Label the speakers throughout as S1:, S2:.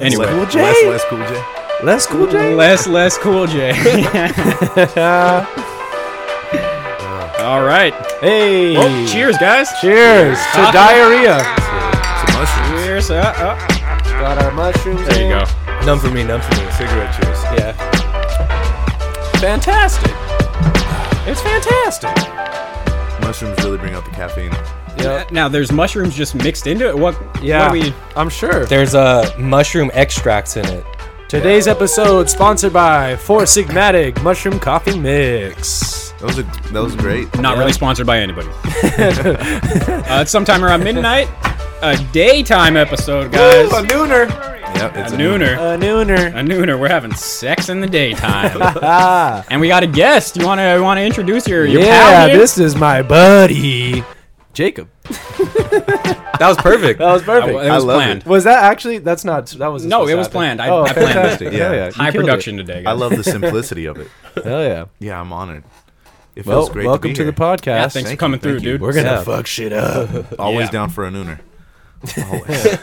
S1: Anyway,
S2: Cool J?
S3: Less, less Cool J.
S2: Less Cool J?
S1: less less cool, Jay. All right.
S2: Hey.
S1: Well, cheers, guys.
S2: Oh, Cheers to
S1: Ah.
S2: diarrhea.
S3: Some mushrooms.
S1: Cheers. Uh, uh. oh.
S2: Got our mushrooms.
S1: There you
S2: in.
S1: go.
S2: None for me, none for me.
S3: Cigarette juice.
S2: Yeah. Fantastic. It's fantastic.
S3: Mushrooms really bring out the caffeine.
S2: Yep.
S1: Now there's mushrooms just mixed into it. What?
S2: Yeah.
S1: What we,
S2: I'm sure.
S4: There's uh, mushroom extracts in it.
S2: Today's episode sponsored by Four Sigmatic Mushroom Coffee Mix.
S3: That was a, that was great.
S1: not really sponsored by anybody. uh, it's sometime around midnight. A daytime episode, guys.
S2: a nooner.
S3: Yep,
S1: a
S3: it's
S1: nooner.
S2: A nooner.
S1: A nooner. We're having sex in the daytime,
S2: Ah.
S1: and we got a guest. You wanna you wanna introduce your your pal
S2: Yeah,
S1: here?
S2: this is my buddy, Jacob.
S4: That was perfect.
S2: That was
S1: Uh, well,
S2: perfect.
S1: it
S3: I
S1: was
S3: love
S1: planned.
S2: Was that actually? That's not. That was
S1: No, it was planned. I,
S2: Oh,
S1: I planned this.
S2: fantastic.
S3: Yeah.
S2: Hell yeah. you
S1: High
S2: killed
S1: production today,
S3: I
S1: guys.
S3: love the simplicity of it.
S2: it. Hell yeah.
S3: Yeah, I'm honored. It feels
S2: Well,
S3: great.
S2: welcome to,
S3: to, be
S2: the
S3: here.
S2: podcast.
S1: Yeah, thanks for
S3: Thank
S1: coming
S3: you, thank
S1: through,
S3: you.
S1: dude.
S2: We're gonna
S4: Yeah.
S2: fuck shit up.
S3: Always
S1: Yeah.
S3: down for a nooner. Always.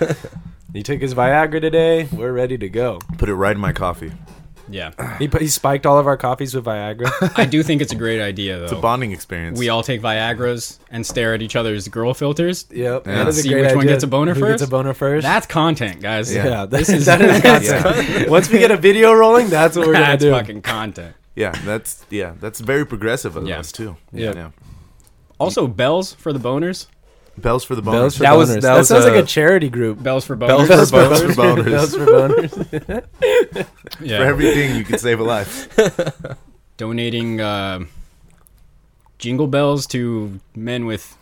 S2: he took his Viagra today. We're ready to go.
S3: Put it right in my coffee.
S1: yeah,
S2: He, put- he spiked all of our coffees with Viagra.
S1: I do think it's a great idea though.
S3: It's a bonding experience.
S1: Oh, we all take Viagra's and stare at each other's girl filters.
S2: yep.
S3: Yeah.
S2: That is a
S1: See
S2: great
S1: which one
S2: idea.
S1: gets a boner
S2: Who Gets
S1: first?
S2: a boner first.
S1: That's content, guys.
S3: Yeah.
S2: yeah. That,
S1: This is-
S2: that is
S1: that's
S2: content. Once we get a video rolling, that's what we're gonna
S1: That's
S2: do.
S1: fucking content.
S3: yeah, that's yeah, that's very progressive of
S1: Yeah.
S3: us too.
S2: Yeah.
S1: Also, bells for the boners.
S3: Bells for the boners.
S2: Bells for
S4: That
S2: boners.
S4: was- that
S2: that
S4: was,
S2: sounds
S4: uh,
S2: like a charity group.
S1: Bells for boners.
S4: Bells
S3: Bells
S4: for
S3: for boners.
S2: Bells for boners.
S1: yeah.
S3: For everything you can save a life.
S1: Donating uh, jingle bells to men with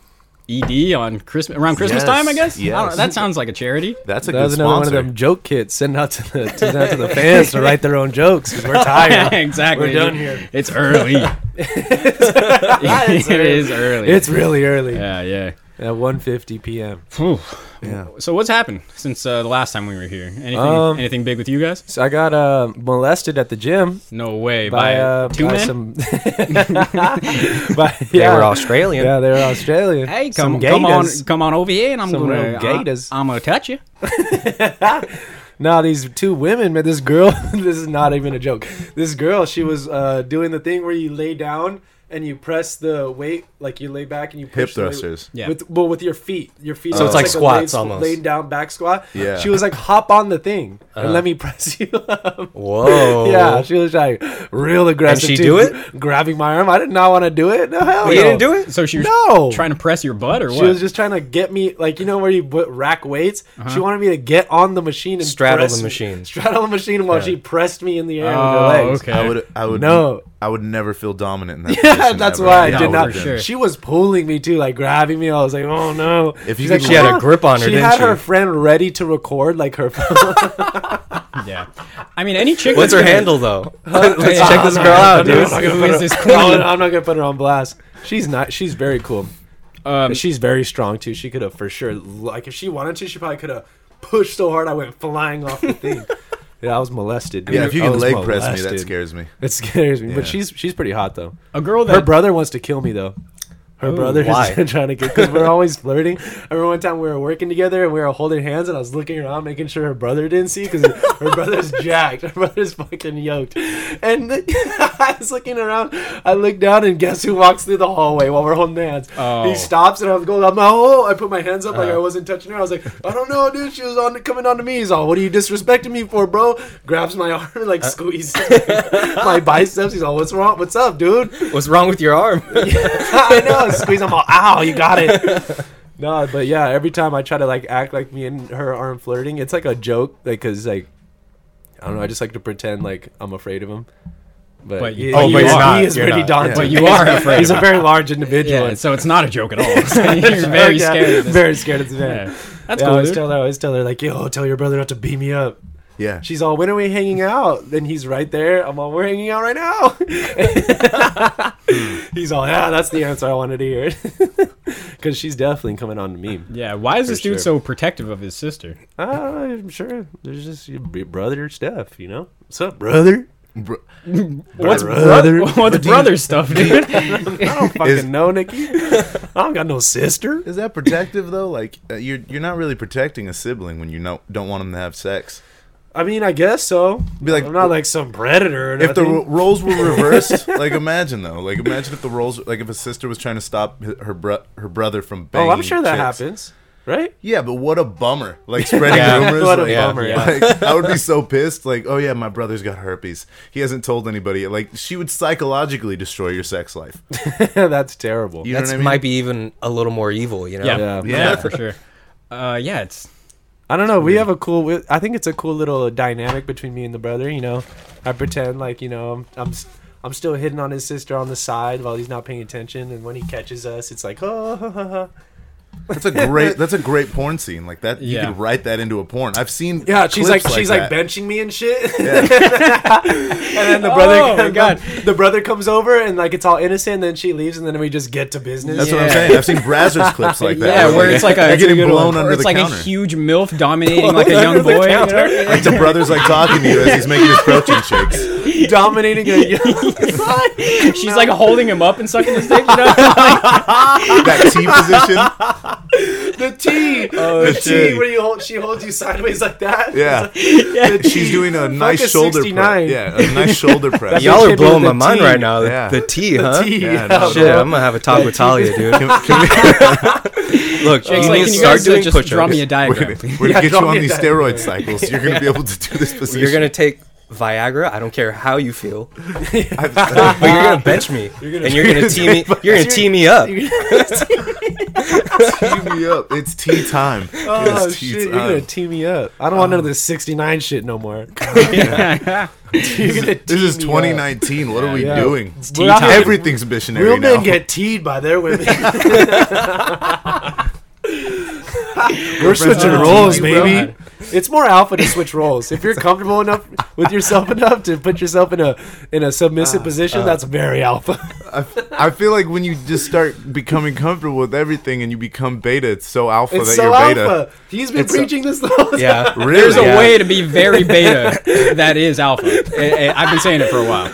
S1: ED on Christmas around Christmas
S3: Yes,
S1: time. I guess. I don't know,
S3: yes.
S1: that sounds like a charity.
S3: That's a
S2: That
S3: good
S2: was another
S3: sponsor.
S2: one of them joke kits sent out to the sent out to the fans to write their own jokes because we're tired.
S1: exactly.
S2: We're done here.
S1: It's early. it is early.
S2: It's really early
S1: yeah, yeah.
S2: at 1:50 p.m.
S1: Phew.
S3: Yeah.
S1: So what's happened since uh, the last time we were here? Anything?
S2: Um,
S1: anything big with you guys?
S2: So I got uh, molested at the gym
S1: No way.
S2: by,
S1: By,
S2: uh,
S1: two
S2: by
S1: men.
S2: some. by, yeah,
S4: They were Australian.
S2: Yeah, they were Australian.
S1: hey,
S2: Some
S1: come, come on,
S2: gators.
S1: come on over here, and I'm
S2: Some
S1: gonna
S2: little gators.
S1: I, am gonna touch you.
S2: No, these two women, man, this girl, this is not even a joke. This girl, she was uh, doing the thing where you lay down and you press the weight, like you lay back and you push
S3: Hip
S2: the weight
S3: thrusters. Oh.
S1: Yeah.
S2: With, well, with your feet. Your feet.
S4: So it's like
S2: a
S4: squats
S2: laid-
S4: almost.
S2: Laid down back squat.
S3: Yeah.
S2: She was like, hop on the thing and
S4: Uh-huh.
S2: let me press you up.
S4: Whoa.
S2: Yeah, she was like real aggressive.
S4: she
S2: too,
S4: do
S2: gr- Grabbing my arm. I did not want to do it. No, hell
S4: Well, Oh, you
S2: no.
S4: didn't do it?
S1: So she was
S2: No.
S1: trying to press your butt or what?
S2: She was just trying to get me, like you know where you put rack weights. She wanted me to get on the machine and
S4: Straddle
S2: press
S4: the
S2: me-
S4: machine.
S2: straddle the machine while she pressed me in the air
S1: Oh,
S2: with her legs.
S1: okay.
S3: I would I would
S2: No.
S3: I would never feel dominant in that
S2: Yeah,
S3: position
S2: that's
S3: ever.
S2: why I
S3: Yeah,
S2: did
S3: would
S2: not.
S3: have
S1: sure.
S3: been.
S2: She was pulling me too, like grabbing me. I was like, oh no.
S3: If you could
S2: She's like,
S3: look-
S4: She had
S2: "Ah."
S4: a grip on her,
S2: She
S4: didn't
S2: had
S4: she?
S2: her friend ready to record, like her.
S1: yeah. I mean, any chick.
S4: What's her
S1: that's gonna-
S4: handle though? Let's
S1: yeah.
S4: check this girl out,
S2: Dude, I'm
S4: dude.
S2: not gonna
S1: Who
S2: put
S1: is
S2: her-
S1: this
S2: I'm
S1: queen?
S2: not- I'm not gonna put her on blast. She's not. She's very cool.
S1: Um,
S2: But she's very strong too. She could have for sure. Like if she wanted to, she probably could have pushed so hard I went flying off the thing. yeah, I was molested. dude.
S3: Yeah, if you
S2: I
S3: can
S2: was
S3: leg press me, that
S2: molested.
S3: scares me.
S2: It scares me.
S3: Yeah.
S2: But she's she's pretty hot though.
S1: a girl
S2: Her
S1: that
S2: brother wants to kill me though. Her brother
S4: why?
S2: is trying to get because we're always flirting. I remember one time we were working together and we were holding hands and I was looking around making sure her brother didn't see because her brother's jacked. Her brother's fucking yoked. And I was looking around. I look down and guess who walks through the hallway while we're holding hands?
S1: Oh. Uh.
S2: He stops and I was going, I'm like, oh, I put my hands up like I wasn't touching her. I was like, I don't know, dude. She was on coming onto me. He's all, what are you disrespecting me for, bro? Grabs my arm and like
S1: Uh.
S2: squeezes my biceps. He's all, what's wrong? What's up, dude?
S4: What's wrong with your arm?
S2: I know. Squeeze them all. Ow, you got it. no, but yeah, every time I try to like act like me and her aren't flirting, it's like a joke. Like, cause like, I don't know. I just like to pretend like I'm afraid of him. But,
S1: But
S2: he,
S1: you- Oh,
S2: he
S1: but
S2: is,
S1: you're
S4: not,
S2: he is
S4: you're
S2: pretty
S4: not.
S2: daunting.
S1: But you are
S2: He's-
S1: afraid
S2: He's
S1: of
S2: a
S1: him.
S2: very large individual.
S1: yeah. So it's not a joke at all. So You're very
S2: Yeah,
S1: scared. Of this.
S2: Very scared of this man.
S1: Yeah. That's
S2: Yeah, I
S1: cool,
S2: always
S1: dude.
S2: tell her. I always tell her like, "Yo, tell your brother not to beat me up."
S3: Yeah.
S2: She's all, "When are we hanging out?" Then he's right there. I'm all, "We're hanging out right now." he's all, "Yeah, that's the answer I wanted to hear," because she's definitely coming on to me.
S1: Yeah. Why is this dude
S2: sure.
S1: so protective of his sister?
S2: Uh, I'm sure there's just your b- brother stuff, you know. What's up, brother?
S3: Bro-
S1: What's
S2: Brother.
S1: bro- what's brother stuff, dude?
S2: I don't fucking know, Nikki. I don't got no sister.
S3: Is that protective though? Like uh, you're you're not really protecting a sibling when you know, don't want them to have sex.
S2: I mean, I guess so.
S3: Be like-
S2: I'm not like some predator. Or
S3: If the
S2: nothing.
S3: ro- roles were reversed, like imagine though, like imagine if the roles, like if a sister was trying to stop h- her bro- her brother from banging.
S2: oh, I'm sure that
S3: chicks.
S2: happens, right?
S3: Yeah, but what a bummer! Like spreading
S4: Yeah.
S3: rumors.
S2: What a
S3: like,
S2: bummer,
S4: yeah.
S3: Like, I would be so pissed. Like, oh yeah, my brother's got herpes. He hasn't told anybody. Like, she would psychologically destroy your sex life.
S2: That's terrible.
S3: You know
S4: That
S3: what I mean?
S4: might be even a little more evil, you know?
S1: Yeah.
S2: Yeah.
S1: Yeah,
S3: Yeah.
S1: for sure. Uh, yeah, it's
S2: I don't know. We have a cool. we- I think it's a cool little dynamic between me and the brother. You know, I pretend like you know I'm. I'm s- I'm still hitting on his sister on the side while he's not paying attention, and when he catches us, it's like, oh, ha, ha, ha."
S3: That's a great. That's a great porn scene. Like that, you
S1: Yeah.
S3: could write that into a porn. I've seen.
S2: yeah, she's like,
S3: clips
S2: she's like
S3: that.
S2: benching me and shit, and then the brother,
S1: Oh, my God.
S2: the brother comes over and like it's all innocent, then she leaves, and then we just get to business.
S3: That's what I'm
S1: Yeah.
S3: saying. I've seen Brazzers clips like that.
S1: yeah, where it's like a
S3: they're getting
S1: it's a good
S3: blown
S1: one.
S3: under
S1: Or it's
S3: the
S1: like
S3: counter.
S1: a huge milf dominating like a young boy. you know?
S3: like the brother's like talking to you as he's making his protein shakes.
S2: dominating a
S1: She's like holding him up and sucking his dick. You know?
S3: That T position.
S2: the T.
S1: Oh,
S2: the
S3: shit.
S2: T where you hold, she holds you sideways like that.
S3: Yeah.
S2: The T.
S3: She's doing a
S2: Fuck
S3: nice
S2: a
S3: shoulder
S2: 69.
S3: press. Yeah, a nice shoulder press.
S2: Yeah.
S4: Y'all are
S2: Should be
S4: blowing my
S2: the
S4: mind
S2: tea.
S4: right now. The,
S3: Yeah.
S4: the tea, huh?
S2: T.
S3: Yeah, no,
S2: Yeah,
S3: no.
S2: bro.
S4: Shit, I'm gonna have a talk with Talia, dude. Look,
S1: Jake's
S4: you
S1: like, can
S4: need to
S1: you
S4: start
S1: guys uh,
S4: doing
S1: just draw me
S4: push-ups.
S1: a diagram? please?"
S3: We're
S2: Yeah,
S3: gonna get
S2: draw
S3: you on
S2: me a
S3: these
S2: diagram.
S3: steroid cycles. You're gonna be able to do this position.
S4: You're gonna take Viagra. I don't care how you feel,
S3: I-
S4: but you're gonna bench me,
S2: gonna-
S4: and you're gonna team me. You're gonna team me up.
S3: Tee me up. It's tea time.
S2: Oh
S3: It's tea
S2: shit! You're gonna
S3: time. Um,
S2: tee me up. I don't want none of this '69 shit no more. You're gonna
S3: This
S2: tee
S3: is
S2: me up.
S3: 2019. What are we
S2: Yeah.
S3: doing?
S2: tea We're out time. here-
S3: Everything's missionary
S2: Real
S3: now.
S2: men get teed by their women. We're switching
S3: representing
S2: roles,
S3: you,
S2: baby. It's more alpha to switch roles. If you're comfortable enough with yourself enough to put yourself in a in a submissive
S3: Ah,
S2: position, that's very alpha.
S3: I, f- I feel like when you just start becoming comfortable with everything and you become beta, it's so alpha
S2: It's
S3: that
S2: so
S3: you're
S2: alpha.
S3: beta.
S2: He's been
S3: It's so-
S2: preaching this the whole time.
S4: Yeah,
S3: Really?
S1: There's a
S4: Yeah.
S1: way to be very beta that is alpha. I, I, have been saying it for a while.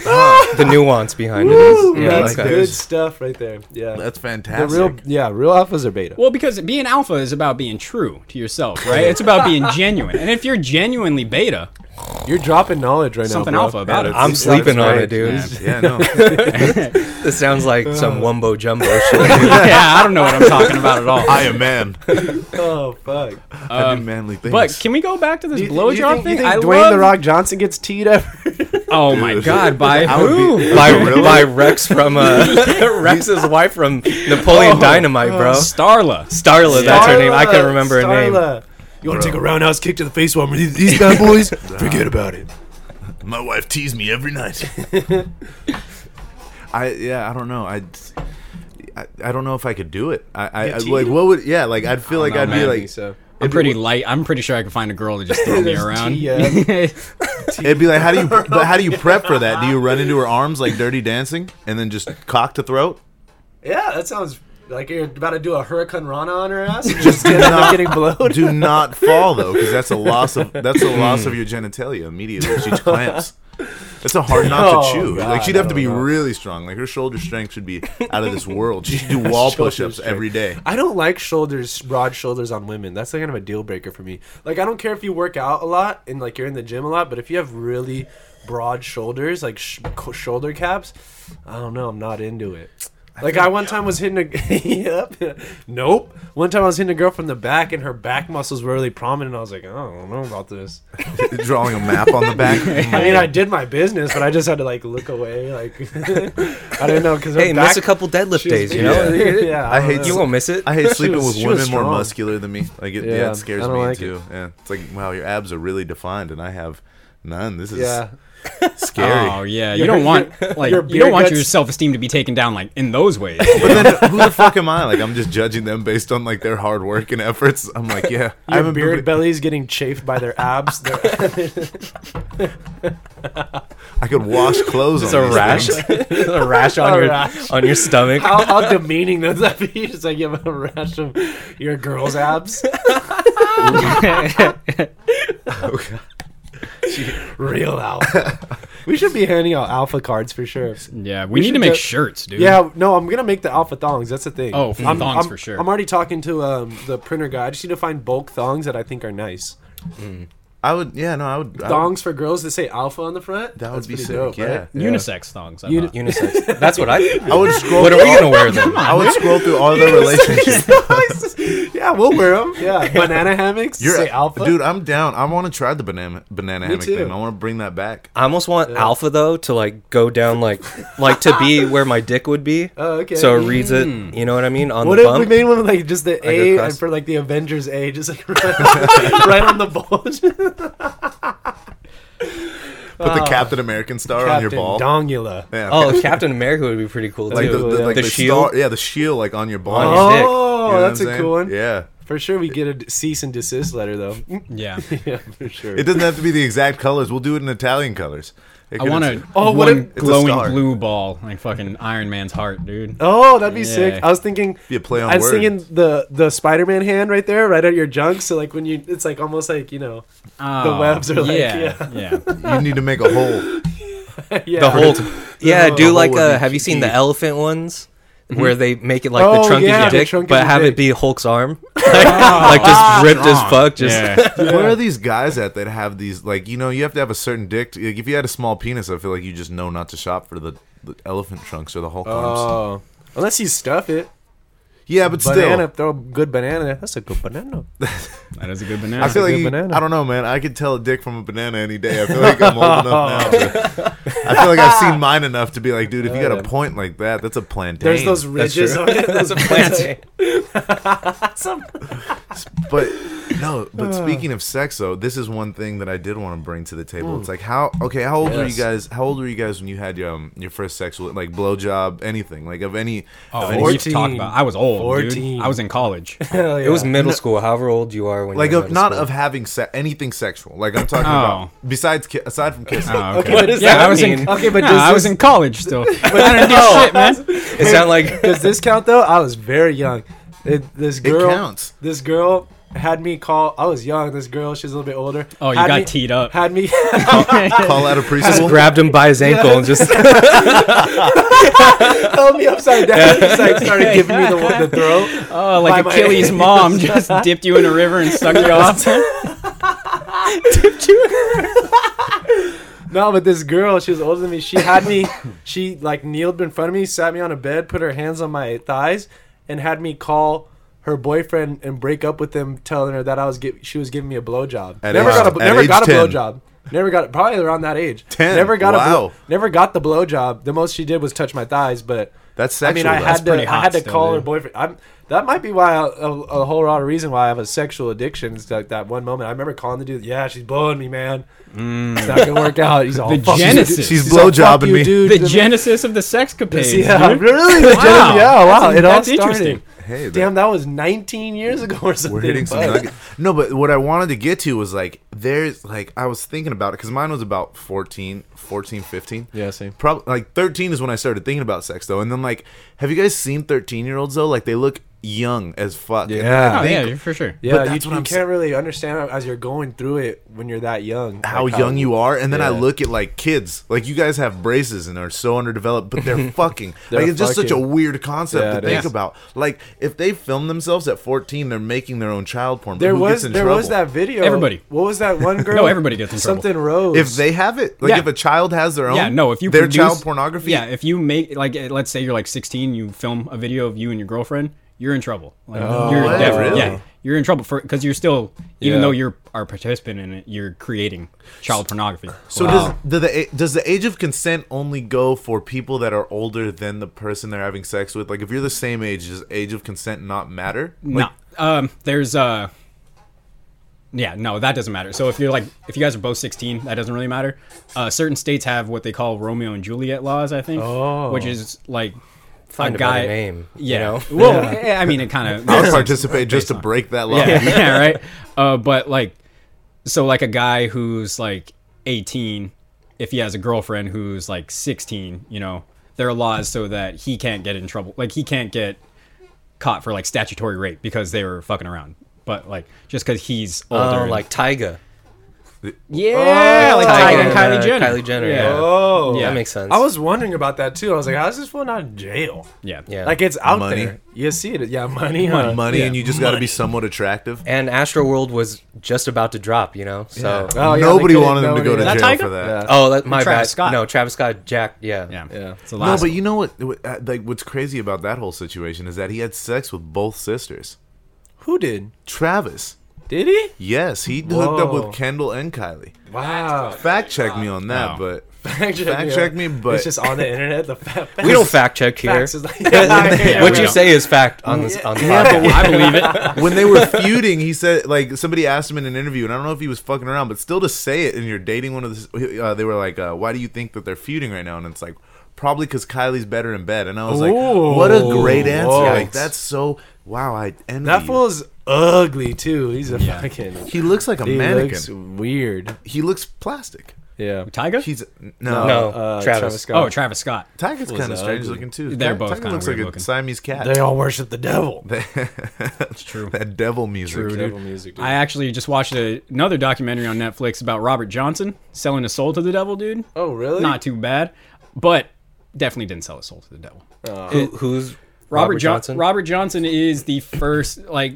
S4: the nuance behind it
S2: Woo,
S4: is.
S3: Yeah,
S2: that's
S3: like
S2: good
S3: this.
S2: stuff right there. Yeah.
S3: That's
S2: the
S3: fantastic.
S2: real yeah, real alphas are beta.
S1: Well, because being alpha is about being true to yourself, right? It's about being genuine. And if you're genuinely beta,
S2: You're dropping knowledge right
S1: something
S2: now.
S1: alpha
S2: bro.
S1: about it.
S4: I'm
S3: That's
S4: sleeping on
S3: right.
S4: it, dude.
S3: Yeah, no.
S4: This sounds like some wumbo jumbo shit.
S1: yeah, I don't know what I'm talking about at all.
S3: I am man.
S2: Oh fuck.
S3: I
S2: Um,
S3: do manly things.
S1: But can we go back to this
S2: Do you, do you
S1: blowjob thing?
S2: think, you think
S1: I
S2: Dwayne
S1: love-
S2: the Rock Johnson gets teed ever?
S1: Oh my
S3: Dude.
S1: God! By
S3: I would
S1: who?
S3: be-
S4: by
S3: Really?
S4: by Rex from uh, Rex's wife from Napoleon Dynamite, bro.
S1: Starla.
S4: Starla, that's her name. I couldn't remember her name.
S2: Starla. You want to take a roundhouse kick to the face while I'm with these bad boys? Forget about it.
S3: My wife teases me every night. I yeah, I don't know. I, I, I don't know if I could do it. I, I, I
S2: teed?
S3: like what would yeah like I'd feel like
S1: know,
S3: I'd be
S1: man.
S3: like
S1: I'm pretty light. I'm pretty sure I could find a girl to just throw me
S2: There's
S1: around.
S2: tea, yeah.
S3: it'd be like how do you but how do you prep for that? Do you run into her arms like Dirty Dancing and then just cock to throat?
S2: Yeah, that sounds like you're about to do a hurricane Rana on her ass. and Just end up getting blown.
S3: Do not fall though, because that's a loss of that's a loss of your genitalia immediately. She clamps. That's a hard knot
S2: Oh,
S3: to chew.
S2: God,
S3: like she'd
S2: I
S3: have to
S2: don't
S3: be
S2: know.
S3: really strong. Like her shoulder strength should be out of this world. She should do wall
S2: Shoulder
S3: push-ups
S2: strength.
S3: every day.
S2: I don't like shoulders, broad shoulders on women. That's like kind of a deal breaker for me. Like I don't care if you work out a lot and like you're in the gym a lot, but if you have really broad shoulders, like sh- co- shoulder caps, I don't know. I'm not into it. Like I one time was hitting a yep, nope. One time I was hitting a girl from the back, and her back muscles were really prominent. I was like, "Oh, I don't know about this.
S3: Drawing a map on the back.
S2: I mean, I did my business, but I just had to like look away. Like I didn't know because
S4: Hey, miss a couple deadlift days, you know?
S2: yeah,
S3: I
S2: don't
S3: hate
S2: know.
S4: You won't miss it.
S3: I hate sleeping
S2: was-
S3: with
S2: she
S3: women
S2: was
S3: more
S2: strong.
S3: muscular than me. Like it, yeah,
S2: Yeah,
S3: it scares
S2: I
S3: me
S2: don't like
S3: too. Yeah, it's like wow, your abs are really defined, and I have none. This is
S2: Yeah.
S3: scary.
S1: Oh yeah, you
S2: Your-
S1: don't want
S2: your-
S1: like
S2: your
S1: you don't
S2: beer
S1: want
S2: guts-
S1: your self esteem to be taken down like in those ways.
S3: But then who the fuck am I? Like I'm just judging them based on like their hard work and efforts. I'm like, yeah, I
S2: Your
S3: haven't been-
S2: beard belly's getting chafed by their abs. Their-
S3: I could wash clothes
S4: It's
S3: on
S4: a
S3: these
S4: rash,
S3: things.
S4: a rash on
S2: A
S4: your
S2: rash.
S4: on your stomach.
S2: how, how demeaning does that be? Just like you have a rash of your girl's abs. Real alpha. We should be handing out alpha cards for sure.
S1: yeah, we, need
S2: should
S1: to make
S2: get-
S1: shirts, dude.
S2: Yeah, no, I'm gonna make the alpha thongs. That's the thing.
S1: Oh, for
S2: I'm,
S1: thongs
S2: I'm-
S1: for sure.
S2: I'm already talking to um, the printer guy. I just need to find bulk thongs that I think are nice.
S3: I would. Yeah, no, I would. I would
S2: Thongs for girls that say alpha on the front.
S3: that
S2: That's
S3: would be
S2: pretty
S3: sick.
S2: dope,
S3: yeah.
S2: right?
S3: yeah.
S1: Unisex thongs. I'm
S2: Uni-
S1: not-
S4: Unisex. That's what I.
S3: I would scroll.
S4: What are
S3: through
S4: we
S3: all-
S4: gonna wear then?
S3: I would scroll through all the relationships.
S2: yeah, we'll wear them. Yeah, banana hammocks.
S3: You're
S2: say alpha,
S3: dude. I'm down. I want to try the banana banana hammock
S2: too.
S3: thing. I want to bring that back.
S4: I almost want alpha though to like go down like like to be where my dick would be.
S2: Oh, okay.
S4: So it reads it. You know what I mean on
S2: What
S4: the
S2: if
S4: bump.
S2: we made one with, like just the A
S4: across.
S2: and for like the Avengers A, just like right on, right on the bulge?
S3: Put the Captain American star on your
S2: Oh. Captain
S3: ball.
S2: Dongula.
S3: yeah.
S4: oh, Captain America would be pretty cool too.
S3: like the, the,
S2: yeah.
S3: like
S4: The
S3: the,
S4: shield?
S3: Star, yeah, the shield like on your ball.
S4: On
S3: You know
S4: your dick.
S2: Oh,
S3: what I'm
S2: that's a
S3: saying?
S2: cool one.
S3: Yeah.
S2: For sure, we get a d- cease and desist letter though.
S1: yeah.
S2: yeah, for sure.
S3: It doesn't have to be the exact colors. We'll do it in Italian colors. It
S1: I
S3: could-
S1: want a oh,
S2: Oh, what
S1: one
S2: if-
S3: It's a
S1: glowing
S3: star.
S1: blue ball, like fucking Iron Man's heart, dude.
S2: Oh, that'd be
S1: Yeah.
S2: sick. I was thinking.
S3: Be a play on
S2: I was
S3: words.
S2: thinking the the Spider Man hand right there, right at your junk. So like when you, it's like almost like you know,
S1: Oh,
S2: webs are like-
S1: yeah.
S3: You need to make a hole.
S2: yeah.
S4: the whole yeah
S2: the
S4: do
S3: whole
S4: like
S3: would
S4: uh
S3: be
S4: have you seen the
S3: huge.
S4: elephant ones where they make it like
S2: Oh,
S4: the trunk
S2: yeah,
S4: of
S2: the
S4: your dick
S2: trunk of
S4: but
S2: your
S4: have
S2: dick. Ah,
S4: it be Hulk's arm like just ripped as fuck just
S1: Yeah.
S3: Where are these guys at that have these? Like, you know, you have to have a certain dick. To, like, if you had a small penis, I feel like you just know not to shop for the, the elephant trunks or the Hulk arms.
S2: Oh, unless you stuff it.
S3: Yeah, but still,
S2: Banana, throw a good banana. That's a good banana.
S1: That is a good banana.
S3: I feel
S2: a
S3: like
S2: good
S3: you-
S2: banana.
S3: I don't know, man. I could tell a dick from a banana any day. I feel like I'm old enough now. to- I feel like I've seen mine enough to be like, dude, if you got a point like that, that's a plantain.
S2: Oh, There's those ridges on it. Those
S4: plantain.
S3: but no,
S2: Uh.
S3: but speaking of sex though, this is one thing that I did want to bring to the table.
S2: Mm.
S3: It's like how okay, how old were you
S2: Yes.
S3: guys? How old were you guys when you had your um, your first sexual like blowjob, anything like of any?
S1: Oh,
S3: of
S1: what
S3: any-
S1: are you talking about? I was old,
S2: 14.
S1: dude. I was in college.
S2: Hell yeah.
S4: it was middle school however old you are when
S3: like
S4: you're
S3: of
S4: in
S2: uh,
S3: not
S4: middle
S3: of having se- anything sexual. Like I'm talking about besides ki- aside from kissing.
S1: Oh, okay.
S4: What does
S1: yeah,
S4: that
S1: I was
S4: mean?
S1: In,
S2: Okay, but
S1: Nah,
S2: does
S1: I was
S2: this-
S1: in college still. But I didn't do shit, man.
S4: school. it sound like
S2: Does this count though? I was very young. It, this girl,
S3: counts.
S2: this girl had me call. I was young. This girl, she's a little bit older.
S1: Oh, you
S2: had
S1: got
S2: me-
S1: teed up.
S2: Had me.
S3: Call out a
S4: just
S3: preschool.
S4: grabbed him by his ankle and just
S2: held me upside down. Just like started giving me the, the throw.
S1: Oh,
S2: By
S1: like
S2: my-
S1: Achilles' mom just dipped you in a river and sucked you off.
S2: No, but this girl, she was older than me. She had me, she like kneeled in front of me, sat me on a bed, put her hands on my thighs, and had me call her boyfriend and break up with him, telling her that I was gi- she was giving me a blowjob.
S3: At
S2: Never
S3: age-
S2: got a
S3: at
S2: never
S3: age
S2: got a
S3: 10.
S2: blowjob. Never got probably around that age.
S3: 10,
S2: Never got a blow,
S3: wow.
S2: never got the blowjob. The most she did was touch my thighs, but
S3: That's
S2: I
S3: sexual.
S2: mean, I
S3: though.
S2: had
S1: pretty
S2: to I
S1: hot
S2: had to
S1: still,
S2: call her
S1: dude.
S2: boyfriend. I'm, that might be why I, a, a whole lot of reason why I have a sexual addiction. It's like that one moment. I remember calling the dude. Yeah, she's blowing me, man. It's not gonna work out. He's all
S1: Mm. The
S2: fuck you,
S1: genesis.
S2: dude."
S3: She's
S2: He's all, "Fuck
S3: blowjobbing
S2: you,
S3: me.
S2: dude.
S1: The
S2: Dude,
S1: genesis of the sex capades.
S2: Yeah,
S1: dude.
S2: really. The
S1: Wow.
S2: genesis. Yeah, wow.
S1: That's-
S2: it all
S1: that's
S2: started.
S1: interesting.
S3: Hey, that-
S2: Damn, that was 19 years ago or something.
S3: We're hitting some
S2: Fuck.
S3: nuggets. No, but what I wanted to get to was like there's like I was thinking about it because mine was about 14, 14, 15.
S2: Yeah, same.
S3: Probably like 13 is when I started thinking about sex though. And then like have you guys seen 13 year olds though? Like they look young as fuck. And
S2: Yeah.
S1: Oh,
S3: I
S1: yeah,
S3: think
S1: for sure.
S2: Yeah,
S3: But
S2: you,
S3: that's what
S2: you
S3: I'm s-
S2: can't really understand as you're going through it when you're that young.
S3: How
S2: Like,
S3: young you are, and then I
S2: yeah.
S3: look at like kids, like you guys have braces and are so underdeveloped, but they're fucking
S2: They're
S3: like it's just such a
S2: fucking-
S3: weird concept
S2: Yeah,
S3: to
S2: it
S3: think
S1: is.
S3: about. Like if they film themselves at fourteen, they're making their own child porn. but
S2: There
S3: who
S2: was
S3: gets in
S2: there was
S3: trouble?
S2: that video.
S1: Everybody.
S2: What was that one girl?
S1: No, everybody gets in trouble.
S2: something rose.
S3: if they have it like
S1: Yeah.
S3: if a child has their own
S1: Yeah, no. If you
S3: their
S1: produce,
S3: child pornography
S1: yeah, if you make like, eh, let's say you're like 16, you film a video of you and your girlfriend, you're in trouble. Like, you're
S3: Wow.
S1: definitely-
S3: Really?
S1: yeah, you're in trouble for because you're still, even
S4: Yeah.
S1: though you're a participant in it, you're creating child pornography.
S3: so
S1: Wow.
S3: does the, the does the age of consent only go for people that are older than the person they're having sex with like if you're the same age does age of consent not matter
S1: no, um, there's uh, yeah, no, that doesn't matter. So if you're like, if you guys are both 16, that doesn't really matter. Uh, certain states have what they call Romeo and Juliet laws, I think,
S2: Oh.
S1: which is like
S4: find
S1: a
S4: a
S1: guy
S4: better name you
S1: Yeah.
S4: know
S1: Well, eh, I mean, it kind
S3: i would
S1: of.
S3: participate just to break that law
S1: yeah, yeah, right. Uh, but like, so like a guy who's like 18, if he has a girlfriend who's like 16, you know, there are laws so that he can't get in trouble. Like he can't get caught for like statutory rape because they were fucking around. But like, just because he's older,
S4: Oh,
S1: and-
S4: like Tyga
S1: Yeah,
S2: Oh,
S1: like
S2: Tiger
S1: Tiger and
S4: and,
S1: Kylie
S4: uh,
S1: Jenner.
S4: Kylie Jenner,
S1: Yeah.
S4: yeah.
S2: Oh,
S1: Yeah.
S4: That makes sense.
S2: I was wondering about that too. I was like, how's this one not in jail?
S1: Yeah.
S4: yeah.
S2: Like it's out
S3: Money.
S2: there. You see it. Yeah, money. huh?
S3: money, and you just got to
S2: Money.
S3: be somewhat attractive.
S4: and Astro World was just about to drop, you know. So
S2: Oh, yeah, they
S3: Nobody
S2: couldn't-
S3: wanted them to go to
S2: nobody-
S1: Is that
S3: jail
S1: Tiger?
S3: for that.
S4: oh, that, my
S1: Travis
S4: bad.
S1: Scott.
S4: No, Travis Scott, Jack. Yeah.
S1: Yeah.
S2: Yeah.
S1: It's the
S3: No,
S1: last
S3: but
S1: one.
S3: you know what? what- uh, Like, what's crazy about that whole situation is that he had sex with both sisters.
S2: Who did?
S3: Travis,
S2: Did he?
S3: yes, he hooked up
S2: Whoa.
S3: with Kendall and Kylie.
S2: Wow.
S3: Fact check me on
S1: Wow.
S3: that, but
S2: Fact check,
S3: Fact check me, but-
S2: it's just on the internet. The fa-
S4: We don't fact check here.
S2: facts is like- Yeah, yeah,
S4: what
S1: we
S4: you
S1: don't.
S4: say is fact on this on the podcast.
S1: I believe it.
S3: when they were feuding, he said like somebody asked him in an interview, and I don't know if he was fucking around, but still to say it, and you're dating one of the, uh, they were like, uh, why do you think that they're feuding right now? And it's like probably because Kylie's better in bed, and I was like,
S2: Ooh.
S3: what a great answer!
S2: Whoa.
S3: Like that's so wow, I envy
S2: That
S3: you.
S2: fool's ugly too. He's a
S1: Yeah.
S2: fucking.
S3: He looks like a
S2: He
S3: mannequin.
S2: looks weird.
S3: He looks plastic.
S2: Yeah.
S1: Tiger?
S3: He's no,
S4: No.
S2: Uh,
S4: Travis.
S1: Oh, Travis Scott.
S3: Tiger's
S2: Fool's
S3: kind of strange
S2: ugly.
S3: looking too.
S1: They're
S3: Ti-
S1: both
S3: Tiger
S1: kinda
S3: looks
S1: weird
S3: like a
S1: looking.
S3: Siamese cat.
S2: They all worship the devil.
S3: That's
S1: true.
S3: That devil music.
S1: True, dude.
S2: Devil music, dude.
S1: I actually just watched a, another documentary on Netflix about Robert Johnson selling his soul to the devil, dude.
S2: Oh, really?
S1: Not too bad, but definitely didn't sell his soul to the devil.
S4: Who, who's
S1: Robert, Jo-
S4: Johnson?
S1: Robert Johnson is the first like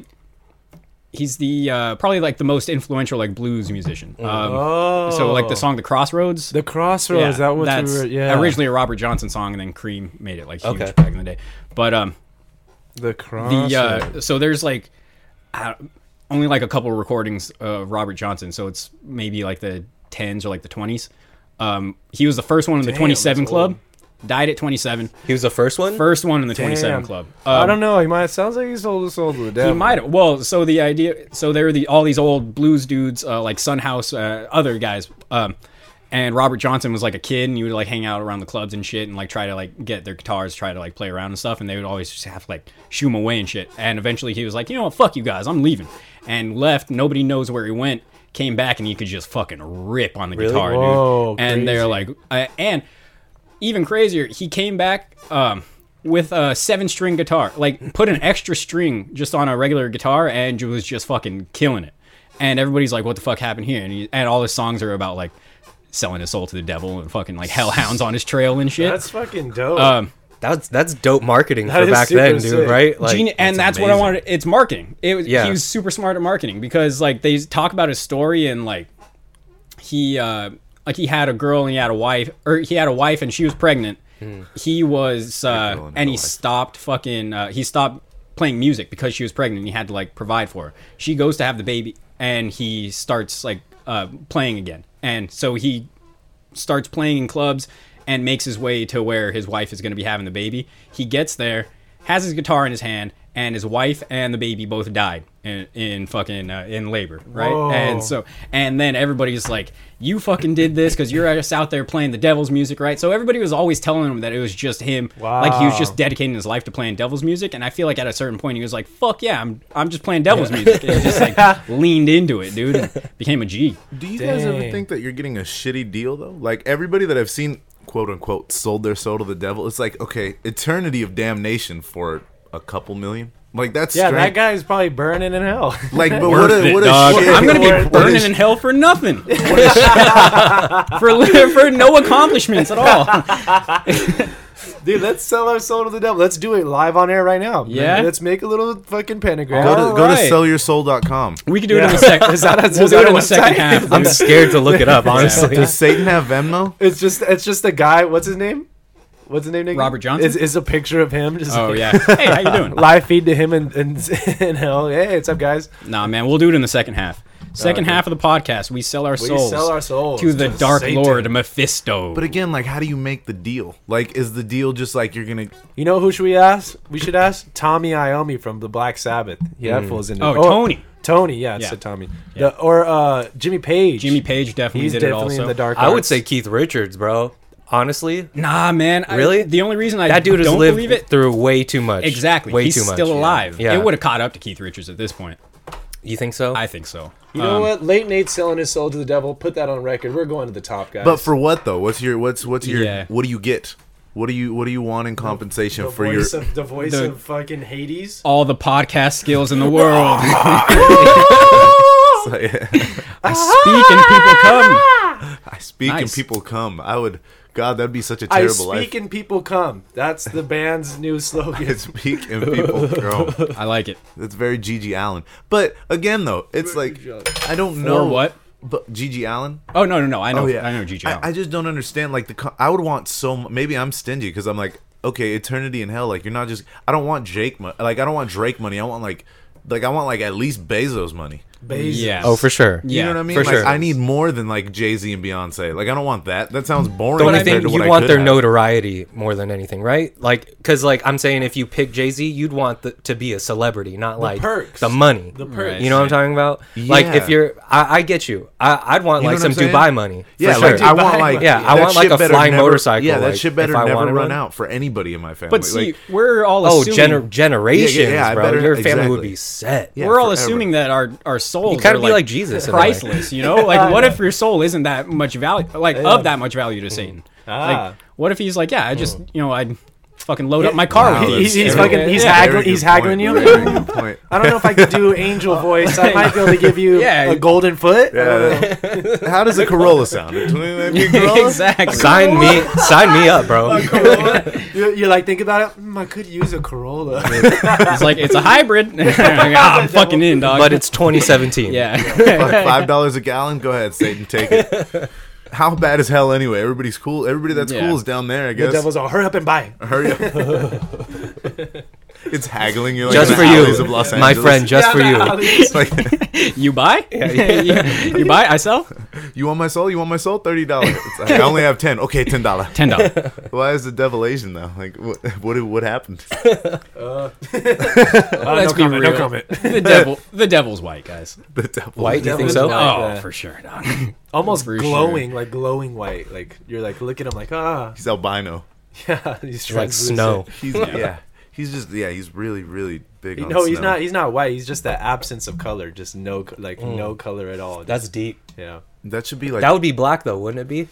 S1: he's the uh, probably like the most influential like blues musician. Um,
S2: Oh.
S1: So like the song "The Crossroads."
S2: The crossroads. that what you
S1: that's
S2: were? Yeah.
S1: originally a Robert Johnson song, and then Cream made it like huge
S4: Okay.
S1: back in the day. But um,
S2: the
S1: the
S2: crossroads.
S1: uh, so there's like I don't- only like a couple of recordings of Robert Johnson, so it's maybe like the tens or like the twenties. Um, he was the first one in the
S2: Damn,
S1: 27
S2: that's
S1: club. Died at 27.
S4: He was the first one.
S1: First one in the
S2: Damn.
S1: 27 club.
S2: I
S1: Um,
S2: don't know. He might. Sounds like he sold his soul to the devil.
S1: He might have. Well, so the idea, so there were the all these old blues dudes, uh, like Sunhouse, uh, other guys, um, and Robert Johnson was like a kid, and he would like hang out around the clubs and shit, and like try to like get their guitars, try to like play around and stuff, and they would always just have to like shoo him away and shit. And eventually, he was like, you know what, fuck you guys, I'm leaving, and left. Nobody knows where he went. Came back and he could just fucking rip on the guitar, dude.
S2: Whoa,
S1: and they're like, uh, and even crazier, he came back um, with a seven string guitar, like put an extra string just on a regular guitar and was just fucking killing it. And everybody's like, what the fuck happened here? And, he, and all his songs are about like selling his soul to the devil and fucking like hellhounds on his trail and shit.
S2: That's fucking dope.
S1: Um,
S4: That's that's dope marketing
S2: That
S4: for
S2: is
S4: back
S2: super
S4: then, dude.
S2: sick.
S4: Right? Like,
S1: Geni- and that's what I
S3: amazing.
S1: wanted. It's marketing. It was
S4: Yeah.
S1: he was super smart at marketing because like they talk about his story and like he uh like he had a girl and he had a wife or he had a wife and she was pregnant. He was
S3: Hmm. girl
S1: uh
S3: and
S1: and
S3: her
S1: he
S3: wife.
S1: stopped fucking uh, he stopped playing music because she was pregnant and he had to like provide for her. She goes to have the baby and he starts like uh playing again. And so he starts playing in clubs and makes his way to where his wife is going to be having the baby. He gets there, has his guitar in his hand, and his wife and the baby both died in, in fucking uh, in labor, right?
S2: Whoa.
S1: And so and then everybody's like, "You fucking did this because you're just out there playing the devil's music, right?" So everybody was always telling him that it was just him, like he was
S2: Wow.
S1: just dedicating his life to playing devil's music. And I feel like at a certain point he was like, "Fuck yeah, I'm I'm just playing devil's music," and he just like leaned into it, dude, and became a G.
S3: Do you guys ever
S2: Dang.
S3: think that you're getting a shitty deal though? Like everybody that I've seen, quote unquote, sold their soul to the devil. It's like okay, eternity of damnation for a couple million. Like that's
S2: yeah,
S3: strange.
S2: that guy's probably burning in hell.
S3: Like, but what a, what a
S1: Dog,
S3: shit.
S1: I'm gonna
S3: what
S1: be
S3: a
S1: burning
S3: sh-
S1: in hell for nothing, for li- for no accomplishments at all.
S2: Dude, let's sell our soul to the devil. Let's do it live on air right now.
S1: Yeah?
S2: Let's make a little fucking pentagram.
S3: Go to, go
S1: Alright.
S3: to sellyoursoul.com.
S1: We could do it in the second.
S2: Is that a-
S1: we'll
S2: is
S1: do
S2: that
S1: it in
S2: a
S1: the second
S2: website?
S1: half.
S4: I'm scared to look it up,
S1: Oh,
S4: honestly.
S3: Does Satan have Venmo?
S2: It's just it's just a guy. What's his name? What's his name? Nick?
S1: Robert Johnson?
S2: It's, it's a picture of him. Just
S1: oh
S2: like,
S1: yeah. Hey, how you doing?
S2: Live feed to him and and, and hell. Hey, what's up, guys?
S1: Nah, man, we'll do it in the second half. Second half of the podcast, we sell our souls,
S2: sell our souls
S1: to the
S2: to
S1: Dark
S2: Satan.
S1: Lord Mephisto.
S3: But again, like how do you make the deal? Like is the deal just like you're gonna?
S2: You know who should we ask? We should ask Tommy Iommi from the Black Sabbath. Yeah, that fool's in
S1: Oh,
S2: it.
S1: Tony.
S2: Tony, yeah, it's
S1: Yeah.
S2: said Tommy. The, or uh, Jimmy Page.
S1: Jimmy Page definitely
S2: He's
S1: did
S2: definitely
S1: it also.
S2: in the dark.
S4: I would
S2: arts.
S4: say Keith Richards, bro. Honestly,
S1: Nah, man. I-
S4: Really?
S1: the only reason I
S4: that dude has
S1: don't
S4: lived
S1: believe it
S4: through way too much.
S1: exactly.
S4: Way
S1: He's
S4: too much.
S1: still alive.
S4: Yeah.
S1: It would have caught up to Keith Richards at this point.
S4: You think so?
S1: I think so.
S2: You know what? Late Nate selling his soul to the devil. Put that on record. We're going to the top, guys.
S3: But for what though? What's your what's what's your
S1: Yeah.
S3: what do you get? What do you what do you want in compensation
S2: the
S3: for your?
S2: voice of the voice
S1: the-
S2: of fucking Hades.
S1: all the podcast skills in the world.
S3: So, yeah.
S1: I speak and people come.
S3: I speak and
S1: Nice.
S3: people come. I would. God, that'd be such a
S2: I
S3: terrible
S2: speak
S3: life.
S2: and people come. That's the band's new
S3: I
S2: slogan.
S3: speak and people come.
S1: I like it.
S3: That's very Gigi Allen. But again, though, it's
S2: Very
S3: like
S2: Gigi Allen.
S3: I don't know
S1: what?
S3: But Gigi Allen.
S1: Oh no no no! I know
S3: Oh yeah,
S1: I know Gigi.
S3: I,
S1: Allen.
S3: I just don't understand. Like the, co- I would want so. mu- Maybe I'm stingy because I'm like, okay, eternity in hell. Like you're not just. I don't want Jake. Mo- like I don't want Drake money. I want like, like I want like at least Bezos money.
S2: Bezos.
S1: yeah.
S4: Oh, for sure.
S1: Yeah.
S3: You know what I mean?
S4: for
S3: like,
S4: sure.
S3: I need more than like Jay Z and Beyonce. Like I don't want that. That sounds boring.
S4: The only
S3: compared to
S4: thing
S3: what
S4: you'd
S3: I
S4: want
S3: could
S4: their
S3: have.
S4: notoriety more than anything, right? Like, because like I'm saying, if you pick Jay Z, you'd want the, to be a celebrity, not like
S2: perks.
S4: the money.
S2: The perks.
S4: You know what I'm talking about? Like,
S3: Yeah.
S4: if you're, I, I get you. I, I'd want
S3: You know
S4: like
S3: what I'm
S4: some
S3: saying?
S4: Dubai money. for
S3: Yeah,
S4: sure.
S3: like I want
S2: Dubai
S3: like
S2: money.
S4: Yeah, I
S3: that
S4: want, like,
S3: shit
S4: a
S3: better
S4: flying
S3: never-
S4: motorcycle,
S3: Yeah, that
S4: like,
S3: shit better
S4: if I
S3: never
S4: wanted
S3: run
S4: one.
S3: out for anybody in my family.
S1: but see,
S3: like,
S1: we're all
S4: oh,
S1: assuming
S4: gener- generations,
S3: I
S4: bro.
S3: better-
S4: Your family would
S3: exactly.
S4: be set.
S3: Yeah,
S1: we're all
S3: forever.
S1: assuming that our our souls
S4: You kinda
S1: are
S4: be like Jesus in a way.
S1: priceless. You know, like what if your soul isn't that much value, like of that much value to Satan?
S3: Mm-hmm.
S2: Ah.
S1: Like, what if he's like, yeah, I just you know I fucking load up my car
S3: Mm. Wow,
S1: with
S3: oh,
S1: these.
S3: that's
S2: He's, he's
S3: terrible.
S2: fucking. He's
S1: Yeah.
S2: haggling.
S3: very good
S2: He's haggling
S3: point.
S2: you.
S3: Very good point.
S2: I don't know if I could do angel voice. I might be able to give you
S1: Yeah.
S2: a golden foot.
S3: How does a Corolla sound? exactly.
S1: exactly.
S4: Sign me, sign me up, bro.
S2: you you like think about it. Mm, I could use a Corolla.
S1: It's like it's a hybrid. Ah, I'm fucking in, dog.
S4: But it's 2017.
S1: yeah.
S3: Five dollars a gallon. Go ahead, Satan, take it. How bad is hell anyway? Everybody's cool. Everybody that's
S1: Yeah.
S3: cool is down there. I
S2: the
S3: guess.
S2: devil's all hurry up and buy. it."
S3: Hurry up. it's haggling. You're like
S4: just
S3: in
S4: for
S3: the alleys of
S4: you,
S3: Los
S4: my
S3: Angeles.
S4: friend. Just for
S2: Yeah,
S4: you.
S2: Alex.
S3: Like,
S1: you buy? you, you buy? I sell?
S3: you want my soul? You want my soul? Thirty dollars. Like, I only have ten. Okay, ten dollar.
S1: Ten dollars.
S3: Why is the devil Asian though? Like, what? What, what happened?
S2: Uh,
S1: Let's
S2: no
S1: be
S2: comment.
S1: real.
S2: No comment.
S1: The devil. The devil's white, guys.
S3: The devil.
S4: White? You think
S2: Devil's
S4: so?
S2: not-
S1: Oh,
S2: Yeah.
S1: for sure. Dog.
S2: Almost
S1: For sure.
S2: glowing, like glowing white. Like you're like look at him, like ah,
S3: He's albino.
S2: yeah. He's
S4: Like
S2: translucent.
S4: snow.
S3: He's yeah. He's just yeah. He's really really big.
S2: You
S3: on
S2: no, he's
S3: snow.
S2: not. He's not white. He's just the absence of color. Just no, co- like no color at all.
S4: That's deep.
S2: yeah.
S3: That should be like
S4: That would be black though, wouldn't it be?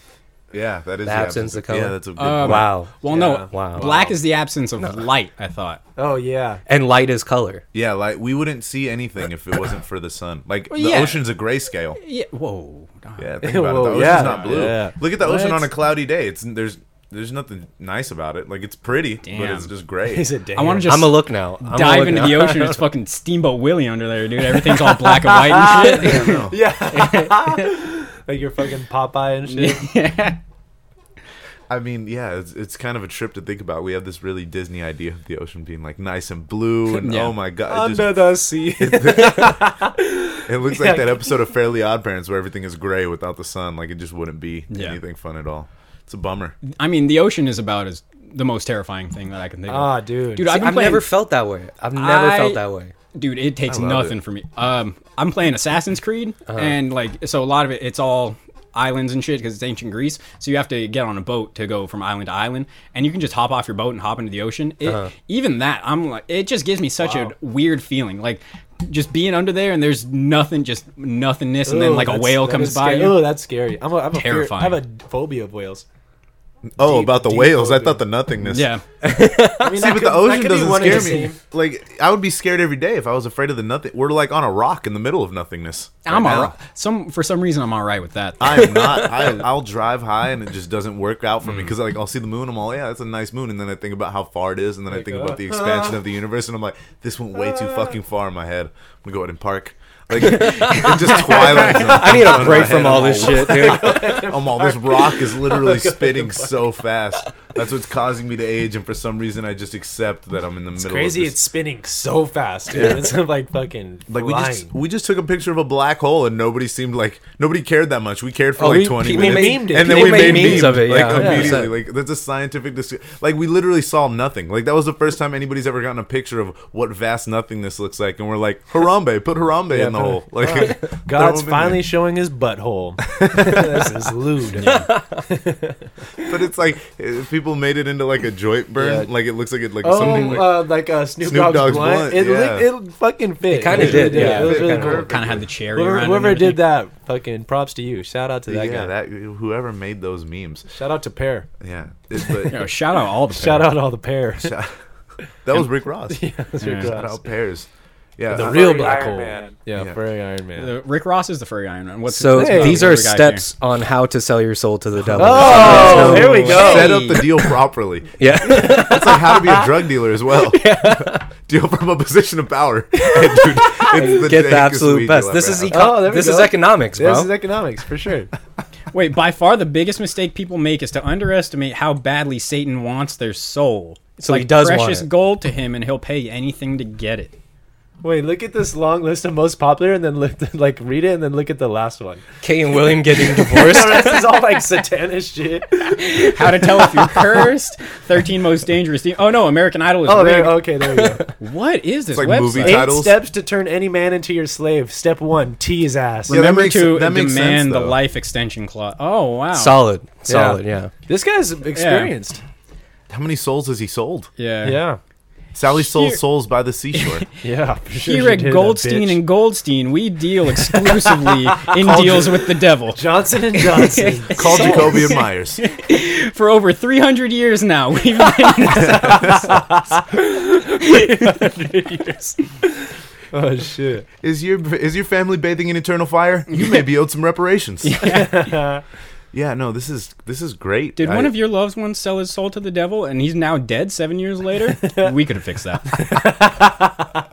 S3: yeah. That is
S4: the absence of color.
S3: Yeah, that's a good
S1: Um,
S3: point.
S4: Wow.
S1: Well,
S2: Yeah.
S1: no.
S4: Wow.
S1: Black is the absence of light. I thought.
S2: Oh yeah.
S4: And light is color.
S3: Yeah, like we wouldn't see anything if it wasn't for the sun. Like the
S1: yeah.
S3: ocean's a grayscale.
S1: Yeah. Whoa. dog.
S3: Yeah, think about
S2: Well,
S3: it. The ocean's
S2: yeah.
S3: not blue.
S2: Yeah.
S3: Look at the ocean
S1: What?
S3: on a cloudy day. It's there's there's nothing nice about it. Like it's pretty, but
S1: Damn.
S3: it's just gray.
S2: He said, "Damn."
S1: I want to just
S4: I'm gonna look now. I'm
S1: dive into the ocean. It's fucking Steamboat Willie under there, dude. Everything's all black and white and shit.
S2: Yeah. like your fucking Popeye and shit.
S3: I mean, yeah, it's, it's kind of a trip to think about. We have this really Disney idea of the ocean being like nice and blue, and
S1: Yeah.
S3: oh my god, it,
S2: Under
S3: just,
S2: the sea.
S3: it looks
S2: Yeah.
S3: like that episode of Fairly Odd Parents where everything is gray without the sun. Like it just wouldn't be
S1: Yeah.
S3: anything fun at all. It's a bummer.
S1: I mean, the ocean is about as the most terrifying thing that I can think
S2: Ah,
S1: of.
S2: dude.
S1: Dude, I've been
S4: I've
S1: playing.
S4: never felt that way. I've never
S1: I-
S4: felt that way.
S1: dude, it takes
S3: I love
S1: nothing
S3: it.
S1: for me. Um, I'm playing Assassin's Creed, and like, so a lot of it, it's all islands and shit because it's ancient Greece. So you have to get on a boat to go from island to island, and you can just hop off your boat and hop into the ocean. It, Even that, I'm like, it just gives me such a weird feeling, like. Just being under there and there's nothing, just nothingness, and then like a whale comes by. you.
S2: Oh, that's scary. I'm a, I'm a fear, I
S1: Terrifying.
S2: have a phobia of whales.
S3: Oh,
S2: Deep-
S3: about the
S2: deep
S3: whales. I
S2: ocean.
S3: thought the nothingness.
S1: Yeah.
S2: I mean,
S3: See,
S2: that
S3: but
S2: could-
S3: the
S2: that
S3: ocean
S2: could be
S3: doesn't
S2: one and
S3: scare
S2: the
S3: me.
S2: same.
S3: Like I would be scared every day if I was afraid of the nothing. We're like on a rock in the middle of nothingness.
S1: I'm
S3: right now. Ah,
S1: all right. Some for some reason I'm all right with that.
S3: I am not. I, I'll drive high and it just doesn't work out for
S2: Hmm.
S3: me because like I'll see the moon. I'm all yeah, that's a nice moon, and then I think about how far it is, and then I think about the expansion of the universe, and I'm like, this went way too fucking far in my head. I'm gonna go ahead and park. Like it just twilight.
S4: I need a break from all this shit, dude.
S3: I'm all this rock is literally spinning so fast. That's what's causing me to age, and for some reason I just accept that I'm in the middle.
S2: Crazy,
S3: Of this.
S2: it's spinning so fast, dude. It's like fucking
S3: Like we
S2: flying.
S3: just we just took a picture of a black hole and nobody seemed like nobody cared that much. We cared for
S4: Oh,
S3: like
S4: we-
S3: twenty
S4: people
S3: minutes,
S2: memed it.
S3: and then
S4: People
S3: we made
S4: made memes
S3: memes
S4: of it, yeah.
S3: like
S4: Yeah.
S3: immediately. Like that's a scientific dis- like we literally saw nothing. Like that was the first time anybody's ever gotten a picture of what vast nothingness looks like, and we're like Harambe, put Harambe in the
S2: put-
S3: hole. Like throw him
S2: God's
S3: in
S2: finally showing his butthole. this is lewd.
S3: there. but it's like if people made it into like a joint burn.
S2: Yeah.
S3: Like it looks like it like something. Like,
S2: Oh, uh, like uh, Snoop,
S3: Snoop
S2: Dogg's,
S3: Dogg's
S2: blunt.
S3: blunt,
S2: It, li-
S3: yeah.
S2: it fucking fit.
S4: kinda
S2: It really
S4: did, yeah.
S2: It was
S4: It
S2: really
S3: kinda
S2: cool.
S3: worked.
S1: kind of had the cherry.
S2: Whoever,
S1: around it and
S2: whoever
S1: everything.
S2: did that, fucking props to you. Shout out to that
S3: yeah,
S2: guy.
S3: that whoever made those memes.
S2: Shout out to Pear.
S3: Yeah, It- but-
S1: You know, shout out all the
S2: Shout out all the Pear.
S3: that was Rick Ross.
S2: That's
S1: Yeah. Shout
S2: your class.
S3: Shout out pears. Yeah.
S2: The
S3: I'm-
S2: real
S5: Furry
S2: black
S5: Iron
S2: hole.
S5: Man.
S2: Yeah,
S3: Yeah.
S2: furry Iron Man.
S1: The- Rick Ross is the furry Iron Man. What's
S4: So
S1: what's the name
S4: these
S1: of
S4: are
S1: the guy here?
S4: steps on how to sell your soul to the devil.
S2: Oh,
S1: No.
S2: there we go.
S3: Set up the deal properly.
S4: Yeah.
S3: It's like how to be a drug dealer as well. Deal from a position of power. Dude, it's the
S4: Get the
S3: dankest
S4: absolute
S3: weed you'll
S4: best. This
S3: ever
S4: is
S3: have.
S4: eco-
S2: Oh, there we
S4: this
S2: go.
S4: is economics, bro.
S2: This is economics for sure.
S1: Wait, by far the biggest mistake people make is to underestimate how badly Satan wants their soul. It's
S4: So he
S1: like
S4: does want
S1: precious
S4: it.
S1: gold to him, and he'll pay anything to get it.
S2: Wait, look at this long list of most popular, and then look like read it, and then look at the last one.
S4: Kay and William getting divorced.
S2: The rest is all like satanic shit.
S1: How to tell if you're cursed? Thirteen most dangerous. Thing. Oh no, American Idol is
S2: Oh, there.
S1: rigged.
S2: Okay, there we go.
S1: What is this
S3: like
S1: website?
S3: movie
S2: Eight
S3: Titles?
S2: steps to turn any man into your slave. Step one: tee his ass.
S3: Yeah, that
S1: Remember
S3: makes-
S1: to
S3: that makes sense,
S1: demand the
S3: though.
S1: life extension clause. Oh wow.
S4: solid. Solid, yeah.
S2: This guy's experienced.
S4: e-
S3: How many souls has he sold?
S1: yeah.
S2: Yeah,
S3: Sally sold
S1: Here-
S3: souls by the seashore.
S2: yeah. For sure
S1: Here
S2: she
S1: at
S2: did that,
S1: Goldstein
S2: bitch.
S1: and Goldstein, we deal exclusively in deals with the devil.
S2: Johnson and Johnson.
S3: Call Jacoby and Myers.
S1: For over 300 years now, we've been
S2: oh shit.
S3: Is your is your family bathing in eternal fire? You may be owed some reparations. Yeah. no, this is this is great.
S1: Did
S3: I-
S1: one of your loved ones sell his soul to the devil and he's now dead seven years later? we could have fixed that.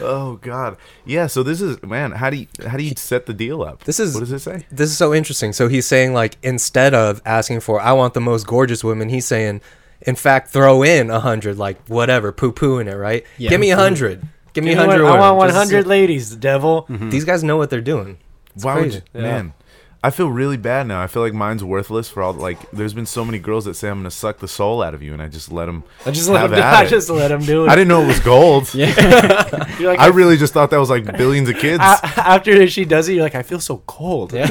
S3: Oh God, yeah. So this is man. How do you how do you set the deal up?
S4: This is-
S3: what does it say?
S4: This is so interesting. So he's saying like instead of asking for I want the most gorgeous woman, he's saying in fact throw in a hundred, like whatever, poo poo in it, right?
S1: Yeah.
S4: Give me a hundred. Give me
S2: You know
S4: a
S2: what?
S4: hundred.
S2: I want
S4: women.
S2: 100
S4: Just-
S2: ladies, devil.
S4: These guys know what they're doing.
S3: Why
S4: crazy.
S3: would you, man? I feel really bad now. I feel like mine's worthless for all. Like, there's been so many girls that say I'm gonna suck the soul out of you, and I just let them.
S2: I just let
S3: have
S2: him.
S3: at
S2: I
S3: it.
S2: just let him do it.
S3: I didn't know it was gold.
S2: You're like,
S3: I really just thought that was like billions of kids.
S2: a- after she does it, you're like, I feel so cold.
S1: Despair.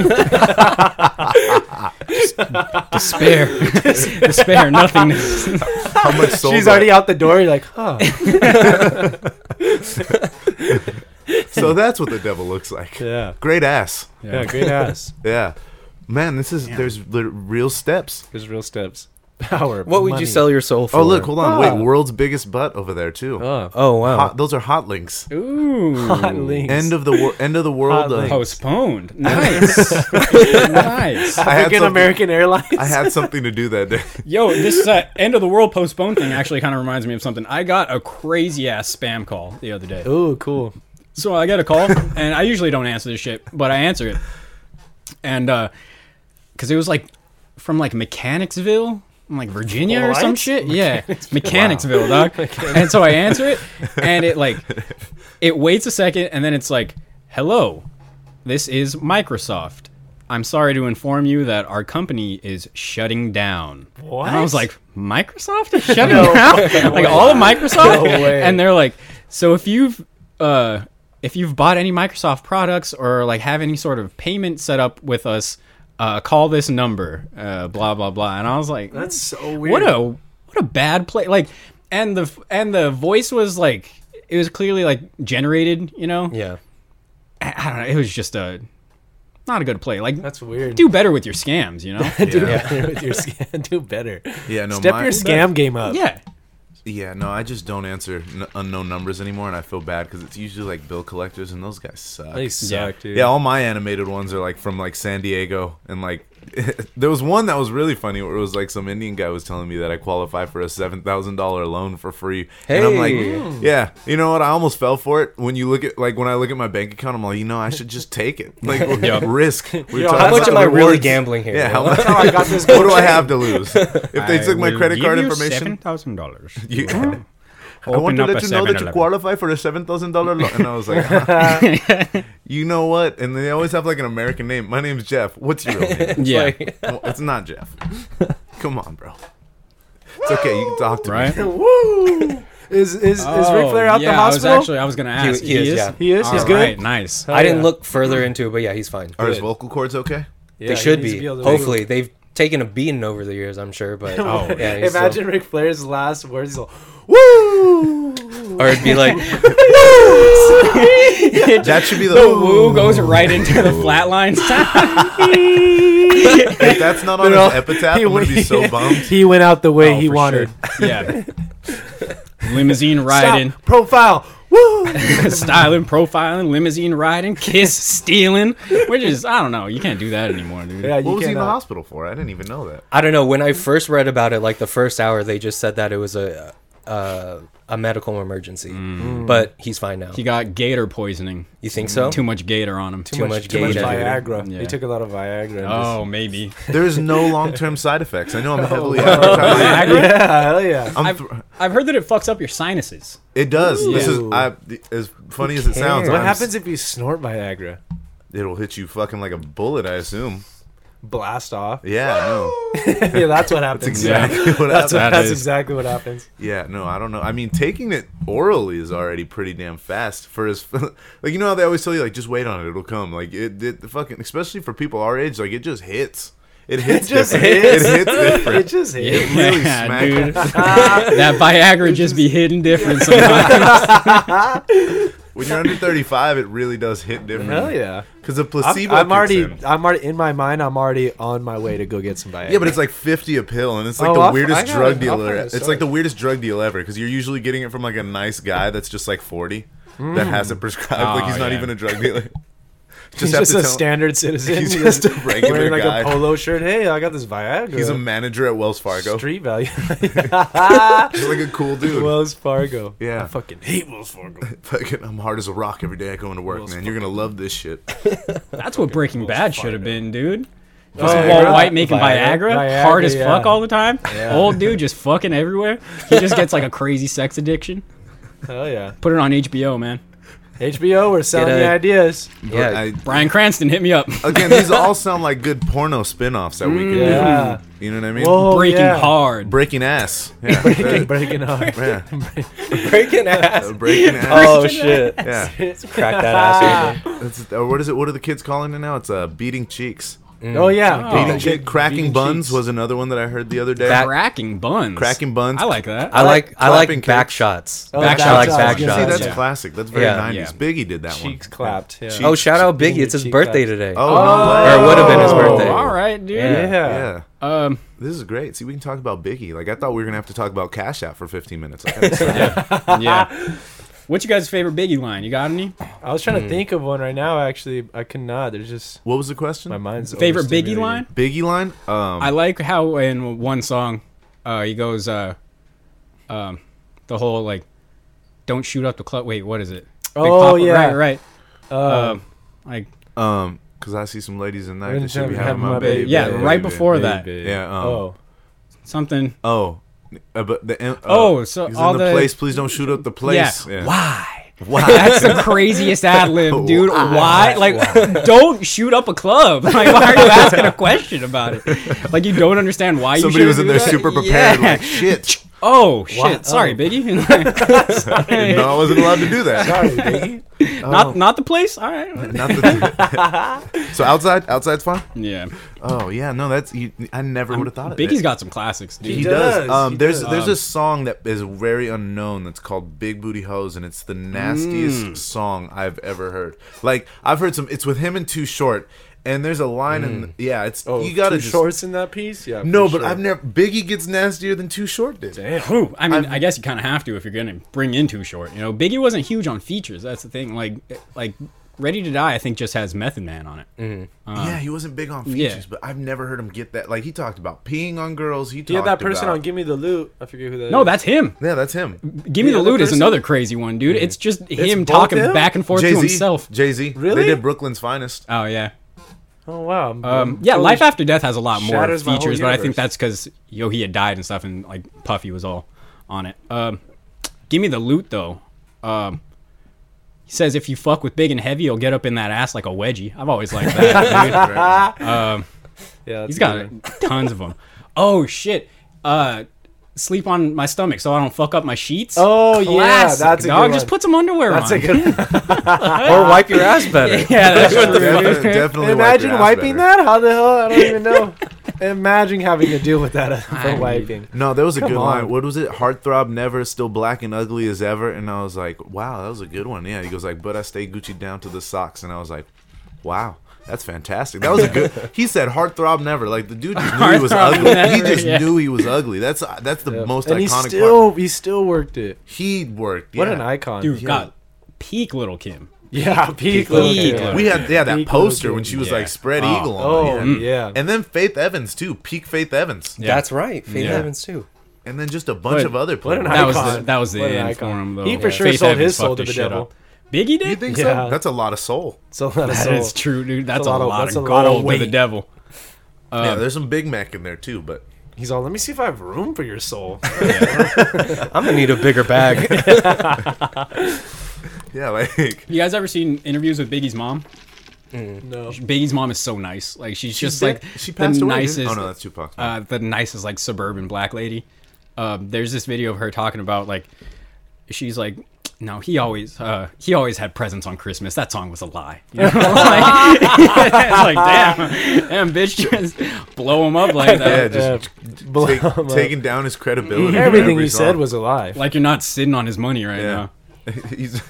S1: Despair. Nothingness.
S3: How much soul?
S2: She's
S3: do I-
S2: already out the door. You're like, huh?
S3: So that's what the devil looks like.
S2: Yeah.
S3: Great ass. Yeah.
S2: Yeah, great ass.
S3: Man, this is there's li- real steps.
S2: There's real steps. Power.
S4: What would
S2: money.
S4: you sell your soul for?
S3: Oh look, hold on,
S2: Ah.
S3: wait, world's biggest butt over there too.
S2: Oh,
S4: Oh wow.
S3: Hot, those are hot links.
S1: Ooh.
S2: hot links.
S3: End of the wor- end of the world.
S2: Hot
S3: uh,
S2: links.
S1: Postponed. Nice. nice.
S3: I had
S2: African
S3: something-
S2: American Airlines.
S3: I had something to do that day.
S1: Yo, this uh, end of the world postponed thing actually kind of reminds me of something. I got a crazy ass spam call the other day.
S2: Ooh, cool.
S1: So I get a call, and I usually don't answer this shit, but I answer it, and uh, because it was like from like Mechanicsville, in, like Virginia or some
S2: What?
S1: shit. Yeah, Mechanicsville, dog. and so I answer it, and it like it waits a second, and then it's like, "Hello, this is Microsoft. I'm sorry to inform you that our company is shutting down." And I was
S2: What?
S1: like, "Microsoft is shutting
S2: No.
S1: down? like all of Microsoft?"
S2: No way.
S1: And they're like, "So if you've uh if you've bought any Microsoft products or like have any sort of payment set up with us, uh, call this number, uh, blah blah blah." And I was like, "Mm,
S2: That's so weird.
S1: what a what a bad play like and the and the voice was like it was clearly like generated you know
S4: Yeah.
S1: I, I don't know it was just a not a good play like
S2: That's weird.
S1: do better with your scams you know
S2: do
S3: Yeah.
S2: better with your scam. Do better.
S3: Yeah, no.
S2: Step
S3: my-
S2: your scam game up.
S1: yeah
S3: Yeah, no. I just don't answer n- unknown numbers anymore, and I feel bad because it's usually like bill collectors, and those guys suck.
S2: They suck, dude.
S3: Yeah, all my animated ones are like from like San Diego and like there was one that was really funny where it was like some Indian guy was telling me that I qualify for a seven thousand dollar loan for free. And I'm
S4: Hey.
S3: like, Yeah, you know what? I almost fell for it. When you look at like when I look at my bank account, I'm like, you know, I should just take it. Like risk. We're talking
S2: how
S4: How much
S3: about
S4: am I
S3: rewards.
S4: really gambling here?
S3: Yeah,
S4: you
S3: how
S4: know?
S3: much
S2: Oh, I got this.
S3: what do I have to lose? If they took my credit card
S1: seven
S3: information,
S1: thousand dollars
S3: you, I want to let you know that you qualify for a seven thousand dollar loan. And I was like, huh. you know what? And they always have like an American name. My name's Jeff. What's your real name?
S1: yeah
S4: Like-
S3: Well, it's not Jeff. Come on, bro. It's okay. You can talk to
S1: right
S3: me.
S2: Woo! Is is is Ric Flair out
S1: Oh, yeah, I
S2: the hospital?
S1: was actually I was gonna ask.
S4: he is, yeah.
S2: He is? He's
S1: All
S2: good?
S1: right, nice.
S4: I didn't
S2: yeah.
S4: look further into it, but yeah, he's fine.
S3: Are his vocal cords okay?
S2: Yeah,
S4: they
S2: he
S4: should
S2: needs
S4: be.
S2: to able to-
S4: Hopefully, they've taken a beating over the years, I'm sure. But
S1: Oh,
S4: yeah, he's
S2: Imagine
S4: still-
S2: Ric Flair's last words. He's like, "Woo!"
S4: or it'd be like
S3: That should be the.
S1: The woo goes right into the flat lines. Oh,
S3: If that's not on
S2: all-
S3: his epitaph, I'm gonna be so bummed.
S2: he went out the way
S1: Oh,
S2: he
S1: for
S2: wanted.
S1: sure. Yeah. Limousine
S2: Stop.
S1: riding.
S2: Profile. Woo! Woo!
S1: Styling, profiling, limousine riding, kiss stealing. Which is I don't know. You can't do that anymore, dude.
S2: Yeah, you uh,
S3: What was he in the
S2: cannot-
S3: hospital for? I didn't even know that.
S4: I don't know. When I first read about it, like the first hour, they just said that it was a a, a medical emergency,
S2: Mm.
S4: but he's fine now.
S1: He got gator poisoning.
S4: you think so?
S1: Too much gator on him.
S4: Too much
S2: Too much
S4: Gator.
S2: Viagra.
S1: Yeah.
S2: He took a lot of Viagra. and
S1: Oh, maybe.
S3: There is no long term side effects. I know I'm heavily
S2: just-
S3: advertising.
S2: Yeah, hell yeah.
S3: I'm
S1: I've,
S3: thr-
S1: I've heard that it fucks up your sinuses.
S3: it does. This is
S2: Ooh.
S3: I, as funny as it sounds.
S4: cares?
S2: What
S3: I'm s-
S2: happens if you snort Viagra?
S3: It'll hit you fucking like a bullet, I assume.
S2: Blast off.
S3: Yeah, no.
S2: yeah, that's what happens.
S3: Exactly what happened.
S2: That's,
S1: That
S2: that's
S1: is-
S2: exactly what happens.
S3: Yeah, no, I don't know. I mean, taking it orally is already pretty damn fast for his. Like, you know how they always tell you, like, just wait on it, it'll come. Like, it, it the fucking, especially for people our age, like, it just hits. It hits.
S2: just
S3: different.
S2: hits.
S3: It hits different.
S2: It just hits.
S3: really
S1: Yeah,
S3: smack-
S1: dude.
S2: Ah.
S1: that Viagra just be hidden different sometimes.
S3: When you're under 35, it really does hit different.
S2: Hell yeah.
S3: Because the
S2: I'm,
S3: placebo.
S2: I'm already,
S3: kicks in.
S2: I'm already in my mind. I'm already on my way to go get some Viagra.
S3: Yeah, but it's like fifty a pill, and it's like
S2: Oh,
S3: the
S2: I'll- I
S3: weirdest
S2: gotta-
S3: drug
S2: I'll
S3: dealer. e-,
S2: find a
S3: It's
S2: source.
S3: like the weirdest drug deal ever because you're usually getting it from like a nice guy that's just like forty that has
S2: Hmm.
S3: it prescribed. like
S1: Oh,
S3: he's not
S1: yeah.
S3: even a drug dealer. just
S2: he's
S3: have
S2: just
S3: to
S2: a
S3: tell-
S2: standard citizen.
S3: He's just a regular
S2: wearing like
S3: guy.
S2: a polo shirt. Hey, I got this Viagra.
S3: He's a manager at Wells Fargo.
S2: street value.
S3: He's like a cool dude.
S2: Wells Fargo.
S3: Yeah.
S2: I fucking hate Wells Fargo.
S3: Fucking, I'm hard as a rock every day I go into work, man. You're gonna love this shit.
S1: That's what Breaking Bad should have been, dude.
S2: Oh, Viagra.
S1: Walt White making Viagra,
S4: Viagra.
S1: hard as
S2: Viagra, yeah.
S1: fuck all the time. Old dude just fucking everywhere. He just gets like a crazy sex addiction.
S2: Hell yeah.
S1: Put it on HBO, man.
S2: HBO, we're selling
S4: Get a-
S2: the ideas.
S4: yeah,
S3: I,
S1: Brian Cranston, hit me up.
S3: again, these all sound like good porno spin-offs that we could
S2: Mm, Yeah.
S3: do. You know what I mean?
S2: Whoa,
S1: Breaking
S2: Oh, yeah.
S1: hard.
S3: Breaking ass. Yeah.
S2: Breaking, breaking hard.
S3: yeah.
S4: breaking ass.
S3: Breaking ass.
S4: Oh shit!
S3: Yeah.
S4: Crack that ass open.
S3: That's, or what is it? What are the kids calling it now? It's uh, beating cheeks.
S2: Oh yeah.
S1: Oh.
S3: Beating cheek, cracking
S2: beating
S3: buns
S2: cheeks.
S3: was another one that I heard the other day.
S4: That-
S1: Cracking buns.
S3: cracking buns.
S1: I like that.
S4: I like I
S3: clapping
S4: like
S3: cakes.
S4: back shots.
S2: Oh,
S1: back
S4: I like
S1: shots.
S4: back
S3: See,
S1: You
S4: shots.
S3: that's
S1: Yeah.
S3: classic. That's very
S4: Yeah.
S3: 90s.
S1: Yeah.
S3: Biggie did that
S2: Cheeks
S3: one.
S2: clapped. Yeah.
S4: Oh, shout out Biggie! It's his
S2: cheek
S4: birthday
S2: claps.
S4: today.
S3: Oh, no way.
S4: Or it would have been his
S3: Oh.
S4: birthday.
S1: All right, dude.
S4: Yeah.
S2: yeah.
S3: Yeah.
S1: Um,
S3: This is great. See, we can talk about Biggie. Like I thought we were gonna have to talk about Cash App for 15 minutes. I gotta stop.
S1: yeah. What's your guys' favorite Biggie line? You got any?
S2: I was trying to think of one right now. Actually, I could not. There's just
S3: what was the question?
S2: my mind's
S1: Favorite Biggie
S2: overstimulated.
S1: line?
S3: Biggie line. Um,
S1: I like how in one song, uh, he goes, uh, um, the whole like, "Don't shoot up the club." Wait, what is it? Big
S2: Oh,
S1: Papa-
S2: yeah.
S1: right, right.
S2: Uh,
S1: Um, like
S3: um, cause I see some ladies in night that
S2: Wouldn't
S3: should be
S2: have-
S3: having
S2: have
S3: my
S2: my
S3: baby.
S2: baby.
S1: yeah,
S2: baby,
S1: right before that,
S2: baby.
S3: Yeah, um,
S2: oh.
S1: something.
S3: Oh, uh, but the uh,
S1: Oh, so
S3: he's
S1: all
S3: in the,
S1: the-
S3: place. Please don't shoot up the place.
S1: Yeah.
S3: Yeah.
S1: Why?
S3: Wow.
S1: That's the craziest ad lib, dude. Why? Like, don't shoot up a club. Like, why are you asking a question about it? Like, you don't understand why you
S3: Somebody
S1: shouldn't
S3: was in
S1: do
S3: there
S1: that?
S3: super prepared.
S1: Yeah.
S3: Like shit.
S1: oh shit!
S2: Wow.
S1: Sorry, Biggie.
S3: No, I wasn't allowed to do that.
S2: Sorry, Biggie.
S3: Oh.
S1: Not not the place. All right.
S3: Not the- so outside, outside's fine.
S1: Yeah.
S3: Oh yeah, no, that's you, I never would have thought of
S1: Biggie's
S3: that.
S1: got some classics, dude.
S3: He does.
S2: does,
S3: Um,
S2: he
S3: there's
S2: does.
S3: there's a song that is very unknown that's called Big Booty Hose, and it's the nastiest
S2: Mm.
S3: song I've ever heard. Like I've heard some. It's with him and Too Short, and there's a line in. The, yeah, it's
S2: Oh,
S3: you gotta
S2: two
S3: just,
S2: shorts in that piece. Yeah.
S3: No,
S2: for
S3: but
S2: sure.
S3: I've never. Biggie gets nastier than Too Short did.
S1: Whew. I mean, i guess you kind of have to if you're going to bring in too short. You know, Biggie wasn't huge on features. That's the thing. Like, like Ready to Die, I think just has Method Man on it.
S3: Mm-hmm.
S2: Um,
S3: yeah, he wasn't big on
S1: yeah.
S3: features, but I've never heard him get that. Like he talked about peeing on girls. He talked
S2: He had that person
S3: about,
S2: on "Give Me the Loot." I forget who that is.
S1: No, that's him.
S3: Yeah, that's him.
S1: Give Me the,
S2: other
S1: Loot is
S2: person?
S1: another crazy one, dude. It's just him
S2: both
S1: talking
S2: him?
S1: back and forth to himself.
S3: Jay Z.
S2: Really?
S3: They did Brooklyn's Finest.
S1: Oh yeah,
S2: Oh wow.
S1: um, yeah. Life After Death has a lot more
S2: shatters my whole
S1: features, but I think
S2: universe.
S1: that's because yo he had died and stuff, and like Puffy was all on it. Um, give me the loot though. Um, he says if you fuck with big and heavy, you'll get up in that ass like a wedgie. I've always liked that. dude.
S3: Right.
S2: Yeah, that's
S1: He's
S2: a
S1: got
S2: good one.
S1: tons of them. Oh shit. Uh sleep on my stomach so I don't fuck up my sheets.
S2: Oh, yeah, that's a good
S1: dog. Just
S2: one.
S1: put some underwear
S2: That's
S1: on.
S2: a good. one.
S4: Or wipe your ass better.
S1: yeah, that's what the
S3: Definitely-
S1: fuck.
S3: definitely wipe
S2: Imagine
S3: your ass
S2: wiping
S3: better.
S2: that? How the hell? I don't even know. Imagine having to deal with that for wiping.
S3: No, that was a good
S2: on.
S3: line. What was it? Heartthrob never, still black and ugly as ever. And I was like, wow, that was a good one. Yeah, he goes like, but I stay Gucci down to the socks. And I was like, wow, that's fantastic. That was a good. he said heartthrob never. Like the dude just knew he was
S1: Heartthrob
S3: ugly. he
S1: never,
S3: just
S1: yeah.
S3: knew he was ugly. That's that's the most
S2: and he
S3: iconic
S2: still
S3: part.
S2: he still worked it.
S3: He worked.
S2: What
S3: yeah.
S2: an icon.
S1: Dude, God, peak Little Kim.
S2: Yeah, peak,
S1: Little
S2: Little
S1: Kim.
S2: Kim.
S3: We had yeah that
S2: Peak
S3: poster
S2: Little
S3: when
S2: Kim.
S3: she was
S1: Yeah.
S3: like spread
S1: Oh.
S3: eagle on
S2: Oh
S3: it.
S2: yeah.
S3: And then Faith Evans too, peak Faith Evans,
S1: Yeah.
S4: That's right. Faith
S1: Yeah.
S4: Evans too.
S3: and then just a bunch
S1: But-
S3: of other
S2: what
S3: players.
S2: an
S1: That was
S2: Icon.
S1: the, that was the
S2: What an
S1: end
S2: icon.
S1: for him though.
S2: He for sure sold his soul
S1: fucked
S2: to the
S1: shit
S2: devil.
S1: up. Biggie
S3: You
S1: did.
S3: think
S2: Yeah.
S3: so? That's a lot of soul.
S2: So that
S1: That
S2: soul.
S1: is true, dude. That's,
S2: a
S1: a
S2: lot
S1: lot,
S2: of-
S1: of
S2: that's a
S1: gold
S2: lot of
S1: to the
S2: weight.
S1: devil. Uh,
S3: yeah, there's some Big Mac in there too, but
S2: He's all, let me see if I have room for your soul.
S4: I'm gonna need a bigger bag.
S3: yeah, like
S1: You guys ever seen interviews with Biggie's mom?
S2: no.
S1: Biggie's mom is so nice. Like she's just
S3: dead.
S1: like
S3: she passed
S1: the
S3: away. didn't-
S1: nicest.
S3: Oh no, that's Tupac.
S1: uh, the nicest like suburban black lady. Um, there's this video of her talking about like she's like, no, he always uh, he always had presents on Christmas. That song was a lie. You know? like, it's like damn, damn bitch, just blow him up like that.
S3: yeah, just
S2: blow
S3: take-
S2: him up.
S3: taking down his credibility. for
S2: Everything
S3: every
S2: he said
S3: song.
S2: was a lie.
S1: Like you're not sitting on his money right
S3: yeah.
S1: now.
S3: He's,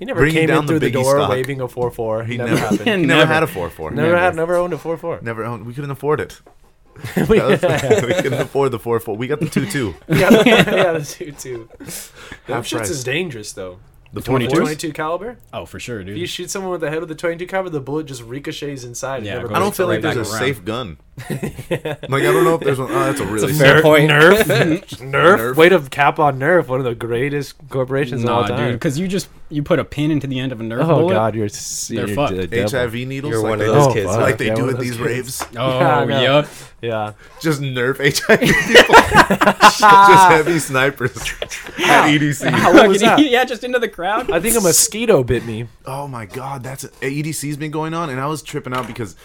S2: He never
S3: Bringing
S2: came
S3: down
S2: in
S3: the
S2: through the
S3: Biggie
S2: door
S3: stock.
S2: waving a four four.
S3: he
S2: never
S3: never,
S2: happened.
S3: he never
S1: Never.
S3: had a four four.
S2: Never
S1: Never.
S2: had, never owned a four four.
S3: Never owned. We couldn't afford it.
S2: we,
S3: That was- we couldn't afford the four four. We got the two two.
S2: yeah, yeah, the two two. That
S3: Half
S2: shits
S3: price.
S2: is dangerous though.
S3: The
S1: 22?
S3: 22s?
S2: Twenty two caliber.
S1: Oh, for sure, dude.
S2: If you shoot someone with the head of the twenty two caliber, the bullet just ricochets inside. and
S1: Yeah,
S2: never
S1: it
S3: I don't
S1: goes
S3: feel
S1: right
S3: like there's a
S1: back around.
S3: safe gun. Like I don't know if there's one. Oh, that's a really
S4: Fair
S3: safe.
S4: point.
S2: Nerf.
S3: Nerf.
S2: Way to cap on Nerf, one of the greatest corporations of all
S1: nah,
S2: time.
S1: dude, because you just you put a pin into the end of a nerve
S2: Oh
S1: bullet.
S2: God, you're s-
S1: They're
S2: you're
S1: fucked.
S2: the devil.
S3: HIV needles.
S4: You're
S3: like
S4: one
S3: they
S4: of
S3: do-
S4: those
S2: Oh,
S4: kids.
S2: fuck.
S4: Like,
S3: like they
S2: Yeah,
S3: do
S2: one
S3: at
S2: of
S3: these
S2: those
S3: raves.
S1: Oh,
S2: Yeah, I know.
S1: yep.
S2: Yeah.
S3: Just nerf HIV people. just heavy snipers at E EDC.
S2: What was that?
S1: yeah, just into the crowd.
S2: I think a mosquito bit me.
S3: Oh my god, that's EDC's been going on, and I was tripping out because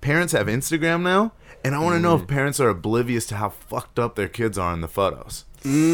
S3: parents have Instagram now, and I want to know
S4: Mm.
S3: if parents are oblivious to how fucked up their kids are in the photos.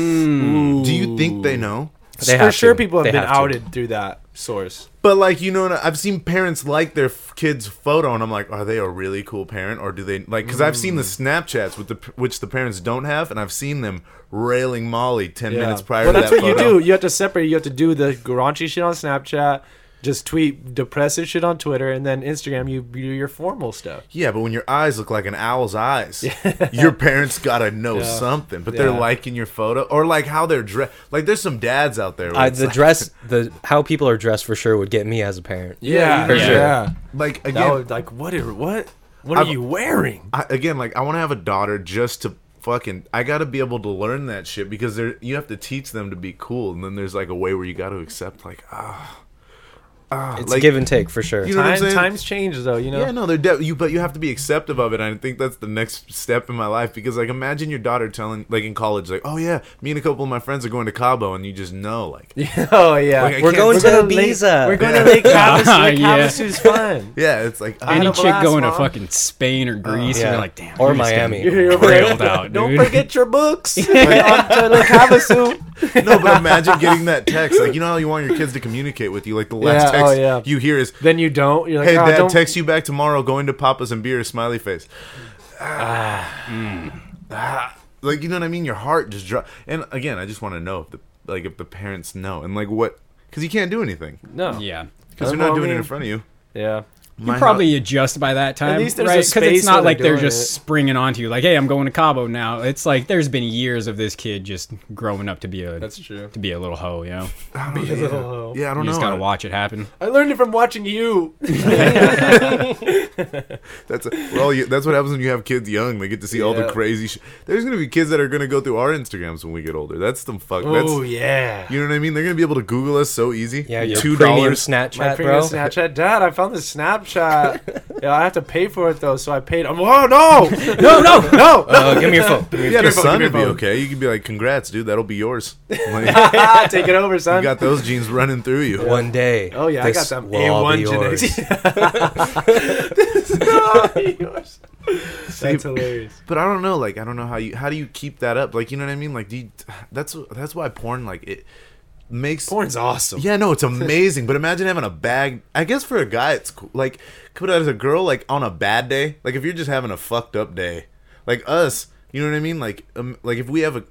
S3: Do you think they know?
S4: They
S2: For
S4: have
S2: sure,
S4: to.
S2: people have
S4: They
S2: been
S4: have to.
S2: outed through that source.
S3: But like you know, I've seen parents like their f- kid's photo, and I'm like, are they a really cool parent, or do they like? Because I've seen the
S2: Mm.
S3: Snapchats with the p- which the parents don't have, and I've seen them railing Molly ten minutes prior.
S2: Well,
S3: to
S2: that's
S3: that
S2: what you
S3: photo.
S2: do. You have to separate. You have to do the raunchy shit on Snapchat, just tweet depressive shit on Twitter, and then Instagram. You do your formal stuff.
S3: Yeah, but when your eyes look like an owl's eyes, your parents gotta know something. But they're
S2: Yeah.
S3: liking your photo, or like how they're dressed. Like there's some dads out there. Where
S4: I,
S3: it's
S4: the
S3: like,
S4: dress, the how people are dressed for sure would get me as a parent.
S2: Yeah,
S4: For sure.
S3: like again,
S2: That would, like what? Are, what? What are
S3: I've-
S2: you wearing?
S3: I, again, like I want to have a daughter just to fucking. I gotta be able to learn that shit because there you have to teach them to be cool, and then there's like a way where you got to accept like ah, ah,
S4: It's
S3: like
S4: give and take for sure.
S3: you know what I'm
S2: Time,
S3: saying?
S2: times change though. You know.
S3: Yeah, no, they're de- you, but you have to be acceptive of it. And I think that's the next step in my life because, like, imagine your daughter telling, like, in college, like, "Oh yeah, me and a couple of my friends are going to Cabo," and you just know, like,
S2: Oh yeah.
S3: Like, I
S4: we're
S3: can't-
S4: going
S3: we're
S4: to
S2: Lake-
S4: Ibiza.
S2: We're going
S3: Yeah.
S2: to Lake Havasu. Lake
S1: Yeah.
S2: Havasu's fun.
S3: yeah, it's like, I
S1: Any
S3: don't-
S1: chick
S2: blast,
S1: going
S2: Mom.
S1: to fucking Spain or Greece,
S4: Yeah.
S1: and you're like, damn,
S4: Or
S1: you're just getting
S4: Miami.
S2: You're over there.
S1: railed out,
S2: Don't
S1: dude.
S2: forget your books. On to Lake Havasu.
S3: no, but imagine getting that text, like, you know how you want your kids to communicate with you, like, the last
S2: Yeah, oh,
S3: text
S2: yeah.
S3: you hear is,
S2: Then you don't. You're like,
S3: "Hey,
S2: oh,
S3: Dad,
S2: don't.
S3: text you back tomorrow. Going to Papa's and beer." Smiley face. Ah. Like you know what I mean? Your heart just drops. And again, I just want to know if the like if the parents know and like what because you can't do anything.
S2: no.
S1: Yeah.
S3: Because
S2: Um,
S3: they're not
S2: I
S3: doing it in
S2: mean-
S3: front of you.
S2: Yeah.
S1: You probably adjust by that time,
S2: least there's a
S1: right? Because
S2: space
S1: it's
S2: where
S1: not like
S2: they're
S1: they're
S2: doing
S1: just
S2: it.
S1: springing onto you, like, "Hey, I'm going to Cabo now." It's like there's been years of this kid just growing up to be a
S2: That's true.
S1: to be a little hoe. You know,
S2: Be a little hoe.
S3: yeah, I
S1: you
S3: don't
S1: just
S3: know.
S1: gotta watch it happen.
S2: I learned it from watching you.
S3: That's well, you, that's what happens when you have kids young. They get to see all the
S2: Yeah.
S3: crazy. Sh- There's gonna be kids that are gonna go through our Instagrams when we get older. That's the fuck.
S2: Oh
S3: That's
S2: yeah.
S3: you know what I mean. They're gonna be able to Google us so easy.
S4: yeah, your
S3: two
S4: premium
S3: dollars.
S2: My
S4: Snapchat,
S2: premium
S4: bro.
S2: Snapchat, Dad. I found this Snapchat. yeah, I have to pay for it though, so I paid. I'm, oh no, no, no, no!
S4: Uh, give me your phone.
S3: Yeah, the
S2: phone,
S3: son would be
S2: give me your phone.
S3: okay. You could be like, "Congrats, dude. That'll be yours." Like,
S2: Ah, Take it over, son.
S3: you got those genes running through you.
S4: One day.
S2: oh yeah, I got
S4: this
S2: them
S4: will all
S2: A1
S4: be yours.
S2: genetics. This is all yours. That's hilarious.
S3: But I don't know, like I don't know how you how do you keep that up? Like you know what I mean? Like do you, that's that's why porn like it makes
S2: Porn's awesome.
S3: Yeah, no, it's amazing. but imagine having a bag. I guess for a guy, it's cool. Like, but as a girl, like on a bad day, like if you're just having a fucked up day, like us, you know what I mean? Like, um, like if we have a,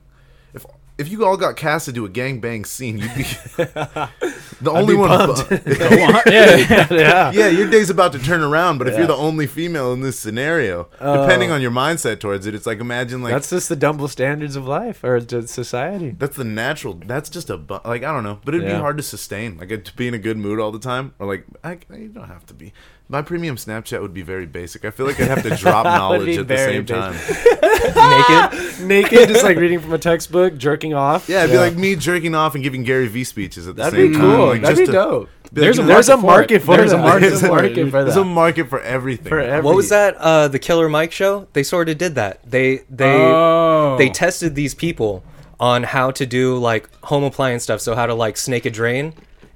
S3: if if you all got cast to do a gangbang scene, you'd be the only
S2: be
S3: one.
S2: pumped.
S3: Go on.
S1: yeah.
S2: yeah.
S3: yeah, your day's about to turn around, but if you're the only female in this scenario, depending on your mindset towards it, it's like imagine like
S2: Oh. That's just the double standards of life or just society.
S3: That's the natural. That's just a bu- like I don't know, but it'd
S2: Yeah.
S3: be hard to sustain. Like to be in a good mood all the time, or like I, you don't have to be. My premium Snapchat would be very basic. I feel like I'd have to drop
S2: be
S3: knowledge at the
S2: very
S3: same time.
S2: basic.
S4: naked.
S2: Naked, just like reading from a textbook, jerking off.
S3: Yeah, it'd be like me jerking off and giving Gary V speeches at the
S2: That'd
S3: same
S2: be
S3: time.
S2: cool.
S3: Like,
S2: That'd
S3: just
S2: be
S3: to-
S2: dope.
S3: be like,
S1: There's
S3: you
S1: a
S3: know
S2: There's
S1: market
S2: a
S1: for
S2: market
S1: it.
S2: for
S1: There's a
S2: that.
S1: market
S2: There's
S1: for
S2: a
S1: it.
S2: market for
S3: There's
S2: that.
S3: a market for everything.
S2: For every-
S4: What was that? Uh, the Killer Mike show. They sort of did that. They they
S1: Oh.
S4: they tested these people on how to do like home appliance stuff. So how to like snake a drain,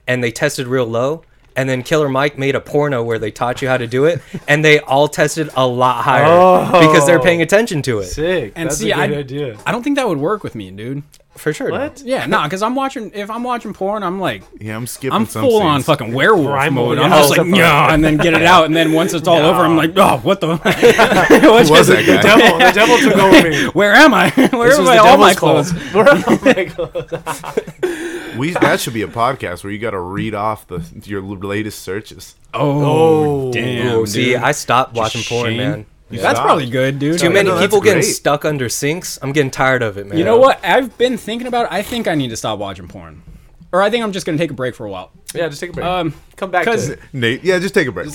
S4: and they tested real low. And then Killer Mike made a porno where they taught you how to do it, and they all tested a lot higher because they're
S1: Oh.
S4: paying attention to it
S2: Sick.
S1: and
S2: That's
S1: see,
S2: a good
S1: I,
S2: idea.
S1: I don't think that would work with me, dude.
S4: for sure.
S2: What?
S1: Yeah, nah, because I'm watching. If I'm watching porn, I'm like,
S3: Yeah, I'm skipping.
S1: I'm
S3: some
S1: full on
S3: scenes.
S1: fucking werewolf
S2: Primal,
S1: mode.
S2: yeah.
S1: I'm just
S2: Oh,
S1: like, yeah, and then get it out, and then once it's all over, I'm like, oh, what the?
S3: Who was that guy?
S2: devil, the devil took over me.
S1: Where am I? Where
S2: This
S1: am
S2: was
S1: I?
S2: the
S1: All my
S2: devil's fault.
S1: clothes.
S2: Where are my clothes?
S3: We that should be a podcast where you got to read off the your latest searches.
S1: Oh,
S2: Oh.
S1: damn.
S4: Ooh, see,
S1: dude.
S4: I stopped watching porn,
S1: shame.
S4: man.
S3: You
S1: That's
S3: stopped.
S1: probably good, dude.
S4: Too many
S3: no, that's
S4: people getting
S3: great.
S4: stuck under sinks. I'm getting tired of it, man.
S1: You know what? I've been thinking about. it. I think I need to stop watching porn, or I think I'm just gonna take a break for a while.
S2: Yeah, just take a break.
S1: Um,
S2: Come back.
S1: because
S2: To it.
S3: Nate. Yeah, just take a break.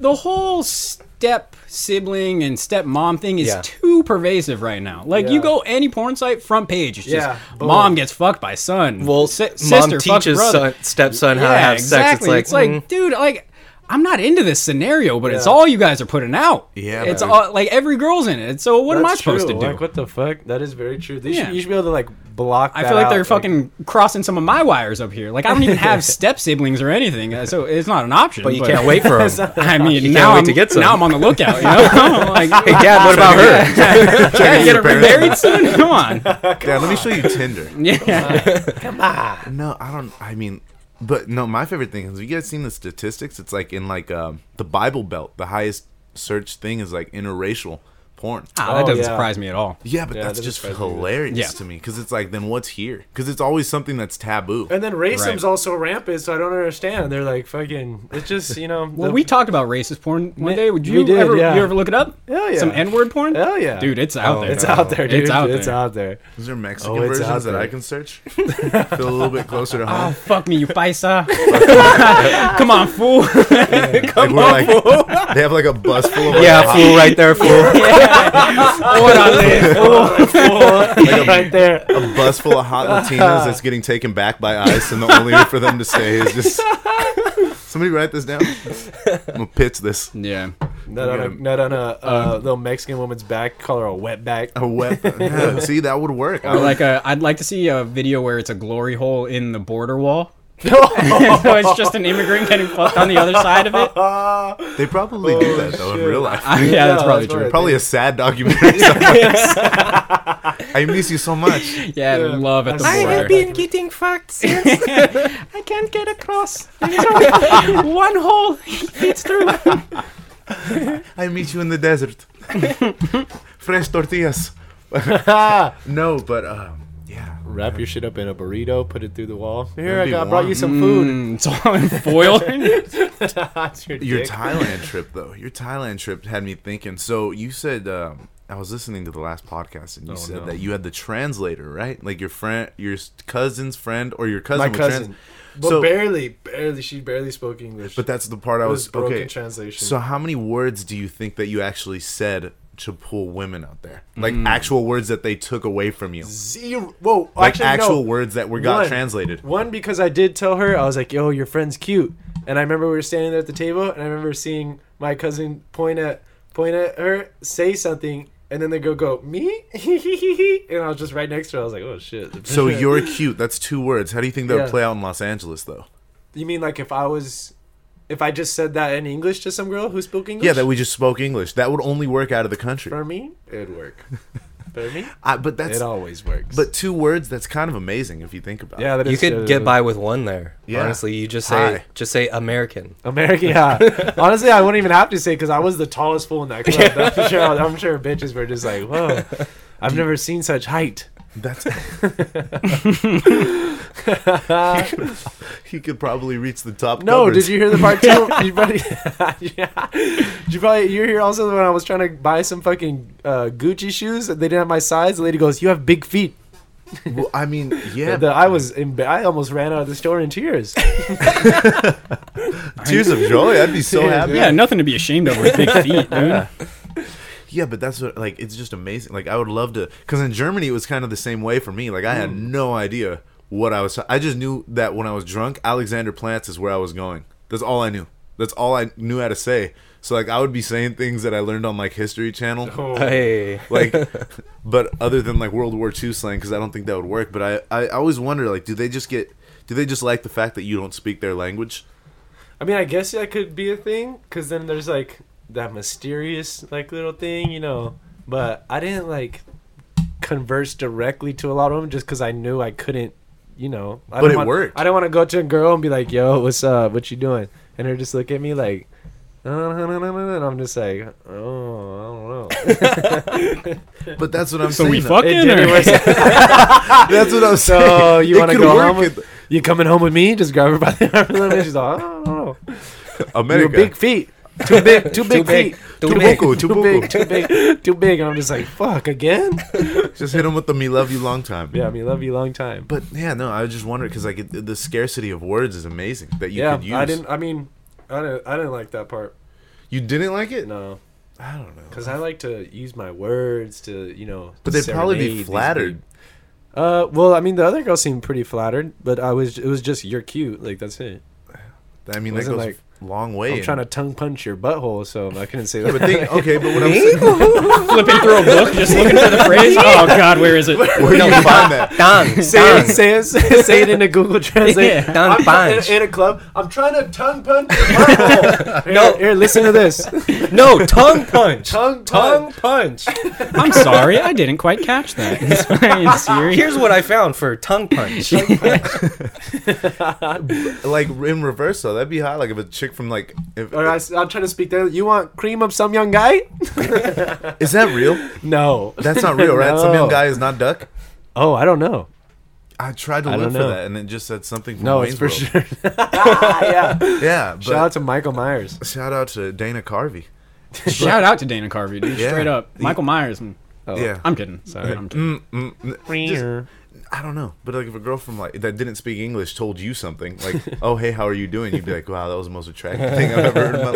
S1: the whole step sibling and step mom thing is
S4: Yeah.
S1: too pervasive right now. Like
S2: Yeah.
S1: you go any porn site, front page, it's just
S2: Yeah, boom.
S1: mom gets fucked by son.
S4: Well,
S1: si-
S4: mom
S1: sister fucks
S4: teaches
S1: brother.
S4: son, stepson how to have
S1: exactly.
S4: sex.
S1: It's like,
S4: mm.
S1: dude, like I'm not into this scenario, but it's all you guys are putting out.
S3: Yeah,
S1: it's
S3: man.
S1: all like every girl's in it. So what am I
S2: That's
S1: supposed
S2: true.
S1: to do?
S2: Like, what the fuck? That is very true. They
S1: Yeah.
S2: should, you should be able to like block.
S1: I
S2: that
S1: feel like
S2: out,
S1: they're fucking crossing some of my wires up here. Like I don't even have step siblings or anything, uh, so it's not an option.
S4: but you can't wait for them.
S1: I mean,
S4: can't
S1: now
S4: wait
S1: I'm,
S4: to get some.
S1: now I'm on the lookout. You know, I'm like,
S4: Hey, Dad, what about her?
S1: yeah,
S3: Checking
S1: get her
S3: your parents.
S1: married soon. Come on.
S3: Yeah, let me show you Tinder.
S1: Yeah.
S3: No, I don't. I mean, but no, my favorite thing is have you guys seen the statistics? It's like in like um, the Bible Belt, the highest searched thing is like interracial porn.
S1: Ah, that doesn't
S2: yeah.
S1: surprise me at all.
S3: Yeah, but that's
S2: that
S3: just
S2: surprises me.
S3: hilarious
S1: Yeah.
S3: to me because it's like, then what's here? Because it's always something that's taboo.
S2: And then
S1: Right.
S2: racism's also rampant, so I don't understand. They're like fucking. It's just you know.
S1: Well,
S2: the-
S1: we talked about racist porn one day. Would you
S2: we did,
S1: ever
S2: yeah.
S1: you ever look it up?
S2: Hell yeah.
S1: Some N-word porn?
S2: Hell yeah.
S1: Dude, it's out
S4: Oh,
S1: there.
S2: it's out there, dude.
S1: It's out there.
S2: out there.
S3: Is there Mexican
S2: Oh, it's out
S3: versions that
S2: there.
S3: I can search? Feel a little bit closer to
S1: Oh
S3: home.
S1: fuck me, you paisa! Come on, fool!
S3: Like, we're like, they have like a bus full of like,
S4: Yeah, fool, right there, fool.
S2: right there.
S3: a bus full of hot Latinas that's getting taken back by ICE, and the only way for them to stay is just. Somebody write this down. I'm gonna pitch this.
S1: yeah.
S2: Not on a,
S3: Yeah.
S2: not on a uh, Oh. little Mexican woman's back. Call her a wetback.
S3: A weapon. Yeah, see, that would work. I
S1: Or
S3: would-
S1: like a, I'd like to see a video where it's a glory hole in the border wall. so it's just an immigrant getting fucked on the other side of it.
S3: they probably do that though in
S2: shit.
S3: real life.
S1: yeah, that's probably true.
S3: probably a sad documentary. somewhere. I miss you so much.
S1: Yeah,
S2: Yeah.
S1: love at the
S2: I
S1: border.
S2: have been
S4: getting fucked
S1: I can't get across. There's only one hole he fits through.
S3: I meet you in the desert. Fresh tortillas. no, but um, yeah.
S2: Wrap your shit up in a burrito. Put it through the wall. Here,
S3: That'd
S2: I
S3: be
S2: got, brought
S3: warm.
S2: you some food.
S1: Mm, it's all in foil.
S2: That's your,
S3: Your
S2: dick.
S3: Thailand trip, though. Your Thailand trip had me thinking. So you said um, I was listening to the last podcast,
S2: Oh,
S3: and you said that you had the translator, right? Like your friend, your s- cousin's friend, or your cousin.
S2: My
S3: would trans-
S2: cousin. But
S3: So-
S2: barely, barely. She barely spoke English.
S3: But that's the part I
S2: It
S3: was,
S2: was broken
S3: okay.
S2: translation.
S3: So how many words do you think that you actually said to pull women out there? Like
S2: Mm.
S3: actual words that they took away from you.
S2: zero. Whoa,
S3: Like
S2: actually,
S3: actual
S2: no.
S3: words that were got
S2: One.
S3: translated.
S2: One because I did tell her I was like, "Yo, your friend's cute," and I remember we were standing there at the table, and I remember seeing my cousin point at point at her, say something, and then they go go me, and I was just right next to her. I was like, "Oh shit!"
S3: So you're cute. That's two words. How do you think that would
S2: Yeah.
S3: play out in Los Angeles though?
S2: you mean like if I was, if I just said that in English to some girl who spoke English?
S3: Yeah, that we just spoke English. That would only work out of the country.
S2: for me it'd work. for me,
S3: I, but that's
S2: it always works.
S3: but two words. That's kind of amazing if you think about.
S2: yeah,
S3: it.
S2: that
S4: You
S2: is- that
S4: could
S2: is-
S4: get by with one there.
S3: Yeah.
S4: Honestly, you just say
S3: Hi.
S4: just say American.
S2: American, yeah. Honestly, I wouldn't even have to say because I was the tallest fool in that club. I'm sure, I'm sure bitches were just like, "Whoa, I've never seen such height."
S3: That's he could probably reach the top.
S2: No,
S3: covers.
S2: did you hear the part two? you probably, yeah. Did you probably you're here also when I was trying to buy some fucking uh, Gucci shoes and they didn't have my size. The lady goes, "You have big feet."
S3: Well, I mean, yeah.
S2: The, I was emb- I almost ran out of the store in tears.
S3: tears of joy. I'd be so
S2: Tears,
S3: happy.
S1: Yeah, nothing to be ashamed of with big feet, dude.
S3: Yeah, but that's what like it's just amazing. Like I would love to cuz in Germany it was kind of the same way for me. Like I had
S2: Mm.
S3: no idea what I was I just knew that when I was drunk, Alexander Plants is where I was going. That's all I knew. That's all I knew how to say. So like I would be saying things that I learned on like History Channel.
S2: Oh,
S4: Hey.
S3: Like but other than like World War II slang cuz I don't think that would work, but I I always wonder like do they just get do they just like the fact that you don't speak their language?
S2: I mean, I guess that could be a thing because then there's like that mysterious like little thing, you know. But I didn't like converse directly to a lot of them just because I knew I couldn't, you know. I
S3: But
S2: don't
S3: it
S2: want,
S3: worked.
S2: I don't want to go to a girl and be like, "Yo, what's up? What you doing?" And her just look at me like. And I'm just like, oh, I don't know.
S3: But that's what I'm
S1: So
S3: saying.
S1: we
S3: though.
S2: It
S1: fucking
S2: didn't
S1: or-
S2: work.
S3: That's what I'm saying.
S2: so you
S3: It
S2: want to
S3: could
S2: go
S3: work
S2: home? With,
S3: in
S2: you coming home with me? Just grab her by the arm. and then She's like, I don't know. Your
S3: America.
S2: big feet. Too big. Too big
S4: big,
S2: feet.
S4: too
S2: Too
S4: big.
S2: big. Too big. Too big. Too big. And I'm just like, fuck again.
S3: Just hit them with the "Me love you" long time.
S2: Yeah, I mean, love you long time.
S3: But yeah, no, I was just wondering because like it, the scarcity of words is amazing that you
S2: yeah,
S3: could use.
S2: I didn't. I mean, I didn't. I didn't like that part.
S3: You didn't like it?
S2: No,
S3: I don't know.
S2: because I like to use my words to, you know.
S3: But they'd probably
S2: serenade
S3: be
S2: these
S3: flattered.
S2: people. Uh, well, I mean, the other girl seemed pretty flattered, but I was. It was just you're cute. Like that's it.
S3: I mean, that
S2: Wasn't
S3: goes
S2: like-
S3: a long way.
S2: I'm trying to tongue punch your butthole, so I couldn't say
S3: Yeah, but
S2: that.
S3: think, okay, but what I'm saying,
S1: flipping through a book, just looking for the phrase. Oh God, where is it?
S3: where do you find that?
S4: Dang.
S2: Say it,
S4: Dang.
S2: say it, say it in a Google Translate.
S1: Yeah.
S4: Dang
S2: I'm
S4: punch.
S2: in, in a club. I'm trying to tongue punch your butthole. here, no, here, listen to this.
S4: No, tongue punch.
S2: Tongue
S4: Tongue punch.
S1: I'm sorry, I didn't quite catch that. It's fine, Siri.
S4: Here's what I found for tongue punch.
S3: Like in reverse though, that'd be hot. Like if a chick from like, if,
S2: Or I, am trying to speak there. You want cream of some young guy?
S3: is that real?
S2: No.
S3: That's not real, right? Some young
S2: No.
S3: guy is not duck.
S2: Oh, I don't know.
S3: I tried to
S2: I
S3: look
S2: don't
S3: for
S2: know.
S3: that, and it just said something. From
S2: No,
S3: Wayne's
S2: it's for
S3: World.
S2: sure. Ah, yeah.
S3: Yeah, but
S2: Shout out to Michael Myers.
S3: shout out to Dana Carvey.
S1: Shout out to Dana Carvey, dude.
S3: Yeah.
S1: Straight up, Michael Myers. mm.
S3: Yeah,
S1: I'm kidding. Sorry, I'm kidding.
S3: Mm, mm, mm. I don't know, but like if a girl from like that didn't speak English told you something like, "Oh hey, how are you doing?" You'd be like, "Wow, that was the most attractive thing I've ever heard in my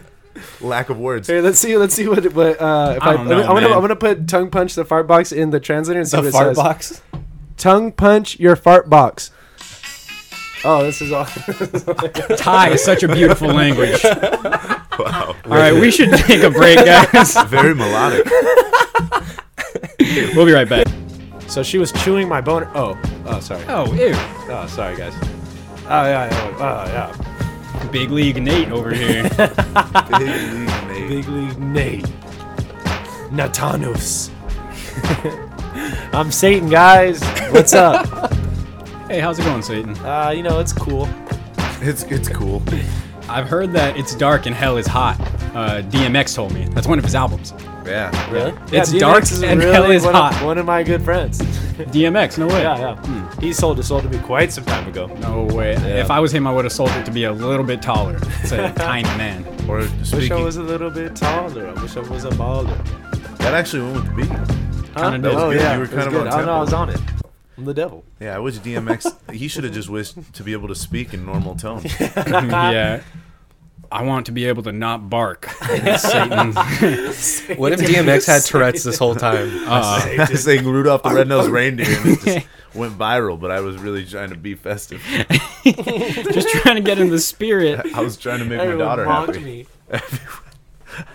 S3: life." Lack of words.
S2: Hey, let's see. Let's see what what. Uh, if
S1: I
S2: I,
S1: don't know,
S2: I'm, gonna,
S1: man.
S2: I'm gonna put tongue punch the fart box in the translator and see
S4: The
S2: what it
S4: fart
S2: says.
S4: box.
S2: Tongue punch your fart box. Oh, this is all.
S1: Thai is such a beautiful language. All
S3: Wow,
S1: right, we should take a break, guys.
S3: very melodic.
S1: We'll be right back.
S2: so she was chewing my boner. Oh, oh, sorry.
S1: Oh, ew.
S2: Oh, sorry, guys. Oh yeah, yeah, oh yeah.
S1: Big League Nate over here.
S3: Big league, mate.
S2: Big league Nate. Natanos. I'm Satan, guys. What's up?
S1: hey, how's it going, Satan?
S2: uh, you know, it's cool.
S3: It's it's cool.
S1: I've heard that It's Dark and Hell is Hot. Uh, DMX told me. That's one of his albums.
S3: Yeah,
S2: Really?
S1: It's dark and hell is
S2: one
S1: hot. Hmm.
S2: Of, one of my good friends.
S1: DMX, no way.
S2: yeah, yeah. He sold a soul to me quite some time ago.
S1: No way. If I was him, I would have sold it to be a little bit taller. It's a tiny man.
S3: or
S2: Wish I
S3: speaking
S2: was a little bit taller. I wish I was a baller.
S3: that actually went with the beat.
S2: Huh?
S1: Kinda did.
S3: was
S2: Oh
S3: good.
S2: yeah,
S3: You were
S2: it was
S3: kind of on
S2: good. I know, I
S3: tempo.
S2: was on it. I'm the devil.
S3: Yeah, I wish DMX. he should have just wished to be able to speak in normal tone.
S1: yeah. I want to be able to not bark. Satan.
S4: What if DMX had Tourette's this whole time?
S1: Uh,
S3: Saying Rudolph the Red-Nosed Reindeer and it just went viral, but I was really trying to be festive.
S1: just trying to get in the spirit.
S3: I was trying to make my
S2: Everyone
S3: daughter
S2: mocked
S3: happy.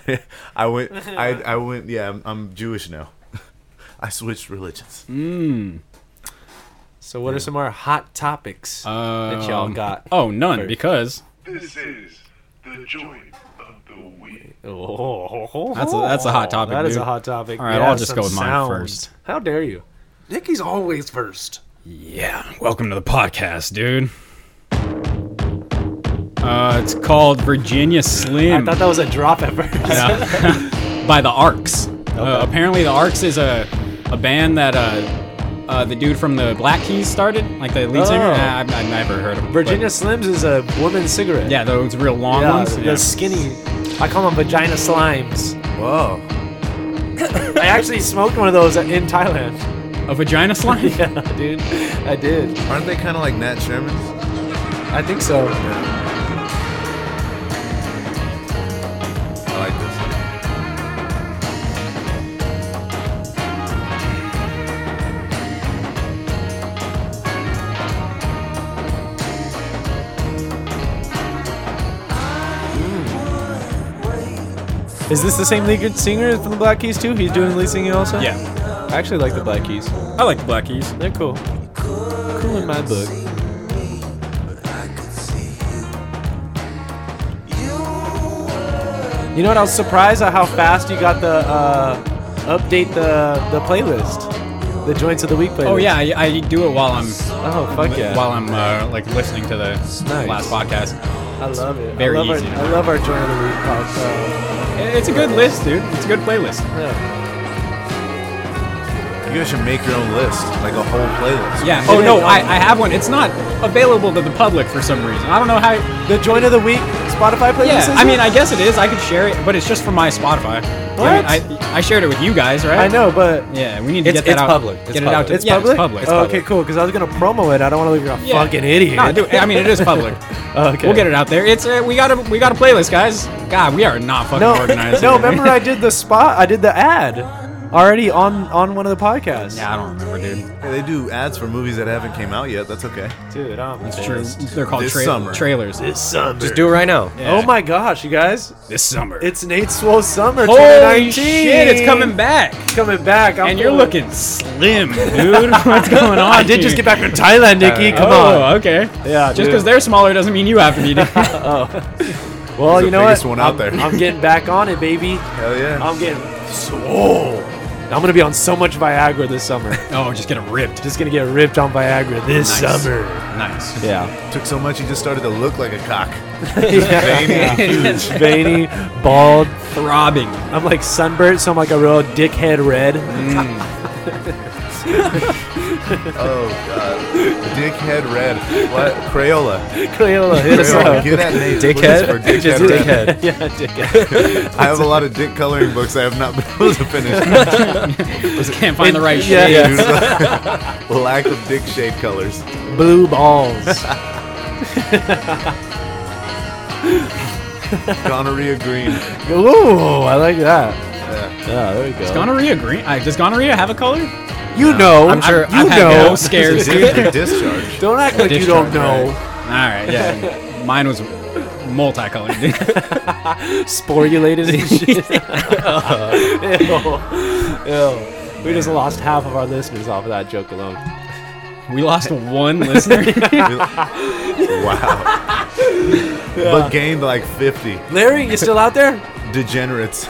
S2: me.
S3: I went. I, I went. Yeah, I'm, I'm Jewish now. I switched religions.
S2: Mm. So what are some more hot topics that y'all
S1: Um,
S2: got?
S1: Oh, none, because
S5: This is the joint of the week.
S2: Oh,
S1: That's a- that's a hot topic,
S2: That is
S1: dude.
S2: a hot topic.
S1: All right, I'll just go with mine first.
S2: How dare you? Nicky's always first.
S1: yeah. Welcome to the podcast, dude. Uh, it's called Virginia
S2: I
S1: Slim
S2: thought that was a drop at first.
S1: by the Arcs. Uh, apparently, the Arcs is a a band that uh, uh, the dude from the Black Keys started, like the lead singer.
S2: Oh.
S1: Nah, I've, I've never heard of him.
S2: Virginia Slims is a woman's cigarette.
S1: But, yeah, those real long
S2: Yeah,
S1: ones.
S2: the
S1: yeah.
S2: skinny. I call them vagina slimes.
S3: Whoa.
S2: I actually smoked one of those in Thailand.
S1: A vagina slime.
S2: Yeah, dude, I did.
S3: Aren't they kind of like Nat Sherman's?
S2: I think so.
S3: I like this.
S2: Is this the same lead singer from the Black Keys too? He's doing lead singing also.
S1: yeah,
S2: I actually like the Black Keys.
S1: I like the Black Keys.
S2: They're cool. Cool in my book. You know what? I was surprised at how fast you got the uh, update the the playlist, the joints of the week playlist.
S1: Oh yeah, I, I do it while I'm
S2: Oh fuck yeah!
S1: while I'm uh, like listening to the last podcast.
S2: I love it.
S1: Very
S2: I love
S1: easy to
S2: Our, I love our joint of the week podcast.
S1: It's a good list, dude. It's a good playlist.
S2: Yeah.
S3: You guys should make your own list, like a whole playlist.
S1: Yeah.
S2: It
S1: Oh
S2: is.
S1: no, I, I have one. It's not available to the public for some reason. I don't know how.
S2: The joint of the week Spotify playlist.
S1: Yeah.
S2: is
S1: I mean,
S2: it?
S1: I guess it is. I could share it, but it's just for my Spotify. I, mean,
S2: What?
S1: I, I shared it with you guys, right?
S2: I know, but
S1: Yeah, we need to
S4: It's-
S1: get that
S4: it's
S1: out.
S4: public. It's
S1: Get it out. To,
S4: public.
S2: it's
S1: yeah,
S2: public.
S1: It's public.
S2: Oh, okay, cool. Because I was gonna promo it. I don't want to look like a
S1: Yeah.
S2: fucking idiot.
S1: Nah, dude, I mean, it is public.
S2: okay.
S1: We'll get it out there. It's uh, we got a we got a playlist, guys. God, we are not fucking
S2: No,
S1: organized.
S2: no.
S1: here.
S2: Remember, I did the spot. I did the ad already on on one of the podcasts.
S1: yeah, I don't remember, dude.
S3: Hey, they do ads for movies that haven't came out yet. That's okay.
S2: dude, I'm
S1: It's true. They're called
S3: This
S1: tra-
S3: summer.
S1: trailers.
S2: This summer.
S4: Just do it right now.
S2: Oh my gosh, you guys!
S1: This summer.
S2: It's Nate Swole summer.
S1: Holy
S2: 2019.
S1: shit! It's coming back,
S2: Coming back. I'm
S1: and you're
S2: feeling-
S1: looking slim, dude. What's going on?
S2: I did just
S1: here?
S2: get back from Thailand, Nikki. Come
S1: oh,
S2: on.
S1: okay.
S2: Yeah,
S1: Just
S2: dude.
S1: because they're smaller doesn't mean you have to be. dude.
S2: Well,
S3: He's
S2: you
S3: the
S2: know what?
S3: biggest one out
S2: I'm-
S3: there.
S2: I'm getting back on it, baby.
S3: Hell yeah.
S2: I'm getting swole. I'm gonna be on so much Viagra this summer.
S1: oh, just get 'em ripped.
S2: Just gonna get ripped on Viagra this
S1: Nice.
S2: summer.
S1: Nice.
S2: Yeah.
S3: Took so much, he just started to look like a cock.
S2: Veiny, bald.
S1: Throbbing.
S2: I'm like sunburnt, so I'm like a real dickhead red.
S3: Oh god, dickhead red. What Crayola?
S2: Crayola, hit us
S3: Crayola.
S2: up.
S3: Get at Nate. Look
S4: Dickhead?
S3: for
S4: Just
S3: dickhead red.
S4: dickhead.
S2: yeah, dickhead.
S3: I have a lot of dick coloring books I have not been able to finish.
S1: Can't find the right
S2: Yeah.
S1: shade.
S2: Yeah.
S3: Due to the Lack of dick shade colors.
S2: Blue balls.
S3: Gonorrhea green.
S2: Ooh, I like that.
S3: Yeah.
S2: Yeah, there we go.
S1: Gonorrhea green. I, does gonorrhea have a color?
S2: you know,
S4: I'm sure-
S2: you
S1: I've had
S2: know.
S1: no scares.
S3: It's
S1: dude.
S3: a discharge.
S2: Don't act like you don't
S1: Discharge,
S2: know.
S1: All right, yeah. Mine was multicolored. dude.
S2: Sporulated and shit. Ew. Ew. We just lost half of our listeners off of that joke alone.
S1: we lost one listener.
S3: Wow. But gained like 50
S2: Larry, you still out there?
S3: degenerates.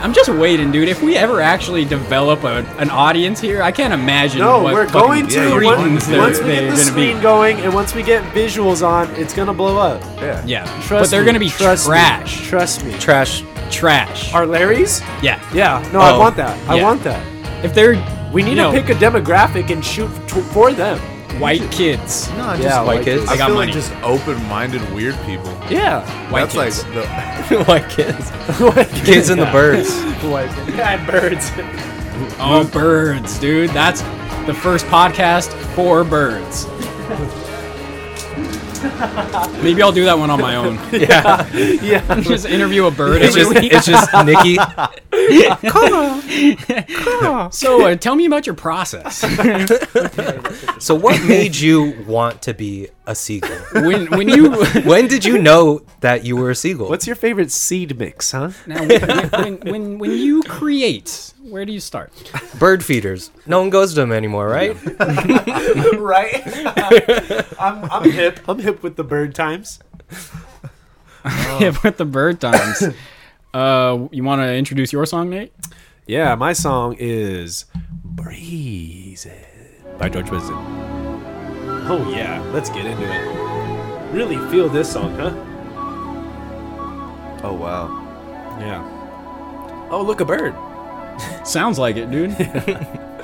S1: I'm just waiting, dude. If we ever actually develop a, an audience here, I can't imagine.
S2: No,
S1: what
S2: we're
S1: fucking
S2: going to.
S3: yeah, you're
S2: once-
S3: going
S1: cretins
S3: to.
S1: they're,
S2: once we
S1: they're
S2: get the
S1: gonna
S2: screen
S1: be.
S2: going and once we get visuals on, it's gonna blow up.
S3: Yeah.
S1: Yeah,
S2: Trust
S1: but they're
S2: me,
S1: gonna be
S2: trust me,
S1: trash.
S2: trust me.
S4: Trash.
S1: Trash.
S2: Our Larrys?
S1: yeah.
S2: Yeah. No, I
S4: Oh,
S2: want that. I
S1: yeah.
S2: want that.
S1: If they're
S2: We need
S1: you
S2: to
S1: know,
S2: pick a demographic and shoot t- for them.
S1: white kids.
S3: No, I just
S2: Yeah,
S4: white
S2: like
S4: kids.
S3: I,
S1: I got
S3: feel
S1: money.
S3: like just open-minded weird people.
S2: Yeah.
S1: White
S3: That's
S1: kids.
S3: like the,
S4: White kids.
S2: White
S4: Kids and the birds.
S2: White kids. Yeah, birds.
S1: oh, birds, dude. That's the first podcast for birds. Maybe I'll do that one on my own.
S2: yeah.
S1: just interview a bird.
S4: It's
S1: every
S4: just
S1: week.
S4: it's just Nikki.
S1: So uh, tell me about your process.
S4: So what made you want to be a seagull?
S1: when when you
S4: When did you know that you were a seagull?
S2: What's your favorite seed mix, huh?
S1: now, when, when, when when you create, where do you start?
S4: bird feeders? No one goes to them anymore, right?
S2: right. I'm, I'm hip. I'm hip with the bird times.
S1: Yeah, with the bird times. Uh, you want to introduce your song, Nate?
S2: Yeah, my song is Breeze by George Wisdom. Oh, yeah, let's get into it. Really feel this song, huh?
S3: oh wow.
S2: Yeah. Oh, look, a bird.
S1: Sounds like it, dude.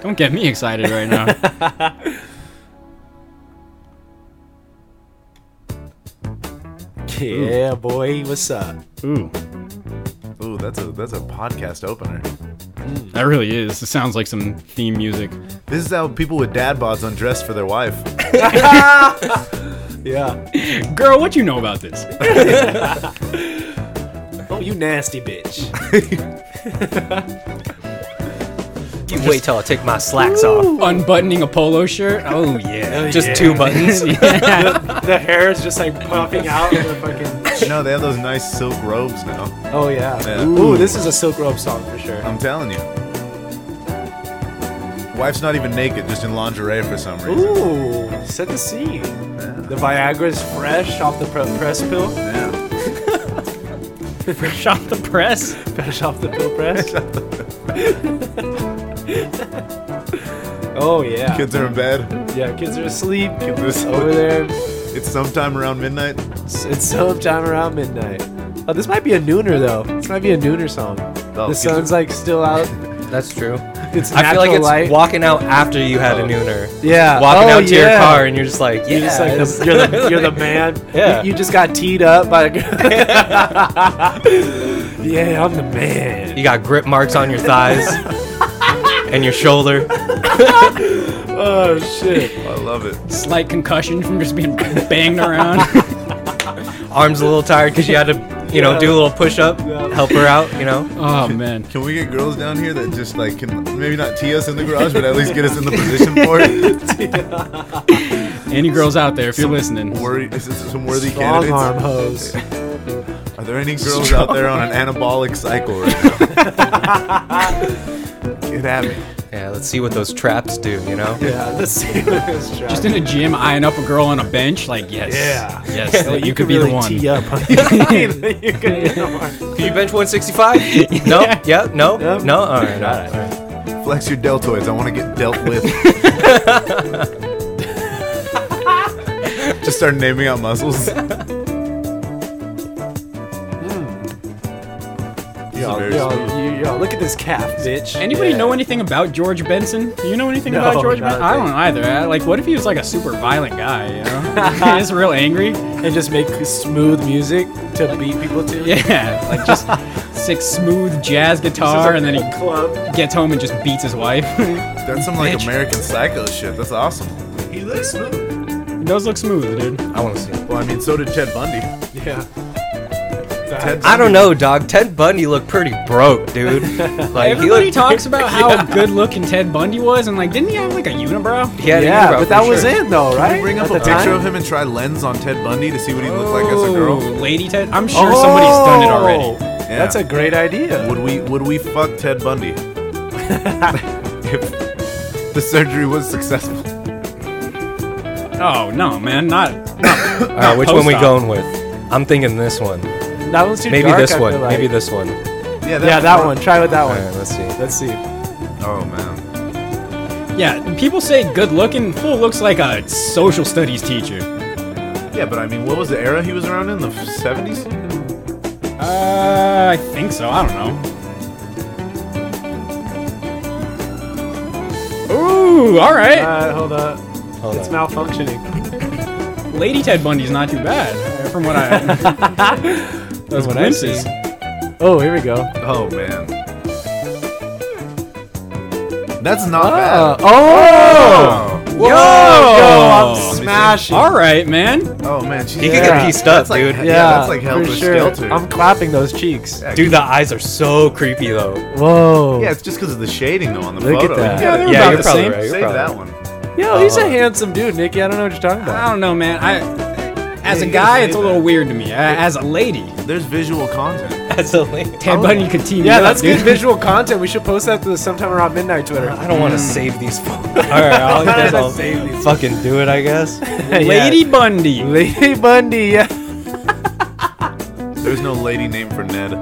S1: Don't get me excited right now.
S2: Yeah, boy, what's up?
S1: Ooh,
S3: Ooh, that's a that's a podcast opener.
S1: that really is. It sounds like some theme music.
S3: This is how people with dad bods undress for their wife.
S2: Yeah.
S1: Girl, what you know about this?
S2: Oh, you nasty bitch.
S4: You wait till I take my slacks off.
S1: Unbuttoning a polo shirt? Oh yeah.
S4: Just two buttons.
S2: the hair is just like popping out. of the fucking...
S3: You know, they have those nice silk robes now.
S2: Oh yeah.
S3: Yeah.
S2: Ooh, this is a Silk Robe song for sure.
S3: I'm telling you. Wife's not even naked, just in lingerie for some reason.
S2: Ooh, set the scene. The Viagra's fresh off the pre- press pill.
S3: Yeah.
S1: Shop the press.
S2: Fresh off the pill press. oh yeah.
S3: Kids are in bed.
S2: Yeah, kids are asleep.
S3: are asleep.
S2: Over there.
S3: It's sometime around midnight.
S2: It's, it's sometime around midnight. Oh, this might be a nooner though. This might be a nooner song.
S3: Oh,
S2: the
S3: kids
S2: sun's like still out.
S4: That's true.
S2: It's natural
S4: I feel like it's
S2: light.
S4: walking out after you had a nooner.
S2: yeah.
S4: Walking
S2: Oh,
S4: out to
S2: yeah.
S4: your car and you're just like, yeah.
S2: You're just like
S4: it's-
S2: the, you're, the, you're the man.
S4: Yeah.
S2: You, you just got teed up by a girl. yeah, I'm the man.
S4: you got grip marks on your thighs and your shoulder.
S2: Oh shit.
S3: I love it.
S1: Slight concussion from just being banged around.
S4: Arms a little tired because you had to, you know, do a little push up, help her out, you know.
S1: oh man.
S3: Can we get girls down here that just like can maybe not tee us in the garage, but at least get us in the position for it?
S1: Any girls out there, if you're listening,
S3: Worry, is this some worthy
S2: Long arm
S3: candidates?
S2: hose.
S3: Are there any girls out there on an anabolic cycle right now? get at me.
S4: Yeah, let's see what those traps do, you know.
S2: Yeah, let's see what this track.
S1: just in a gym eyeing up a girl on a bench, like yes,
S2: Yeah.
S1: yes,
S2: Oh,
S1: you, could be
S2: really
S1: the one.
S2: Tee up. huh? you could be the one.
S4: Can you bench 165? no. Yeah. No.
S2: Yep.
S4: No. All right. All right. All right.
S3: Flex your deltoids. I want to get dealt with. Just start naming out muscles. Hmm.
S2: Yo,
S3: very
S2: yo, yo, yo, look at this calf, bitch.
S1: Anybody
S2: Yeah.
S1: know anything about George Benson? Do you know anything
S2: No,
S1: about George
S2: not a
S1: Benson? I
S2: thing.
S1: don't either. I- like, what if he was like a super violent guy? You know, he's real angry.
S2: And just make smooth music to beat people to.
S1: Yeah, like just six smooth jazz guitar, and then he
S2: club.
S1: gets home and just beats his wife.
S3: That's some like
S1: Bitch.
S3: American Psycho shit. That's awesome.
S2: He looks smooth.
S1: Those look smooth, dude.
S4: I want to see.
S3: Well, I mean, so did Ted Bundy.
S2: Yeah.
S3: Ted
S4: I don't know, dog. Ted Bundy looked pretty broke, dude. Like he
S1: Everybody
S4: looked.
S1: talks about how good looking Ted Bundy was, and like, didn't he have like a unibrow?
S4: He had a
S2: yeah,
S4: unibrow
S2: but
S4: for
S2: that was
S4: sure.
S2: it though, right?
S3: Bring up
S2: At
S3: a
S2: the
S3: picture
S2: time?
S3: of him and try lens on Ted Bundy to see what he looked like as a
S1: Oh,
S3: girl.
S1: Lady Ted. I'm sure somebody's done it already.
S3: Yeah.
S2: Oh, That's a great idea.
S3: Would we would we fuck Ted Bundy? if the surgery was successful.
S1: Oh no, man, not.
S4: All right. Which one we
S1: post-op.
S4: going with? I'm thinking this one.
S2: That one's too
S4: Maybe
S2: dark, I
S4: this
S2: feel
S4: one.
S2: like.
S4: Maybe this one.
S3: Yeah,
S2: yeah, that one. Try with that
S4: All
S2: one.
S4: right. Let's see.
S2: Let's see.
S3: Oh man.
S1: Yeah, people say good looking. Fool looks like a social studies teacher.
S3: Yeah, but I mean, what was the era he was around in? The seventies?
S1: Uh, I think so. I don't know. Ooh, all right.
S2: Uh, hold up.
S4: Hold
S2: It's
S4: on.
S2: malfunctioning.
S1: Lady Ted Bundy's not too bad, from what I. Those
S2: what I
S1: glimpses.
S2: see. Oh, here we go.
S3: Oh man. That's not
S4: Ah.
S2: Uh,
S3: bad.
S2: oh!
S3: Oh.
S2: Whoa! Yo, I'm
S1: Let
S3: me
S2: smashing.
S1: All right, man.
S3: Oh man, she's
S4: He could
S2: Yeah.
S4: get pieced up,
S3: That's like-
S4: dude.
S3: yeah,
S2: Yeah,
S3: that's like
S2: for
S3: Helter Skelter.
S2: I'm clapping those cheeks.
S3: Yeah,
S4: Dude, the eyes are so creepy though.
S2: Whoa.
S3: yeah, it's just because of the shading though on the
S2: Look at
S3: photo.
S2: that.
S1: Yeah,
S3: Yeah,
S1: they're
S4: yeah,
S1: about
S4: you're
S1: the
S4: probably
S1: same.
S4: right. You're
S3: save
S4: probably
S3: that
S4: right.
S3: one.
S2: Yo, he's
S4: Uh-huh.
S2: a handsome dude, Nikki. I don't know what you're talking about.
S1: I don't know, man. I, as a
S3: you
S1: guy,
S3: say
S1: it's a
S3: that.
S1: little weird to me. A- As a lady,
S3: There's visual content.
S4: That's a link.
S1: Ted Bundy could team.
S2: Oh, Yeah,
S1: you
S2: that's
S1: up, dude.
S2: good visual content. We should post that to the sometime around midnight Twitter. Mm.
S4: I don't want to save these. All right, I'll,
S2: I
S4: guess
S2: don't
S4: I'll
S2: save these.
S4: fucking do it. I guess.
S1: Lady Bundy.
S2: Lady Bundy. Yeah.
S3: There's no lady name for Ned.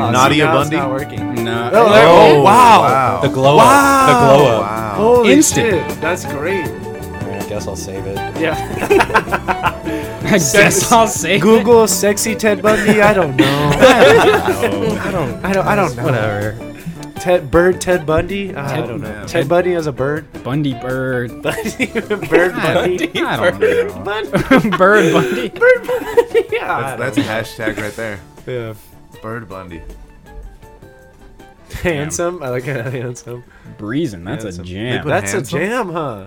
S2: Oh,
S3: Nadia
S2: now
S3: Bundy?
S2: It's not working.
S1: No.
S2: Oh, there- oh, wow.
S3: wow. Oh,
S4: The glow up. The
S2: Wow.
S4: glow up.
S3: Wow.
S2: Holy
S1: Instant.
S2: shit. That's great.
S4: All right, I guess I'll save it.
S2: Yeah.
S1: I guess I'll say
S2: Google sexy Ted Bundy. I don't know.
S1: It.
S2: I don't. I don't know.
S4: Whatever.
S2: Ted Bird Ted Bundy? Ah, I don't know.
S3: Bundy.
S2: Ted Bundy as a bird.
S1: Bundy Bird.
S2: bird Bundy.
S1: I don't know.
S2: Bundy.
S1: Bird Bundy.
S2: Yeah.
S3: That's a hashtag right there.
S2: yeah.
S3: Bird Bundy.
S2: Handsome. I like handsome.
S1: Breezing. That's a
S3: Handsome.
S1: jam.
S3: They put-
S2: That's
S3: handsome?
S2: a jam, huh?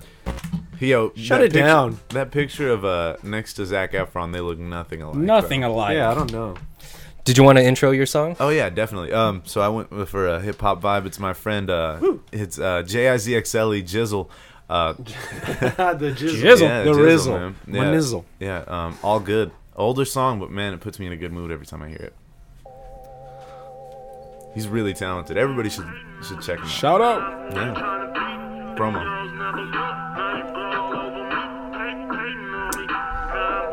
S3: Yo,
S2: Shut
S3: that
S2: it down.
S3: That picture of uh next to Zach Efron, they look nothing alike.
S1: Nothing
S3: bro.
S1: alike.
S2: Yeah, I don't know.
S4: Did you want to intro your song?
S3: Oh yeah, definitely. Um, so I went with- for a hip hop vibe. It's my friend. Uh, it's uh J I Z X L E Jizzle. Uh,
S2: the jizzle.
S1: Jizzle.
S3: yeah,
S2: The
S3: Jizzle,
S2: rizzle.
S3: man.
S2: My
S3: Yeah,
S2: nizzle.
S3: Yeah. Um, all good. Older song, but man, it puts me in a good mood every time I hear it. He's really talented. Everybody should should check him out.
S1: Shout out.
S3: Yeah. Promo.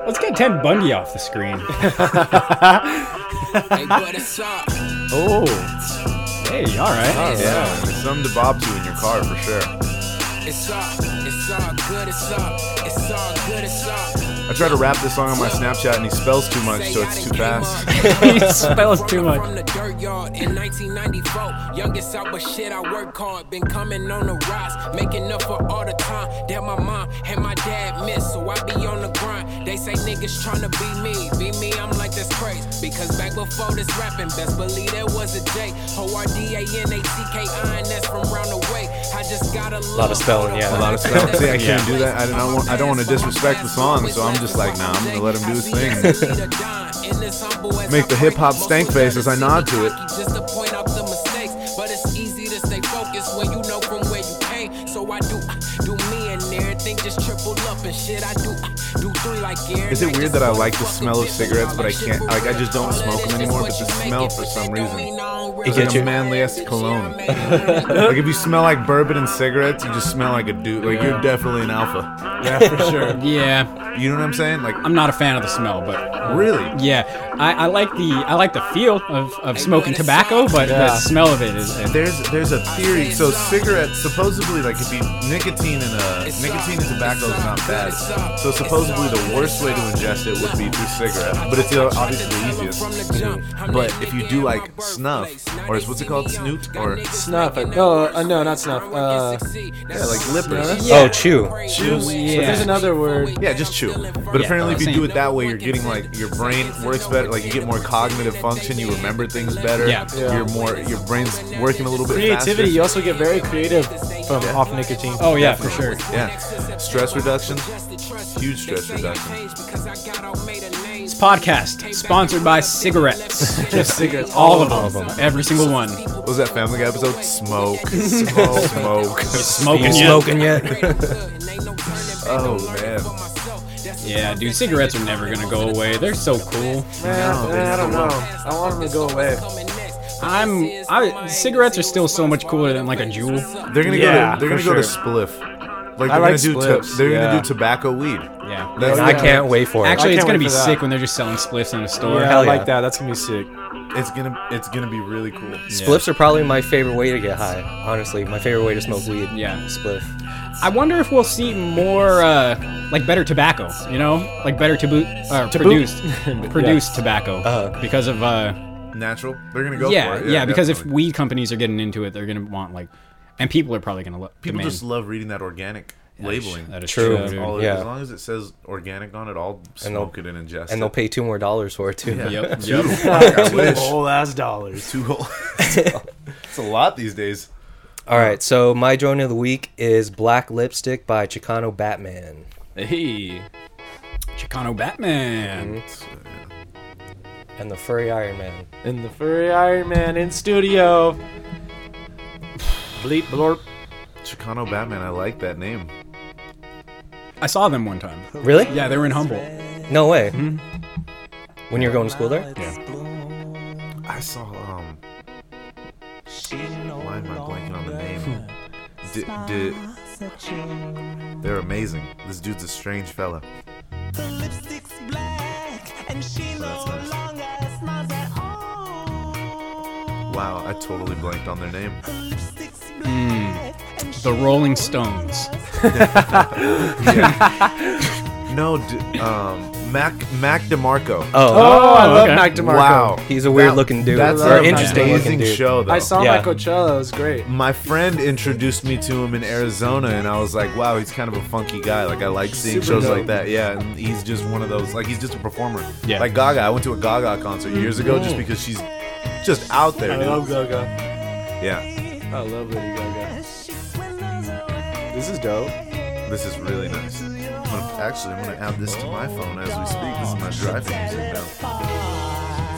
S1: Let's get Ted Bundy off the screen.
S2: Oh.
S1: hey, all right.
S3: Yeah, it's something to bob to in your car for sure.
S6: It's all, it's all good, it's all, it's all good, it's all.
S3: I try to rap this song on my Snapchat and he spells too much, so it's too fast.
S2: Oh.
S1: he spells too much.
S6: From the dirt yard in 1994. Youngest out, but shit, I work hard. Been coming on the rise, making up for all the time that my mom and my dad missed. So I be on the grind. They say niggas tryna be me, be me. I'm like that's crazy because back before this rapping, best believe there was a J. O R D A N A T K I N S from round the way. I just got a
S4: Lot of spelling,
S3: A
S4: yeah.
S3: lot of stuff. See, I can't do that. I don't want. I don't want to disrespect the song, so I'm just like, nah, I'm gonna let him do his thing.
S6: thing.
S3: Make the hip-hop stank face as I nod to it.
S6: Just to point out the mistakes, but it's easy to stay focused when you know from where you came. So I do, uh, do me and everything just triple up and shit. I do, uh, do three like air.
S3: Is it weird that I like the smell of cigarettes, but I can't? Like, I just don't smoke them anymore. But the smell, for some reason,
S6: It
S3: it's like a manly ass cologne. like if you smell like bourbon and cigarettes, you just smell like a dude. Like you're definitely an alpha.
S2: Yeah, for sure.
S1: Yeah,
S3: You know what I'm saying? Like
S1: I'm not a fan of the smell, but
S3: really.
S1: yeah, I, I like the I like the feel of, of smoking tobacco, but
S2: Yeah.
S1: the smell of it is. is
S3: There's there's a theory. So cigarettes supposedly like if you nicotine and uh nicotine and tobacco is not bad. So supposedly the worst way to ingest it would be through cigarettes, but it's uh, obviously the easiest. But if you do like snuff, or is what's it called, snoot, or
S2: Snuff. uh, No, uh, no, not snuff. Uh,
S6: yeah,
S3: like lippers.
S4: Oh, chew.
S3: Chews?
S2: But there's
S1: Yeah.
S2: another word.
S3: yeah, just chew. But
S1: Yeah,
S3: apparently, if you
S1: same.
S3: do it that way, you're getting like your brain works better. Like you get more cognitive function. You remember things better.
S1: Yeah.
S2: Yeah.
S3: Your more your brain's working a little bit.
S2: Creativity. You
S3: Faster.
S2: also get very creative from off nicotine.
S1: oh yeah, for sure.
S3: Yeah. Stress reduction. Huge stress reduction.
S1: This podcast sponsored by cigarettes,
S2: Just cigarettes.
S1: all of them, every single one.
S3: What was that Family Guy episode? Smoke, smoke, smoke.
S1: Smoking
S4: You
S1: it.
S4: smoking yet?
S3: Oh man.
S1: Yeah, dude, cigarettes are never gonna go away. They're so cool.
S2: Man, I don't know. I want them to go away.
S1: I'm I cigarettes are still so much cooler than like a jewel.
S3: They're gonna go.
S2: Yeah,
S3: To, they're gonna
S2: for
S3: go to
S2: sure.
S3: spliff. Like they're
S2: I
S3: gonna
S2: like
S3: do. to-
S2: spliffs,
S3: they're
S2: yeah.
S3: gonna do tobacco weed.
S1: Yeah.
S3: That's,
S4: I can't wait for it.
S1: Actually,
S2: I
S1: it's
S2: can't
S1: gonna
S2: wait
S1: be
S2: for that.
S1: sick when they're just selling spliffs in a store.
S2: Yeah, I
S4: Hell
S2: like
S4: yeah.
S2: that. That's gonna be sick.
S3: It's gonna. It's gonna be really cool.
S4: Spliffs are probably my favorite way to get high. Honestly, my favorite way to smoke weed.
S1: Yeah.
S4: Spliff.
S1: I wonder if we'll see more uh, like better tobacco, you know, like better taboo uh, produced produced tobacco
S4: Uh-huh.
S1: because of uh,
S3: Natural. They're gonna go
S1: yeah,
S3: for it.
S1: yeah because if
S3: definitely.
S1: weed companies are getting into it, they're gonna want like, and people are probably gonna look.
S3: People
S1: demand.
S3: just love reading that organic labeling.
S1: that is
S4: True.
S1: true.
S4: Yeah.
S1: dude.
S3: All it-
S4: Yeah.
S3: As long as it says organic on it, I'll smoke it and ingest
S4: And
S3: it.
S4: they'll pay two more dollars for it too.
S1: Yep. yep.
S3: I wish.
S2: Whole ass dollars.
S3: Two whole- it's a lot these days.
S4: All right, so my drone of the week is Black Lipstick by Chicano Batman.
S2: Hey.
S1: Chicano Batman.
S4: and the furry Iron Man.
S2: And the furry Iron Man in studio. Bleep blorp.
S3: Chicano Batman. I like that name.
S1: I saw them one time.
S4: Really?
S1: Yeah, Mm-hmm. they were in Humboldt.
S4: No way. When you were going to school there?
S3: I saw. Um. Why am I blanking on the name? D- d- they're amazing. This dude's a strange fella. That's nice. Wow, I totally blanked on their name.
S1: The Rolling Stones.
S3: No, d- um, Mac Mac DeMarco.
S4: Oh,
S2: Oh, I love
S1: okay.
S2: Mac DeMarco.
S3: Wow,
S4: he's a weird
S3: That-
S4: looking dude.
S3: That's
S4: or
S3: an
S4: interesting looking
S3: amazing
S4: dude.
S3: show. Though
S2: I saw
S4: Yeah.
S2: him at Coachella. It was great.
S3: my friend introduced me to him in Arizona, and I was like, wow, he's kind of a funky guy. Like, I like seeing
S2: Super
S3: shows
S2: dope.
S3: like that. Yeah, and he's just one of those, like, he's just a performer.
S1: Yeah.
S3: Like Gaga. I went to a Gaga concert years ago just because she's just out there,
S2: I
S3: dude.
S2: love Gaga.
S3: Yeah,
S2: I love Lady Gaga. This is dope.
S3: this is really nice. I'm gonna, actually, I'm going to add this to my phone as we speak. This is my driving music now.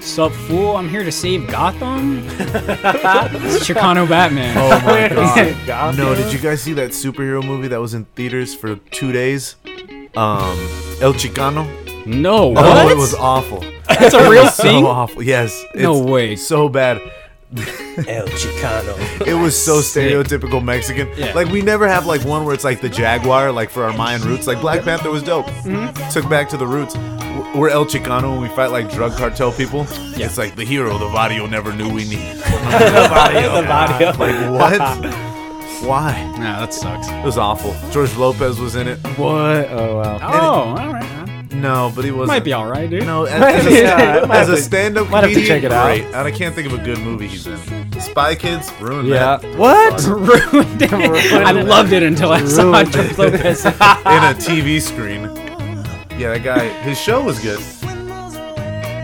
S1: Sup, fool? I'm here to save Gotham. it's Chicano Batman.
S3: Oh my god.
S2: Gaga?
S3: No, did you guys see that superhero movie that was in theaters for two days? Um, El Chicano.
S1: No,
S3: Oh,
S1: what?
S3: it was awful.
S1: That's a real thing.
S3: So awful. Yes.
S1: No
S3: it's
S1: way.
S3: So bad.
S1: Oh.
S4: El Chicano.
S3: It was so
S1: Sick.
S3: stereotypical Mexican.
S1: Yeah.
S3: Like we never have like one where it's like the jaguar, like for our Mayan roots. Like Black Panther was dope. Took back to the roots. W- We're El Chicano and we fight like drug cartel people. It's like the hero the barrio never knew we need. the barrio. Like what? Why?
S1: Nah, that sucks.
S3: It was awful. George Lopez was in it.
S2: What? Oh wow.
S1: Oh, all right.
S3: No, but he wasn't.
S1: Might be all right, dude.
S3: No, as, as a,
S2: Yeah, I might
S3: as
S2: have
S3: a
S2: to-
S3: stand-up
S2: might have to
S3: comedian,
S2: check it out.
S3: great. And I can't think of a good movie he's in. Spy Kids ruined
S2: Yeah.
S3: that.
S2: What?
S1: ruined it. I loved it until I saw
S2: Ruined
S1: George Lopez.
S2: Ah.
S3: in a TV screen. Yeah, that guy. His show was good.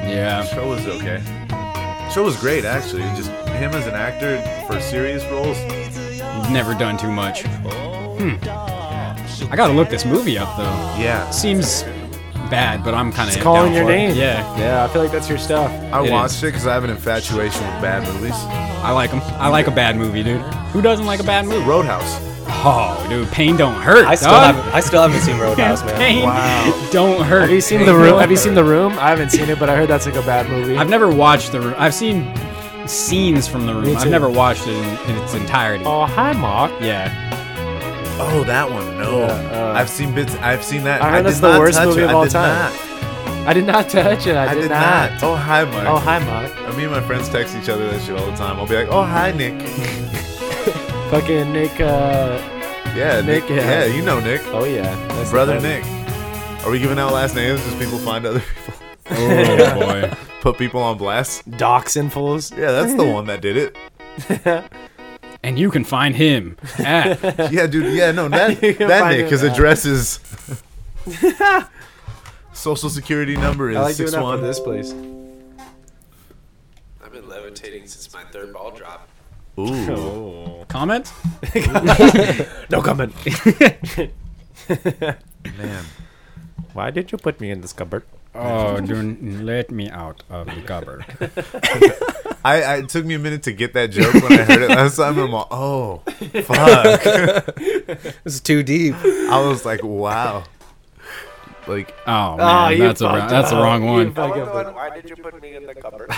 S1: yeah.
S3: Show was okay. Show was great actually. Just him as an actor for serious roles.
S1: Never done too much. Hmm. I gotta look this movie up though.
S3: Yeah,
S1: Seems bad, but I'm kind of
S2: calling your name.
S1: Yeah,
S2: Yeah, I feel like that's your stuff.
S3: I
S1: It
S3: watched it because I have an infatuation with bad movies.
S1: I like them. I like a bad movie, dude. Who doesn't like a bad movie?
S3: Roadhouse.
S1: Oh, dude, pain don't hurt.
S4: I still
S1: dog.
S4: haven't. I still haven't seen Roadhouse, man.
S1: Pain don't hurt.
S2: Have you seen the room? Have you seen the room? I haven't seen it, but I heard that's like a bad movie.
S1: I've never watched the room. I've seen scenes from the room. I've
S2: too.
S1: never watched it in, in its entirety.
S2: oh hi, Mark.
S1: Yeah.
S3: Oh, that one. No,
S2: Yeah, uh,
S3: I've seen bits. I've seen that.
S2: I heard
S3: did
S2: that's the
S3: not
S2: worst
S3: touch
S2: movie
S3: it.
S2: of
S3: I
S2: all
S3: did
S2: time.
S3: not.
S2: I did not touch it. I,
S3: I did not. Oh hi, Mike.
S2: Oh hi, Mark.
S3: Me and my friends text each other that shit all the time. I'll be like, "Oh hi, Nick."
S2: Fucking Nick. Uh,
S3: Yeah, Nick.
S2: Nick,
S3: Yeah,
S2: yeah.
S3: you know Nick,
S2: oh yeah, that's the
S3: brother Nick.
S2: best.
S3: Are we giving out last names? Just people find other people.
S1: Oh boy.
S3: put people on blast.
S2: Dachshund fools.
S3: Yeah, that's the one that did it.
S1: And you can find him at
S3: Yeah, dude. Yeah, no, that
S2: You can
S3: that
S2: find
S3: Nick.
S2: it
S3: His
S2: now.
S3: address is social security number
S2: I like
S3: is
S2: doing
S3: six
S2: that from
S3: one.
S2: this place.
S7: I've been levitating since my third ball drop.
S3: Ooh,
S2: Oh.
S1: comment.
S2: No comment.
S3: man.
S2: Why did you put me in this cupboard?
S1: Oh, don't let me out of the cupboard.
S3: I, I it took me a minute to get that joke when I heard it last time. I'm all, oh, fuck.
S4: This is too deep.
S3: I was like, wow. Like,
S1: Oh man,
S2: you
S1: that's a
S2: fucked
S1: wrong, that's the wrong
S2: You
S1: one.
S2: fucking-
S7: Why did you put me in the cupboard?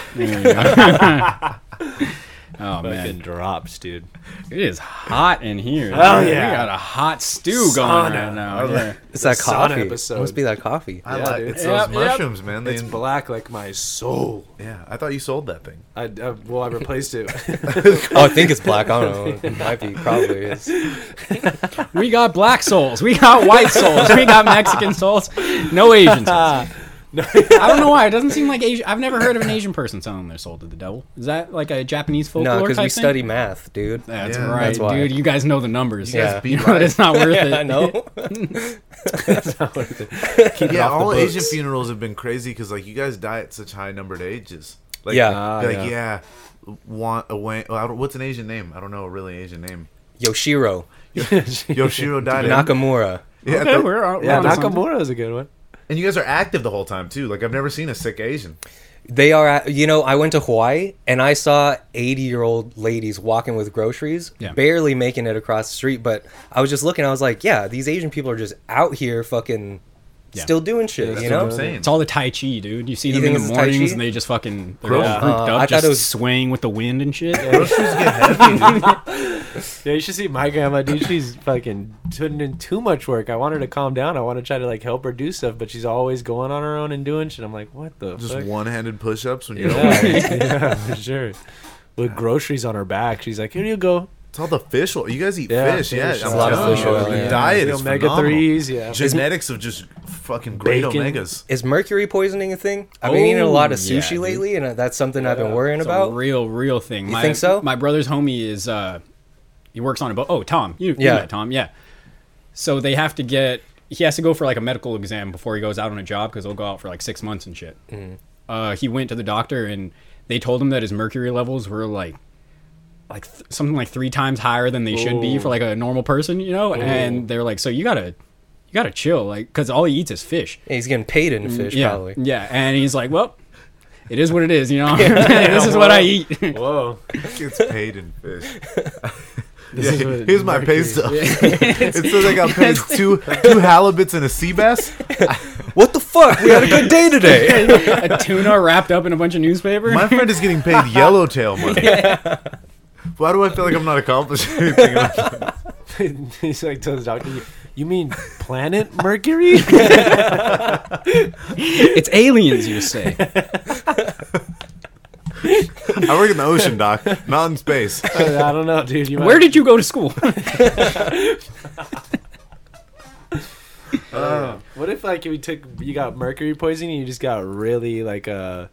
S1: There you go. oh man,
S2: drops, dude.
S1: it is hot in here.
S2: Hell
S1: dude.
S2: yeah.
S1: we got a hot stew going on right now. Yeah.
S4: It's that
S2: sauna
S4: coffee.
S2: episode.
S4: Must be that coffee.
S3: I
S2: Yeah,
S3: like
S2: dude.
S3: it's
S1: Yep,
S3: those
S1: yep.
S3: mushrooms, man. They
S2: It's
S3: in-
S2: black like my soul.
S3: yeah, I thought you sold that thing.
S2: I, I well, I replaced it.
S4: Oh, I think it's black. I don't know. It might be. Probably is.
S1: We got black souls. We got white souls. We got Mexican souls. No Asian souls. I don't know why. It doesn't seem like Asian. I've never heard of an Asian person selling their soul to the devil. Is that like a Japanese folklore
S4: No, because
S1: type
S4: we
S1: thing?
S4: study math, dude.
S1: That's
S3: Yeah,
S1: right,
S4: that's why.
S1: dude. You guys know the numbers.
S4: You guys
S1: yeah,
S4: be
S1: you know that it's not worth it.
S4: I know.
S3: Yeah, all
S2: the
S3: Asian
S2: books.
S3: funerals have been crazy because like you guys die at such high numbered ages. Like,
S4: Yeah.
S2: Ah,
S3: be like
S2: yeah.
S3: yeah. Want away? oh, I don't- What's an Asian name? I don't know a really Asian name.
S4: Yoshiro,
S3: Yoshiro died. at-
S4: Nakamura.
S3: yeah, at
S1: Okay,
S3: the-
S1: we're on- we're
S2: yeah,
S1: onto something.
S2: Nakamura is a good one.
S3: and you guys are active the whole time too. Like I've never seen a sick Asian.
S4: They are, at, you know, I went to Hawaii and I saw 80 year old ladies walking with groceries,
S1: Yeah.
S4: barely making it across the street. But I was just looking, I was like, yeah, these Asian people are just out here fucking
S1: Yeah.
S4: still doing shit.
S3: That's
S4: you
S3: what
S4: know,
S3: I'm saying.
S1: It's all the Tai Chi, dude. You see them
S4: think
S1: in the
S4: it's the Tai
S1: mornings
S4: Chi?
S1: and they just fucking they're
S3: Bro,
S1: all grouped
S4: uh,
S1: up,
S4: I thought
S1: just
S4: it was-
S1: swaying with the wind and shit.
S3: Those shoes get heavy, dude.
S2: Yeah, you should see my grandma, dude. She's fucking putting in too much work. I want her to calm down. I want to try to like help her do stuff, but she's always going on her own and doing shit. I'm like, what the
S3: Just
S2: fuck?
S3: one-handed push-ups when you're.
S2: Yeah, yeah, for sure. With groceries on her back, she's like, here you go.
S3: It's all the fish oil. You guys eat
S2: Yeah,
S3: fish,
S2: fish.
S3: yeah.
S2: There's
S3: I'm
S4: a lot of
S3: telling
S4: fish
S3: you,
S4: oil,
S3: the
S4: yeah.
S3: Diet is
S2: omega
S3: phenomenal.
S2: threes. Yeah,
S3: Genetics of just fucking great
S2: Bacon.
S3: omegas.
S4: is mercury poisoning a thing? I've been eating a
S1: Oh,
S4: lot of
S1: yeah,
S4: sushi
S1: dude.
S4: lately, and uh, that's something I've been worrying
S1: It's
S4: about.
S1: a real, real thing. You my,
S4: think so?
S1: My brother's homie is uh, he works on a boat. Oh, Tom, you, you
S4: Yeah.
S1: met Tom, yeah. So they have to get he has to go for like a medical exam before he goes out on a job because he'll go out for like six months and shit.
S4: Mm-hmm.
S1: Uh, he went to the doctor and they told him that his mercury levels were like like th- something like three times higher than they should be for like a normal person, you know. And they're like, so you gotta you gotta chill, like because all he eats is fish.
S4: Yeah, he's getting paid in fish,
S1: yeah, Mm.
S4: probably.
S1: yeah. And he's like, well. It is what it is, you know. this is what I eat.
S2: Whoa.
S3: Gets paid in fish. yeah,
S2: is what
S3: here's my pay stub. it says I got paid two two halibuts and a sea bass.
S4: What the fuck? We had a good day today.
S1: a tuna wrapped up in a bunch of newspaper.
S3: My friend is getting paid yellowtail money. Why do I feel like I'm not accomplishing anything?
S2: He's like tells the doctor, "You- "You mean planet Mercury?"
S1: it's aliens, you say.
S3: I work in the ocean, doc, not in space.
S2: I don't know, dude. You
S1: Where did you go to school?
S2: What if like we took you got mercury poisoning, and you just got really like a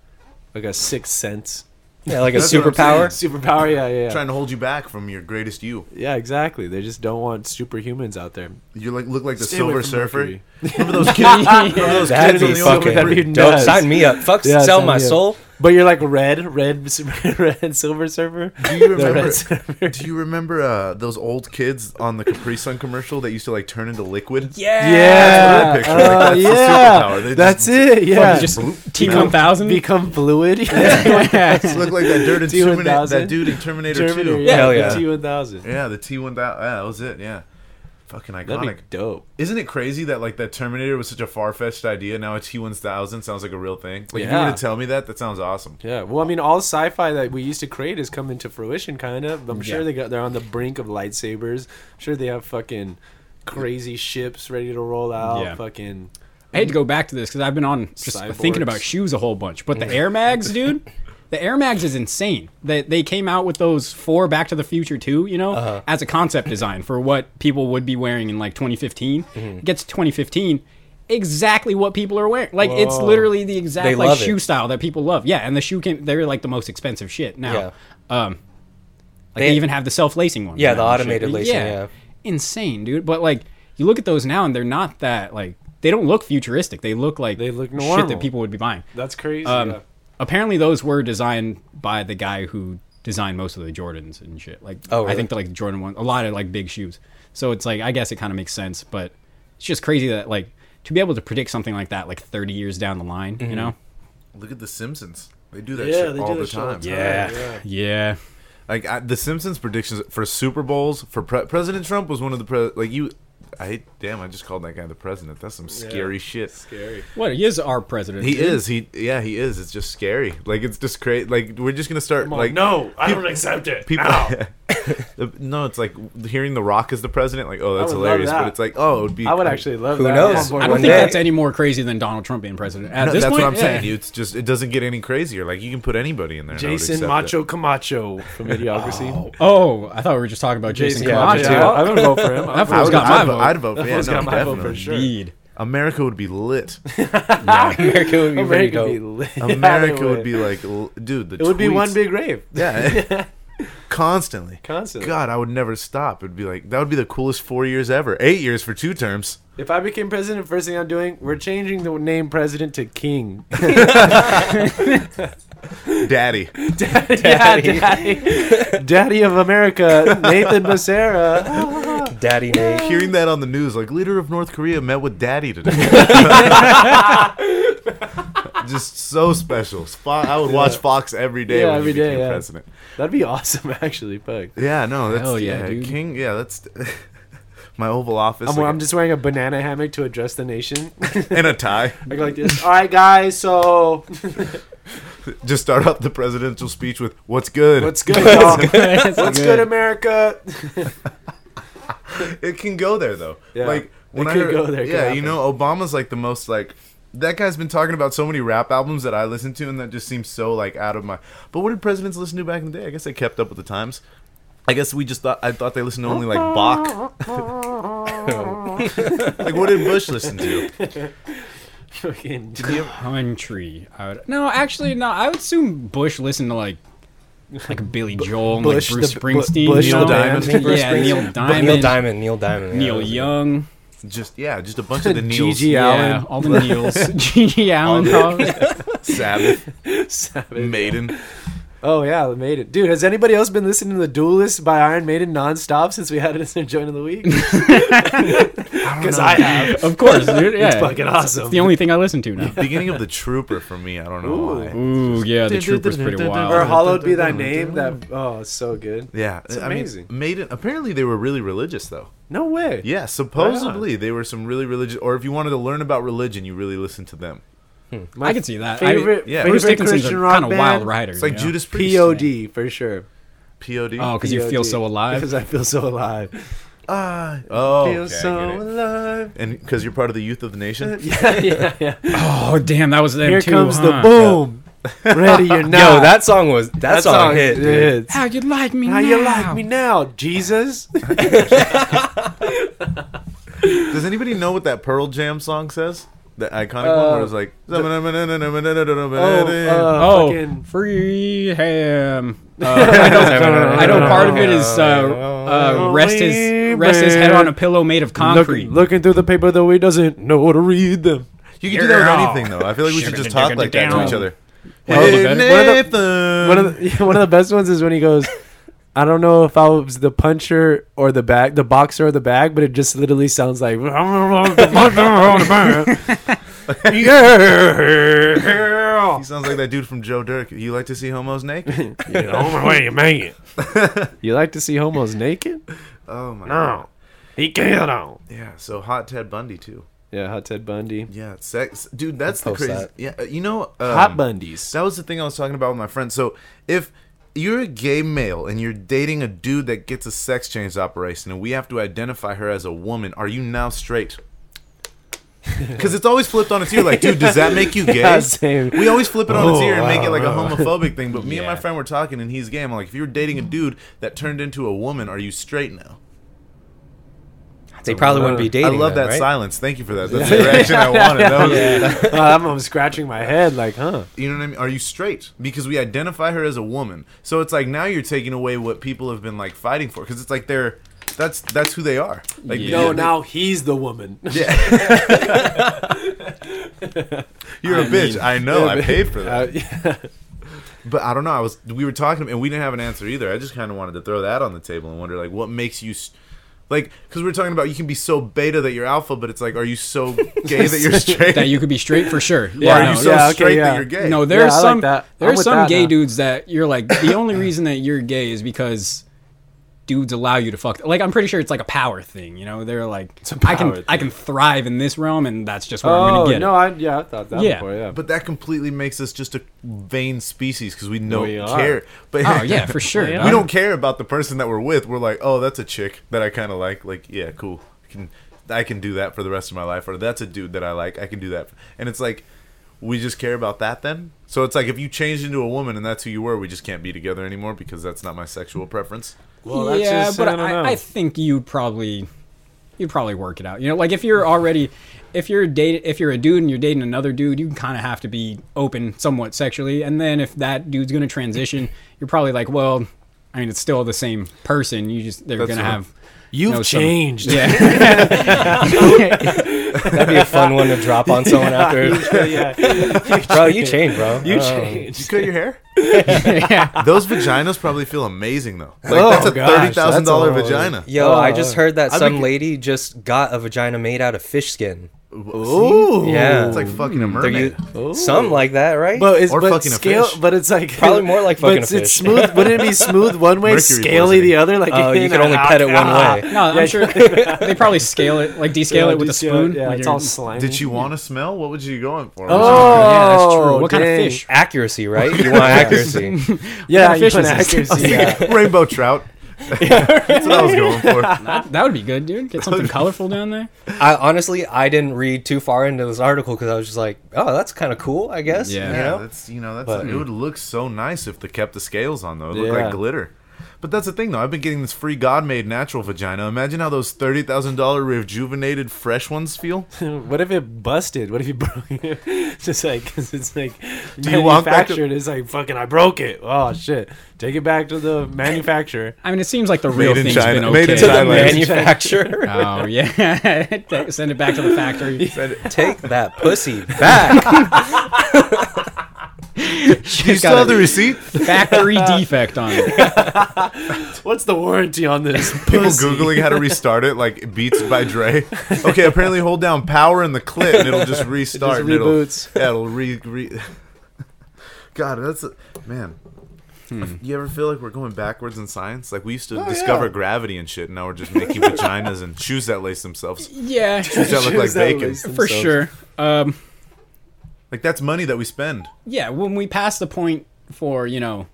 S2: like a sixth sense
S4: yeah, like a
S3: That's what I'm saying.
S4: superpower.
S2: superpower? Yeah, yeah, yeah.
S3: Trying to hold you back from your greatest you.
S2: yeah, exactly. They just don't want superhumans out there.
S3: You like look like the
S2: Stay away
S3: Silver
S2: from
S3: Surfer.
S2: Mercury.
S3: Remember those kids? Remember those
S4: That'd
S3: kids on
S4: be
S3: the
S4: fucking
S3: ocean?
S2: That'd be
S4: dope.
S2: nuts.
S4: Sign me up. Fuck,
S2: Yeah,
S4: sell
S2: sign
S4: my
S2: me up.
S4: soul.
S2: But you're like red, red, red silver surfer.
S3: Do you
S2: The
S3: remember?
S2: red surfer.
S3: Do you remember uh, those old kids on the Capri Sun commercial that used to like turn into liquid?
S1: yeah.
S3: That's what I picture.
S2: Yeah,
S3: Like,
S2: uh,
S3: that's the
S2: yeah.
S3: superpower. They
S2: That's
S3: just-
S2: it. Yeah,
S1: Just T one thousand.
S2: become fluid. Yeah,
S3: Just look like that dirt in
S2: T1000.
S3: Terminator. That dude in Terminator,
S2: Terminator.
S3: 2.
S2: Yeah,
S4: Hell
S2: the
S4: yeah.
S2: T1000.
S3: Yeah, the T one thousand. Yeah, that was it. Yeah, fucking
S2: That'd
S3: iconic.
S2: be dope.
S3: Isn't it crazy that like that Terminator was such a far fetched idea? Now a T one thousand sounds like a real thing. Like if you
S2: Yeah.
S3: were to tell me that, that sounds awesome.
S2: Yeah, well, I mean, all sci-fi that we used to create has come into fruition, kind of. I'm sure
S1: Yeah.
S2: they got they're on the brink of lightsabers. I'm sure they have fucking crazy ships ready to roll out.
S1: Yeah.
S2: Fucking
S1: I had to go back to this because I've been on just
S2: Cyborgs.
S1: thinking about shoes a whole bunch. But the Air Mags, dude, the Air Mags is insane. They they came out with those four Back to the Future too, you know,
S4: Uh-huh.
S1: as a concept design for what people would be wearing in like 2015.
S4: Mm-hmm.
S1: It gets to 2015, exactly what people are wearing. Like it's
S2: Whoa.
S1: literally the exact
S4: They
S1: like
S4: love it.
S1: shoe style that people love. Yeah, and the shoe came. They're like the most expensive shit now. Um, like they,
S4: They-
S1: even have the self lacing ones.
S4: Yeah,
S1: now
S4: the
S1: and shit.
S4: automated lacing, yeah.
S1: insane, dude. But like, you look at those now, and they're not that like. They don't look futuristic. They look like
S2: They look
S1: shit
S2: normal.
S1: that people would be buying.
S2: that's crazy.
S1: Um,
S2: yeah.
S1: Apparently, those were designed by the guy who designed most of the Jordans and shit. Like,
S4: Oh,
S1: I
S4: really?
S1: think the, like Jordan one, a lot of like big shoes. So it's like, I guess it kind of makes sense, but it's just crazy that like to be able to predict something like that, like thirty years down the line, you know?
S3: Look at the Simpsons. They do that
S2: Yeah,
S3: shit
S2: they
S3: all
S2: do
S3: the
S2: that shit all
S3: time.
S2: the yeah.
S1: yeah.
S3: Like I, the Simpsons predictions for Super Bowls for pre- President Trump was one of the pre- like you. I hate, damn, I just called that guy the president. That's some scary shit.
S2: Scary.
S1: What he is our president?
S3: He
S1: dude.
S3: is. He yeah, he is. It's just scary. Like it's just crazy. Like we're just gonna start
S2: Like
S3: like
S2: no, I don't accept it.
S3: people.
S2: Ow.
S3: The- no, it's like hearing The Rock is the president. Like oh, that's
S2: would love
S3: hilarious.
S2: that.
S3: But it's like oh, it would be.
S2: I would actually love
S4: Who
S2: that.
S4: knows?
S2: I'm on board
S1: I don't
S2: with
S1: think
S4: day-
S1: that's any more crazy than Donald Trump being president. At
S3: No,
S1: this
S3: that's
S1: point,
S3: what I'm
S1: yeah.
S3: saying. You, it's just it doesn't get any crazier. Like you can put anybody in there. and I would
S2: Jason
S3: accept
S2: Macho
S3: it.
S2: Camacho from Idiocracy.
S1: Oh, I thought we were just talking about Jason,
S2: Jason
S4: yeah,
S1: Camacho.
S2: Camacho.
S4: too.
S2: Yeah, I would vote for him. I
S1: That
S2: would
S1: fool's
S3: I
S2: vote
S3: would,
S1: got
S3: I'd,
S1: my
S3: vote.
S1: vote.
S3: I'd vote. Yeah,
S2: Fool's
S3: no,
S2: got my vote for
S3: definitely.
S2: sure.
S1: Indeed.
S3: America would be lit.
S4: America would be
S2: for
S4: pretty
S2: America would be
S4: dope.
S2: lit. Yeah, they
S3: America would be like, l- dude, the
S2: It would be
S3: tweets-
S2: one big rave.
S3: Yeah. Constantly.
S2: Constantly.
S3: God, I would never stop. It'd be like that would be the coolest four years ever. Eight years for two terms.
S2: If I became president, first thing I'm doing, we're changing the name president to king.
S3: Daddy.
S2: daddy. Yeah, daddy. daddy of America, Nathan Becerra.
S4: Daddy Nate.
S3: Hearing that on the news, like leader of North Korea met with daddy today. Just so special. Fo- I would watch Fox every day
S2: Yeah,
S3: when
S2: every
S3: he became
S2: day, yeah.
S3: president.
S2: That'd be awesome, actually. Fuck.
S3: Yeah, no, that's
S1: Hell yeah,
S3: yeah,
S1: dude.
S3: King. Yeah, that's my Oval Office
S2: I'm,
S3: like,
S2: I'm just wearing a banana hammock to address the nation. I
S3: in a tie.
S2: go like this. All right, guys. So
S3: Just start off the presidential speech with "What's good."
S2: what's good, y'all?
S1: It's
S2: What's
S1: good.
S2: good, America?
S3: it can go there though.
S2: Yeah.
S3: Like when I
S2: could
S3: heard,
S2: go there, it could
S3: Yeah, you
S2: happen.
S3: know, Obama's like the most like that guy's been talking about so many rap albums that I listen to, and that just seems so like out of my. But what did presidents listen to back in the day? I guess they kept up with the times. I guess we just thought I thought they listened to only like Bach. like what did Bush listen to?
S2: Fucking-
S1: country. I would, no, actually, no. I would assume Bush listened to like like Billy Joel, and,
S2: Bush
S1: like Bruce
S2: the- Bu-
S1: Springsteen,
S2: Bush
S1: you
S2: the
S1: know?
S2: band. Bruce
S1: yeah, Neil Diamond,
S4: Neil Diamond, Neil Diamond, yeah,
S1: Neil
S4: that was a-
S1: Young,
S3: Just yeah, just a bunch of the Neils,
S2: G.G.
S1: yeah,
S2: Allen,
S1: all the Neils, G.G. Allen,
S3: the-
S1: probably.
S3: Sabbath,
S2: Savage.
S3: Maiden.
S2: Oh yeah, the Maiden. Dude, has anybody else been listening to the Duelist by Iron Maiden nonstop since we had it as a joint of the week? Because I have.
S1: of course, dude. Yeah,
S2: It's fucking awesome.
S1: It's the only thing I listen to now.
S3: Beginning of the Trooper for me. I don't know why.
S1: Ooh, yeah, the troop was pretty wild.
S2: or Hollowed Be Thy Name. That oh, it's so good.
S3: Yeah,
S2: It's
S3: I mean,
S2: amazing.
S3: Maiden. Apparently, they were really religious though.
S2: No way.
S3: Yeah, supposedly they were some really religious. Or if you wanted to learn about religion, you really listened to them.
S2: My
S1: I can see that.
S2: Favorite,
S1: I,
S3: yeah.
S1: Bruce
S2: favorite
S1: Dickinson's
S2: Christian
S1: a
S2: rock
S1: kind of wild
S2: band?
S1: rider.
S3: It's like
S1: you know?
S3: Judas Priest.
S2: Pod for sure.
S3: POD.
S1: Oh, because you feel so alive.
S2: Because I feel so alive.
S3: Ah, oh,
S2: feel
S3: okay, I
S2: so
S3: get it.
S2: alive.
S3: And because you're part of the youth of the nation.
S2: yeah, yeah, yeah.
S1: Oh, damn, that was them
S2: Here
S1: too.
S2: comes
S1: huh?
S2: the boom. Ready or not?
S4: Yo, that song was that, song, hit. dude.
S2: hits.
S1: How you like me
S2: How
S1: now?
S2: you like me now, Jesus?
S3: Does anybody know what that Pearl Jam song says? The iconic one where it was like.
S2: uh,
S1: Oh,
S2: fucking-
S1: free ham. Uh, I know, I know part of it is uh, uh, rest his rest his head on a pillow made of
S2: Look-
S1: concrete.
S2: looking through the paper though he doesn't know how to read them.
S3: you can do that with
S1: Yeah.
S3: anything though. I feel like we should just talk like that to each other.
S1: Well,
S3: Hey,
S1: one of
S3: Nathan!
S2: One of the, one of the best ones is when he goes, "I don't know if I was the puncher or the bag, the boxer or the bag, but it just literally sounds like." yeah,
S3: he sounds like that dude from Joe Dirk. You like to see homos naked?
S2: way you make it. You like to see homos naked?
S3: Oh my god.
S2: he can't. on.
S3: Yeah. So hot Ted Bundy too.
S2: Yeah, hot Ted Bundy.
S3: Yeah, sex, dude. That's the
S4: post
S3: crazy.
S4: that.
S3: Yeah, you know, um,
S2: Hot Bundies.
S3: That was the thing I was talking about with my friend. So if you're a gay male and you're dating a dude that gets a sex change operation, and we have to identify her as a woman, are you now straight? Because it's always flipped on its ear. Like, dude, does that make you gay?
S2: Yeah, same.
S3: We always flip it on its
S2: Oh,
S3: ear and make it like a
S2: wow.
S3: homophobic thing. But me and my
S1: Yeah.
S3: friend were talking, and he's gay. I'm like, if you're dating a dude that turned into a woman, are you straight now?
S4: They probably wouldn't be dating.
S3: I love
S4: them,
S3: that
S4: right?
S3: silence. Thank you for that. That's the reaction I wanted. That was,
S2: Uh, I'm, I'm scratching my head like, huh?
S3: You know what I mean? Are you straight? Because we identify her as a woman. So it's like now you're taking away what people have been like fighting for because it's like they're that's that's who they are. Like
S1: Yeah.
S2: No,
S3: you're,
S2: now he's the woman.
S3: you're a
S1: I
S3: bitch.
S1: mean-
S3: I know. I paid for that.
S2: Uh, yeah.
S3: But I don't know. I was we were talking and we didn't have an answer either. I just kind of wanted to throw that on the table and wonder like what makes you s- like because we were talking about you can be so beta that you're alpha, but it's like are you so gay that you're straight?
S1: that you could be straight for sure.
S3: Or
S1: Yeah,
S3: are you
S1: no,
S3: so
S2: yeah, okay,
S3: straight that
S2: yeah.
S3: you're gay?
S1: no, there
S2: Yeah,
S1: are
S2: I like
S1: some
S2: that.
S1: there
S2: I'm
S1: are
S2: with
S1: some
S2: that
S1: gay
S2: now.
S1: dudes that you're like the only reason that you're gay is because dudes allow you to fuck. Like I'm pretty sure it's like a power thing. You know, they're like
S2: a
S1: I can
S2: power thing.
S1: I can thrive in this realm, and that's just where I'm
S2: Oh
S1: gonna get.
S2: no, I yeah, I thought that
S1: Yeah.
S2: before. Yeah,
S3: But that completely makes us just a vain species because we don't
S2: We are.
S3: care. But
S1: it. Oh yeah, for sure.
S2: Yeah.
S1: dog.
S3: we don't care about the person that we're with. We're like, oh, that's a chick that I kind of like. Like, yeah, cool. I can I can do that for the rest of my life, or that's a dude that I like. I can do that, and it's like we just care about that then. So it's like if you changed into a woman and that's who you were, we just can't be together anymore because that's not my sexual preference.
S2: Well, that's
S1: yeah,
S2: just-
S1: but
S2: I don't know.
S1: I, I think you'd probably you'd probably work it out. You know, like if you're already if you're date if you're a dude and you're dating another dude, you kind of have to be open somewhat sexually. And then if that dude's gonna transition, you're probably like, well, I mean, it's still the same person. You just they're
S3: That's
S1: gonna
S3: right.
S1: have
S2: you've
S1: know, some-
S2: changed.
S1: yeah.
S4: That'd be a fun one to drop on someone after.
S2: yeah,
S4: bro, you changed, bro.
S2: Oh.
S4: You
S3: You
S2: changed.
S3: cut your hair?
S1: yeah.
S3: Those vaginas probably feel amazing though. Like
S2: Oh,
S3: that's a
S2: gosh,
S3: thirty thousand dollar
S2: that's a-
S3: vagina.
S4: Yo, I just heard that
S3: I've
S4: some
S3: been-
S4: lady just got a vagina made out of fish skin.
S3: Ooh,
S4: Yeah. Mm.
S3: it's like fucking a
S4: They're
S3: mermaid.
S4: u- something like that, right?
S2: But it's
S3: Or
S2: but
S3: fucking a
S2: scale,
S3: fish.
S2: but it's like
S4: Probably more like
S2: but
S4: fucking a
S2: it's, it's
S4: fish.
S2: smooth. Wouldn't it be smooth one way,
S3: Mercury
S2: scaly
S3: poisoning.
S2: the other? Like
S4: Oh, you
S2: in
S4: can
S2: and
S4: only
S2: out?
S4: pet it one
S2: Ah.
S4: way.
S1: No, I'm sure they probably scale it, like descale
S2: Yeah,
S1: it with a
S2: just, yeah,
S1: spoon.
S2: Yeah,
S1: like
S2: it's
S1: you're-
S2: all slimy.
S3: Did you want to smell? What was you going for?
S2: Oh,
S1: yeah, that's true.
S2: Oh,
S1: What kind of
S2: dang.
S1: fish?
S4: Accuracy, right? You want accuracy.
S2: Yeah,
S1: What
S2: you
S1: kind
S2: put
S1: of fish is
S2: accuracy. Yeah.
S3: rainbow trout. That's what I was going for.
S1: That would be good, dude. Get something colorful down there.
S4: I honestly, I didn't read too far into this article because I was just like, oh, that's kind of cool, I guess.
S1: Yeah.
S4: you
S3: Yeah,
S4: know?
S3: that's you know that's
S4: But-
S3: it would look so nice if they kept the scales on though. It looked
S2: Yeah.
S3: like glitter. But that's the thing though. I've been getting this free God made natural vagina. Imagine how those thirty thousand dollar rejuvenated fresh ones feel.
S2: What if it busted? What if you broke it? It's Just like, 'cause it's like
S3: you walk back to-
S2: manufactured. It's like fucking. I broke it. Oh shit! Take it back to the manufacturer.
S1: I mean, it seems like the real
S3: Made in
S1: thing's
S3: China.
S1: been okay.
S3: Made in
S4: To the
S3: Thailand.
S4: manufacturer,
S1: Oh yeah, send it back to the factory.
S4: take that pussy back.
S3: Do you still have the receipt?
S1: factory defect on it.
S2: What's the warranty on this?
S3: People
S2: pussy?
S3: googling how to restart it, like Beats by Dre. Okay, apparently hold down power and the clip, and it'll just restart. and it'll-
S2: reboots.
S3: yeah, it'll re. re- God, that's a, man. You ever feel like we're going backwards in science? Like we used to discover gravity and shit, and now we're just making vaginas and shoes that lace themselves.
S1: Yeah,
S3: Shoes that look like
S2: that
S3: bacon.
S2: lace-
S1: for sure. Um,
S3: Like that's money that we spend.
S1: yeah, when we pass the point for you know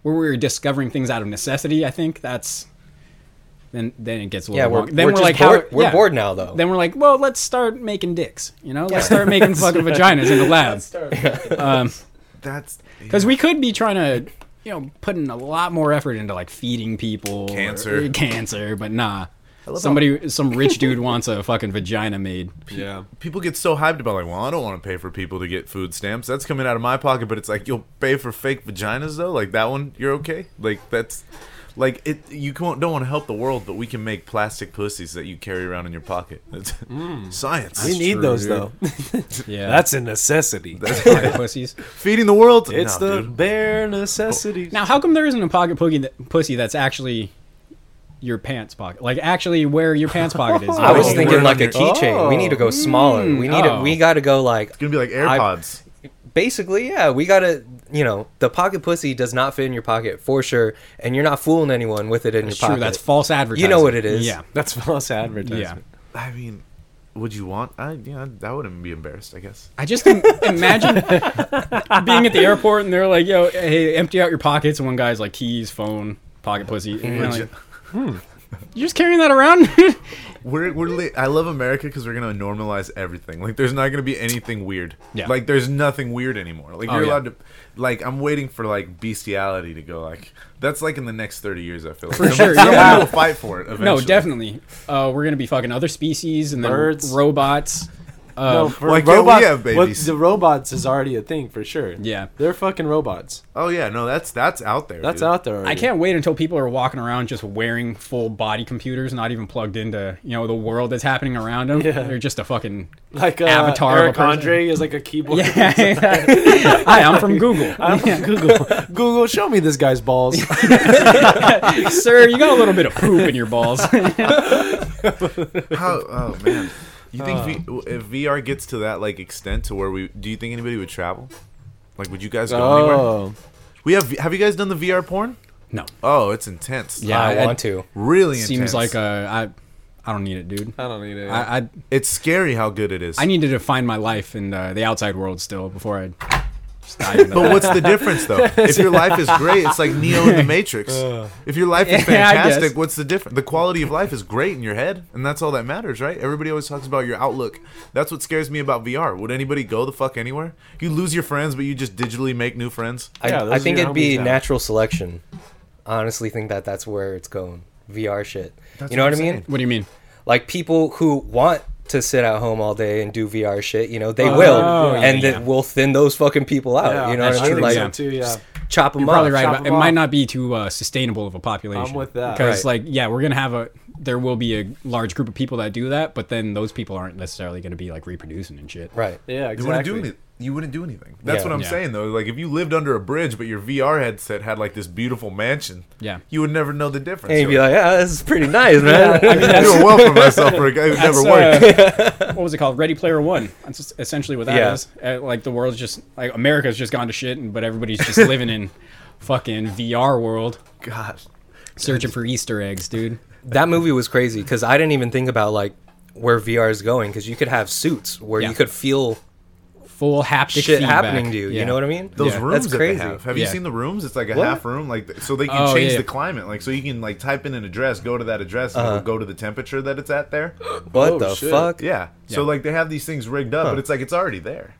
S1: where we were discovering things out of necessity, I think that's then then it gets a
S4: Yeah,
S1: little
S4: we're,
S1: wrong. Then
S4: we're,
S1: we're,
S4: just
S1: like,
S4: bored.
S1: how,
S4: we're
S1: yeah.
S4: bored now, though.
S1: Then we're like, well, let's start making dicks. You know, let's start making fucking vaginas in the lab
S3: That's
S1: because we could be trying to. You know, putting a lot more effort into like feeding people or-
S3: Cancer.
S1: cancer, but nah. Somebody, some rich dude wants a fucking vagina made.
S2: Yeah.
S3: people get so hyped about like, well, I don't want to pay for people to get food stamps. That's coming out of my pocket, but it's like you'll pay for fake vaginas though. Like that one, you're okay. Like that's like it. You can't, don't want to help the world, but we can make plastic pussies that you carry around in your pocket. That's science.
S2: We Hmm. need
S1: true,
S2: those
S1: dude.
S2: though.
S1: Yeah,
S2: That's a necessity.
S1: pocket pussies.
S3: Feeding the world.
S2: It's
S3: No,
S2: the
S3: dude.
S2: bare necessities.
S1: Now, how come there isn't a pocket poogie that, pussy that's actually your pants pocket? Like actually where your pants pocket is.
S4: I was
S3: Oh,
S4: thinking
S3: we're
S4: like a
S3: under-
S4: keychain. we need to go smaller. we need to.
S1: oh.
S4: We got to go like.
S3: It's gonna be like AirPods.
S4: Basically, yeah, we got to. You know, the pocket pussy does not fit in your pocket for sure, and you're not fooling anyone with it in
S1: It's true.
S4: your pocket.
S1: That's false advertising.
S4: You know what it is.
S1: Yeah.
S2: That's false
S1: Yeah.
S2: advertisement. Um,
S3: I, mean, would you want? I yeah, I wouldn't be embarrassed. I guess.
S1: I just can imagine being at the airport and they're like, "Yo, hey, empty out your pockets." And one guy's like, "Keys, phone, pocket pussy." And you're like, "You're just carrying that around?"
S3: We're, we're li- I love America because we're gonna normalize everything. Like, there's not gonna be anything weird.
S1: Yeah.
S3: Like, there's nothing weird anymore. Like,
S1: Oh,
S3: you're
S1: yeah.
S3: allowed to. Like, I'm waiting for like bestiality to go. Like, that's like in the next 30 years. I feel like for
S1: sure, yeah.
S3: will fight for it. Eventually.
S1: no, definitely. Uh, we're gonna be fucking other species and then
S2: Birds.
S1: robots.
S2: No, for
S3: why can't we
S2: robot-
S3: have
S2: what-
S3: babies?
S2: the robots is already a thing for sure.
S1: Yeah.
S2: They're fucking robots.
S3: Oh yeah, no, that's that's out there.
S2: That's
S3: dude.
S2: out there. Already.
S1: I can't wait until people are walking around just wearing full body computers, not even plugged into you know the world that's happening around them.
S2: Yeah.
S1: They're just a fucking
S2: Like uh,
S1: Avatar of a
S2: Eric
S1: person.
S2: Andre is like a keyboard.
S1: yeah. Hi, I'm from Google.
S2: I'm Google. Google, show me this guy's balls.
S1: Sir, you got a little bit of poop in your balls.
S3: How, oh man, you think v- if VR gets to that like extent to where we? Do you think anybody would travel? Like, would you guys go anywhere?
S2: oh,
S3: We have. Have you guys done the VR porn?
S1: no.
S3: Oh, it's intense.
S1: Yeah,
S4: I
S1: I-
S4: want to.
S3: really intense.
S1: Seems like a, I, I don't need it, dude.
S2: I don't need it.
S1: I, I,
S3: It's scary how good it is.
S1: I need to define my life in uh, the outside world still before I just dive into
S3: But
S1: that.
S3: what's the difference though? If your life is great, it's like Neo in the Matrix. If your life is
S1: Yeah, I guess.
S3: fantastic, what's the difference? The quality of life is great in your head, and that's all that matters, right? Everybody always talks about your outlook. That's what scares me about VR. Would anybody go the fuck anywhere? You lose your friends, but you just digitally make new friends.
S4: I,
S2: Yeah, those
S4: I
S2: are
S4: think
S2: your
S4: it'd be
S2: homies now.
S4: natural selection. I honestly think that that's where it's going. VR shit. you
S3: what
S4: know what I
S3: I'm
S4: mean?
S3: saying.
S1: What do you mean?
S4: Like people who want to sit at home all day and do VR shit, you know, they will, and
S1: Oh, yeah.
S4: that will thin those fucking people out.
S2: Yeah,
S4: you know what
S1: that's
S4: I mean?
S1: true,
S4: Like
S1: yeah.
S2: too, yeah.
S4: chop them
S1: Probably
S4: up.
S1: right.
S2: chop
S1: About, it
S2: them off.
S1: might not be too uh, sustainable of a population.
S2: I'm with that.
S1: Because, like,
S4: Right.
S1: yeah, we're going to have a there will be a large group of people that do that, but then those people aren't necessarily going to be like reproducing and shit.
S4: Right.
S2: Yeah,
S3: They
S2: exactly.
S3: wouldn't do any, you wouldn't do anything. That's
S4: Yeah.
S3: what I'm
S1: Yeah.
S3: saying though. Like if you lived under a bridge, but your VR headset had like this beautiful mansion,
S1: Yeah.
S3: you would never know the difference.
S4: And you'd
S3: You're
S4: be like, yeah, this is pretty nice, man.
S1: I mean,
S3: I
S1: that's,
S3: do well for myself for a guy who never
S1: that's,
S3: worked.
S1: uh, what was it called? Ready Player One. That's just essentially what that
S4: Yeah.
S1: is. Uh, like the world's just like America's just gone to shit, and but everybody's just living in fucking VR world,
S3: Gosh,
S1: searching for Easter eggs, dude.
S4: that movie was crazy because I didn't even think about like where VR is going because you could have suits where
S1: Yeah.
S4: you could feel
S1: Full haptic
S4: shit
S1: feedback.
S4: happening to you.
S1: Yeah.
S4: You know what I mean?
S3: those
S1: Yeah.
S3: rooms
S4: That's
S3: that
S4: crazy.
S3: they have. Have you
S1: Yeah.
S3: seen the rooms? It's like a
S4: What?
S3: half room, like th- so they can
S1: Oh,
S3: change
S1: yeah,
S3: the
S1: yeah.
S3: climate. Like so you can like type in an address, go to that address, and it'll go to the temperature that it's at there.
S4: What
S2: Oh,
S4: the
S2: shit.
S4: fuck?
S3: Yeah. So
S1: Yeah.
S3: like they have these things rigged up, but it's like it's already there.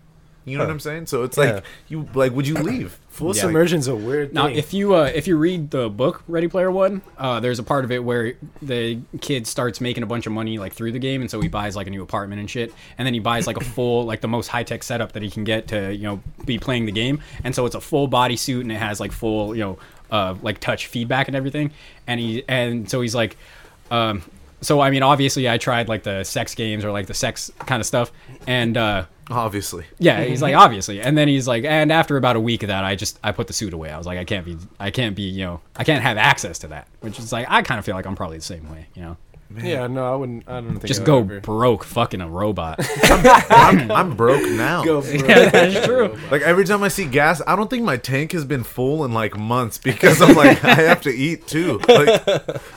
S3: You know what I'm saying? So it's
S4: Yeah.
S3: like you like would you leave?
S2: Full
S1: Yeah.
S2: submersion's a weird thing.
S1: Now, if you uh, if you read the book Ready Player One, uh, there's a part of it where the kid starts making a bunch of money like through the game, and so he buys like a new apartment and shit, and then he buys like a full like the most high tech setup that he can get to you know be playing the game, and so it's a full body suit and it has like full you know uh, like touch feedback and everything, and he and so he's like. Um, so I mean, obviously, I tried like the sex games or like the sex kind of stuff, and uh,
S3: Obviously.
S1: yeah, he's like obviously, and then he's like, and after about a week of that, I just I put the suit away. I was like, I can't be, I can't be, you know, I can't have access to that. Which is like, I kind of feel like I'm probably the same way, you know.
S2: yeah, no, I wouldn't. I don't think. I
S1: Just
S2: would
S1: go
S2: ever.
S1: broke, fucking a robot.
S3: I'm, I'm broke now.
S2: Go for it.
S1: That's true.
S3: Like every time I see gas, I don't think my tank has been full in like months because I'm like I have to eat too. Like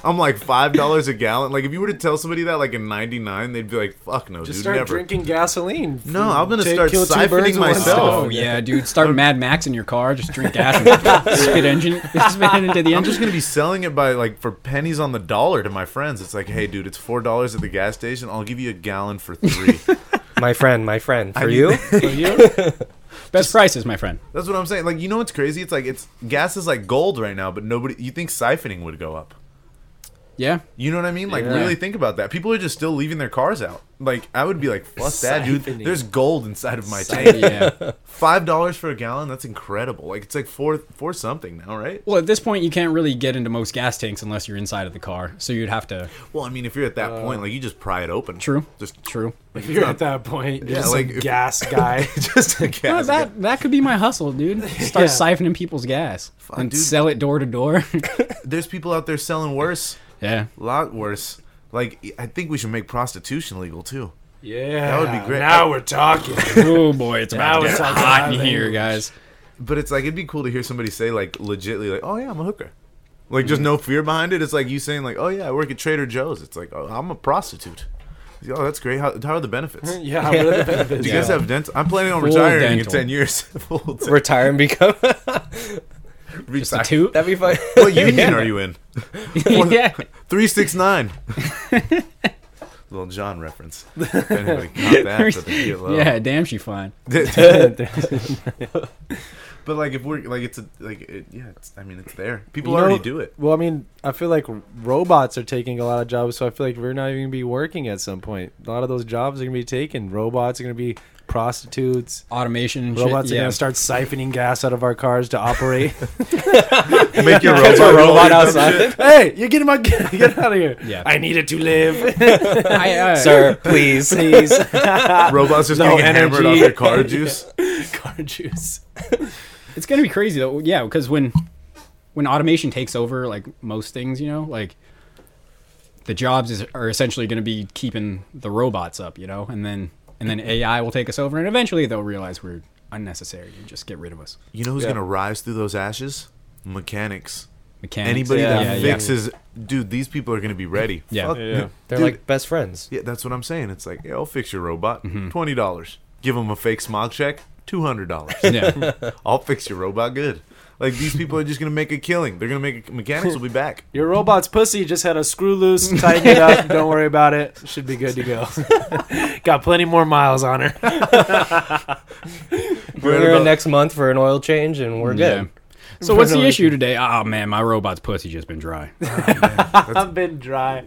S3: I'm like five dollars a gallon. Like if you were to tell somebody that like in '99, they'd be like, "Fuck no,
S2: Just
S3: dude,
S2: start
S3: never."
S2: drinking gasoline.
S3: No, I'm gonna
S2: Take-
S3: start
S2: kill two birds with
S3: siphoning
S2: one
S3: myself.
S1: Oh yeah, dude, start Mad Max in your car. Just drink gas and spit engine, spit it into the
S3: I'm
S1: engine.
S3: just gonna be selling it by like for pennies on the dollar to my friends. It's like, hey, dude, it's four dollars at the gas station. I'll give you a gallon for three.
S4: My friend, my friend, for
S3: mean-
S4: you,
S2: For you?
S1: Best prices, my friend.
S3: That's what I'm saying. Like, you know what's crazy? It's like it's gas is like gold right now, but nobody. You think siphoning would go up?
S1: Yeah,
S3: You know what I mean? Like, really think about that. People are just still leaving their cars out. Like, I would be like, fuck that, dude.
S2: Siphoning.
S3: There's gold inside of my tank.
S1: yeah.
S3: Five dollars for a gallon? That's incredible. Like, it's like four four something now, right?
S1: Well, at this point, you can't really get into most gas tanks unless you're inside of the car. So you'd have to.
S3: Well, I mean, if you're at that point, like, you just pry it open.
S1: Uh, True.
S3: Just
S1: True.
S2: If you're at that point, you're
S3: Yeah,
S2: just
S3: like,
S2: a
S3: if-
S2: gas guy.
S3: just a gas.
S1: Well,
S3: ga-
S1: that that could be my hustle, dude. Start
S2: Yeah.
S1: siphoning people's gas and
S3: dude.
S1: sell it door to door.
S3: There's people out there selling worse,
S1: Yeah.
S3: a lot worse. Like, I think we should make prostitution legal too.
S2: yeah,
S3: That would be great.
S2: Now we're talking.
S1: Oh boy, it's about
S2: Now
S1: to
S2: it's
S1: get
S2: like
S1: hot in
S2: live
S1: here,
S2: English.
S1: guys.
S3: But it's like it'd be cool to hear somebody say like legitly like, "Oh yeah, I'm a hooker." Like
S1: Mm-hmm.
S3: just no fear behind it. It's like you saying like, "Oh yeah, I work at Trader Joe's." It's like, "Oh, I'm a prostitute." Oh, that's great. How, how are the benefits? Do
S2: Yeah, what are the benefits?
S3: you guys have dental? I'm planning on
S1: Full
S3: retiring
S1: dental.
S3: in ten years. Full dental.
S4: retire and become.
S1: Just a toot.
S4: That'd be fun.
S3: What union are you in?
S1: yeah.
S3: Three six nine. Little John reference. If anybody caught that, but they get low.
S1: Yeah, damn, she fine.
S3: but like if we're like it's a like it, yeah, it's, I mean it's there. People
S2: You know-
S3: already do it.
S2: Well, I mean, I feel like robots are taking a lot of jobs, so I feel like we're not even gonna be working at some point. A lot of those jobs are gonna be taken. Robots are gonna be prostitutes.
S1: Automation. and shit,
S2: Robots are
S1: yeah.
S2: gonna start siphoning gas out of our cars to operate.
S3: Make your
S4: That's a
S3: robot,
S4: robot outside.
S2: hey, you're getting my get out of here.
S1: Yeah.
S2: I need it to live.
S1: I, uh,
S4: Sir, please.
S2: Please,
S3: Robots just
S2: No
S3: getting hammered on
S2: energy.
S3: their car juice.
S2: car juice.
S1: It's gonna be crazy though. Yeah, because when when automation takes over like most things, you know, like the jobs is, are essentially gonna be keeping the robots up, you know, and then and then AI will take us over, and eventually they'll realize we're unnecessary and just get rid of us.
S3: You know who's
S2: Yeah.
S3: gonna rise through those ashes? Mechanics.
S1: Mechanics.
S3: Anybody
S1: yeah,
S3: that
S1: yeah, yeah.
S3: fixes, dude, these people are gonna be ready.
S1: Yeah.
S3: Fuck.
S2: Yeah.
S4: They're
S3: Dude.
S4: like best friends.
S3: Yeah, that's what I'm saying. It's like, yeah, I'll fix your robot. Twenty dollars. Give them a fake smog check. Two hundred dollars.
S1: yeah.
S3: I'll fix your robot good. Like these people are just gonna make a killing. They're gonna make a, mechanics will be back.
S2: Your robot's pussy just had a screw loose. Tighten it up. Don't worry about it. Should be good to go. Got plenty more miles on her.
S3: Right
S4: We're in
S3: about-
S4: next month for an oil change, and we're
S1: Yeah.
S4: good.
S1: So what's the issue today? Oh man, my robot's pussy just been dry.
S2: I've been dry.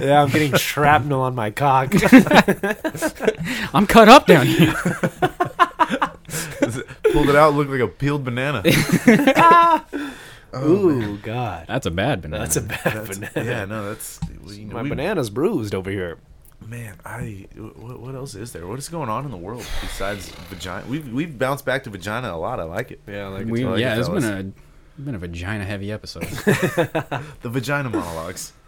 S2: Yeah, I'm getting shrapnel on my cock.
S1: I'm cut up down here.
S3: Pulled it out, looked like a peeled banana.
S2: Ooh, God.
S1: That's a bad banana.
S2: That's a bad
S3: That's-
S2: banana.
S3: yeah, no, that's you know,
S2: My
S3: we-
S2: banana's bruised over here.
S3: Man, I what, what else is there? What is going on in the world besides vagina? We've we've bounced back to vagina a lot. I like it. Yeah, I like
S1: We,
S3: I like
S1: yeah, it's been
S3: fellas.
S1: a been a vagina heavy episode.
S3: the vagina monologues.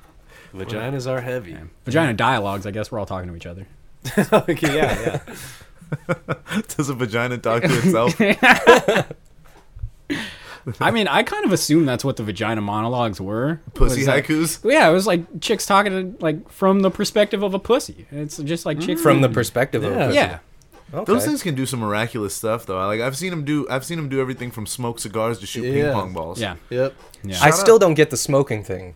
S2: Vaginas are heavy.
S1: vagina dialogues. I guess we're all talking to each other.
S2: okay, yeah, yeah.
S3: Does a vagina talk to itself?
S1: I mean, I kind of assumed that's what the vagina monologues were.
S3: Pussy
S1: Was that-
S3: haikus.
S1: yeah, it was like chicks talking to, like from the perspective of a pussy. It's just like chicks
S4: from the perspective of a
S2: Yeah.
S4: pussy.
S1: yeah.
S3: Those things can do some miraculous stuff, though. Like I've seen them do. I've seen them do everything from smoke cigars to shoot
S2: Yeah.
S3: ping pong balls.
S1: Yeah.
S2: Yep.
S4: I still don't get the smoking thing.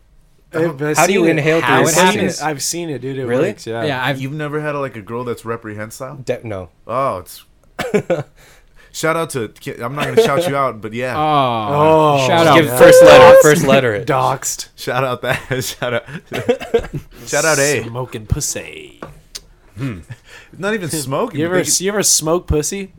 S4: How do you inhale
S1: how
S4: through your
S1: it
S2: I've seen
S1: happens.
S2: it. I've seen it, dude. It
S4: Really?
S2: works. Yeah.
S1: Yeah, I've
S3: You've never had like a girl that's reprehensile.
S4: De- no.
S3: Oh, it's. shout out to. I'm not gonna shout you out, but yeah.
S1: oh,
S2: Oh,
S1: shout
S4: Give
S1: out.
S4: first letter, first letter it.
S2: doxed,
S3: shout out that. shout out. shout out
S4: eh?
S3: a.
S2: smoking pussy.
S3: Not even smoking.
S2: You
S3: but
S2: ever
S3: they-
S2: you ever smoke pussy?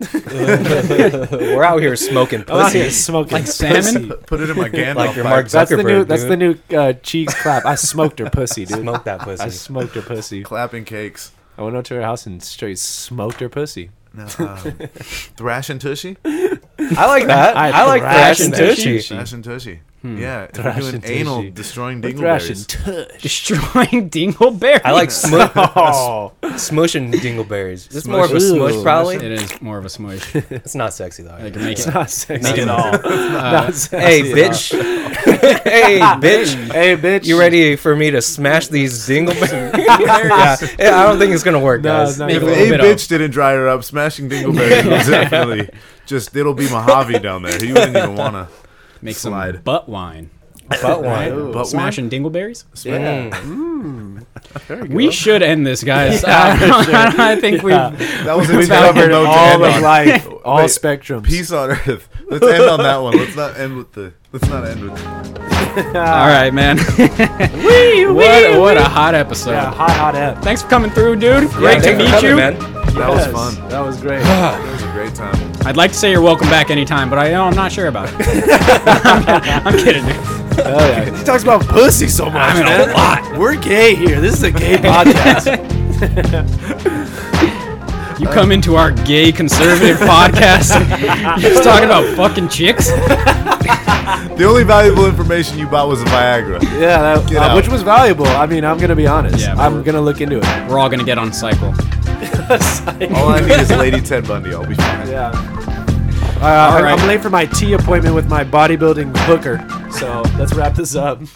S4: We're out here smoking
S2: Oh, yeah,
S4: pussy.
S2: smoking
S1: Like
S2: pussy.
S1: salmon?
S3: Put it in my Gandalf.
S4: Like your
S3: pipe.
S4: Mark
S2: That's the
S4: Zuckerberg,
S2: new. That's the
S4: dude.
S2: new uh, cheeks clap. I smoked her pussy, dude.
S4: Smoke that pussy.
S2: I smoked her pussy.
S3: clapping cakes.
S2: I went out to her house and straight smoked her pussy.
S3: No, um, thrash and tushy.
S4: I like that.
S2: I
S4: I, like
S2: thrash
S4: thrash and
S2: that
S4: tushy.
S3: Thrash and tushy. Yeah, if you're
S2: Hmm. Thrash
S3: doing
S2: and
S3: anal,
S2: tushy.
S3: destroying
S2: Thrash and
S3: dingleberries.
S2: tush.
S1: destroying Dingleberry.
S4: I like smush,
S2: Oh,
S4: smushing dingleberries. It's more of a
S2: Smush.
S4: smush,
S2: Ooh.
S1: It
S4: probably.
S1: is more of a smush. They
S4: It's not sexy though.
S1: can make it.
S2: not sexy
S1: Make
S2: at
S1: it-
S2: all. Not sexy
S4: Hey,
S2: at
S4: bitch. hey, bitch.
S2: all. Hey, bitch.
S4: You ready for me to smash these dingleberries? yeah. yeah, I don't think it's gonna work,
S2: No,
S4: guys.
S2: it's not
S1: Make
S2: gonna
S1: a
S2: work.
S1: little
S3: A
S1: bit
S3: bitch
S1: of.
S3: didn't dry her up. Smashing dingleberries will definitely just it'll be Mojave down there. You wouldn't even wanna.
S1: Make some
S3: slide.
S1: butt wine.
S4: Butt wine.
S3: But
S1: Smashing dingleberries.
S3: Yeah.
S1: We should end this, guys. I, I think we've.
S3: That was
S2: We've
S3: a
S2: covered
S3: note to end
S2: all
S3: on.
S2: of life, all
S3: Wait,
S2: spectrums.
S3: Peace on earth. Let's end on that one. Let's not end with the. Let's not end with.
S1: All right, man. what, what a hot episode.
S2: Yeah, hot, hot app.
S1: Thanks for coming through, dude.
S4: Yeah,
S1: Great to
S4: thanks for
S1: meet
S4: coming,
S1: you.
S4: man.
S3: That was fun.
S2: That was great.
S3: That was a great time.
S1: I'd like to say you're welcome back anytime, but I, I'm not sure about it. I'm kidding. dude.
S2: He talks about pussy so much.
S1: I'm in a
S2: man.
S1: lot.
S2: We're gay here. This is a gay podcast.
S1: You come into our gay conservative podcast and you're just talking about fucking chicks?
S3: The only valuable information you bought was a Viagra.
S2: yeah, that,
S3: Get
S2: uh,
S3: out.
S2: which was valuable. I mean, I'm gonna be honest.
S1: Yeah,
S2: I'm
S1: we're-
S2: gonna look into it.
S1: We're all gonna get on cycle.
S3: All I need is Lady Ted Bundy. I'll be fine.
S2: Yeah. Uh,
S1: All
S2: I'm-
S1: right.
S2: I'm late for my tea appointment with my bodybuilding booker. So let's wrap this up.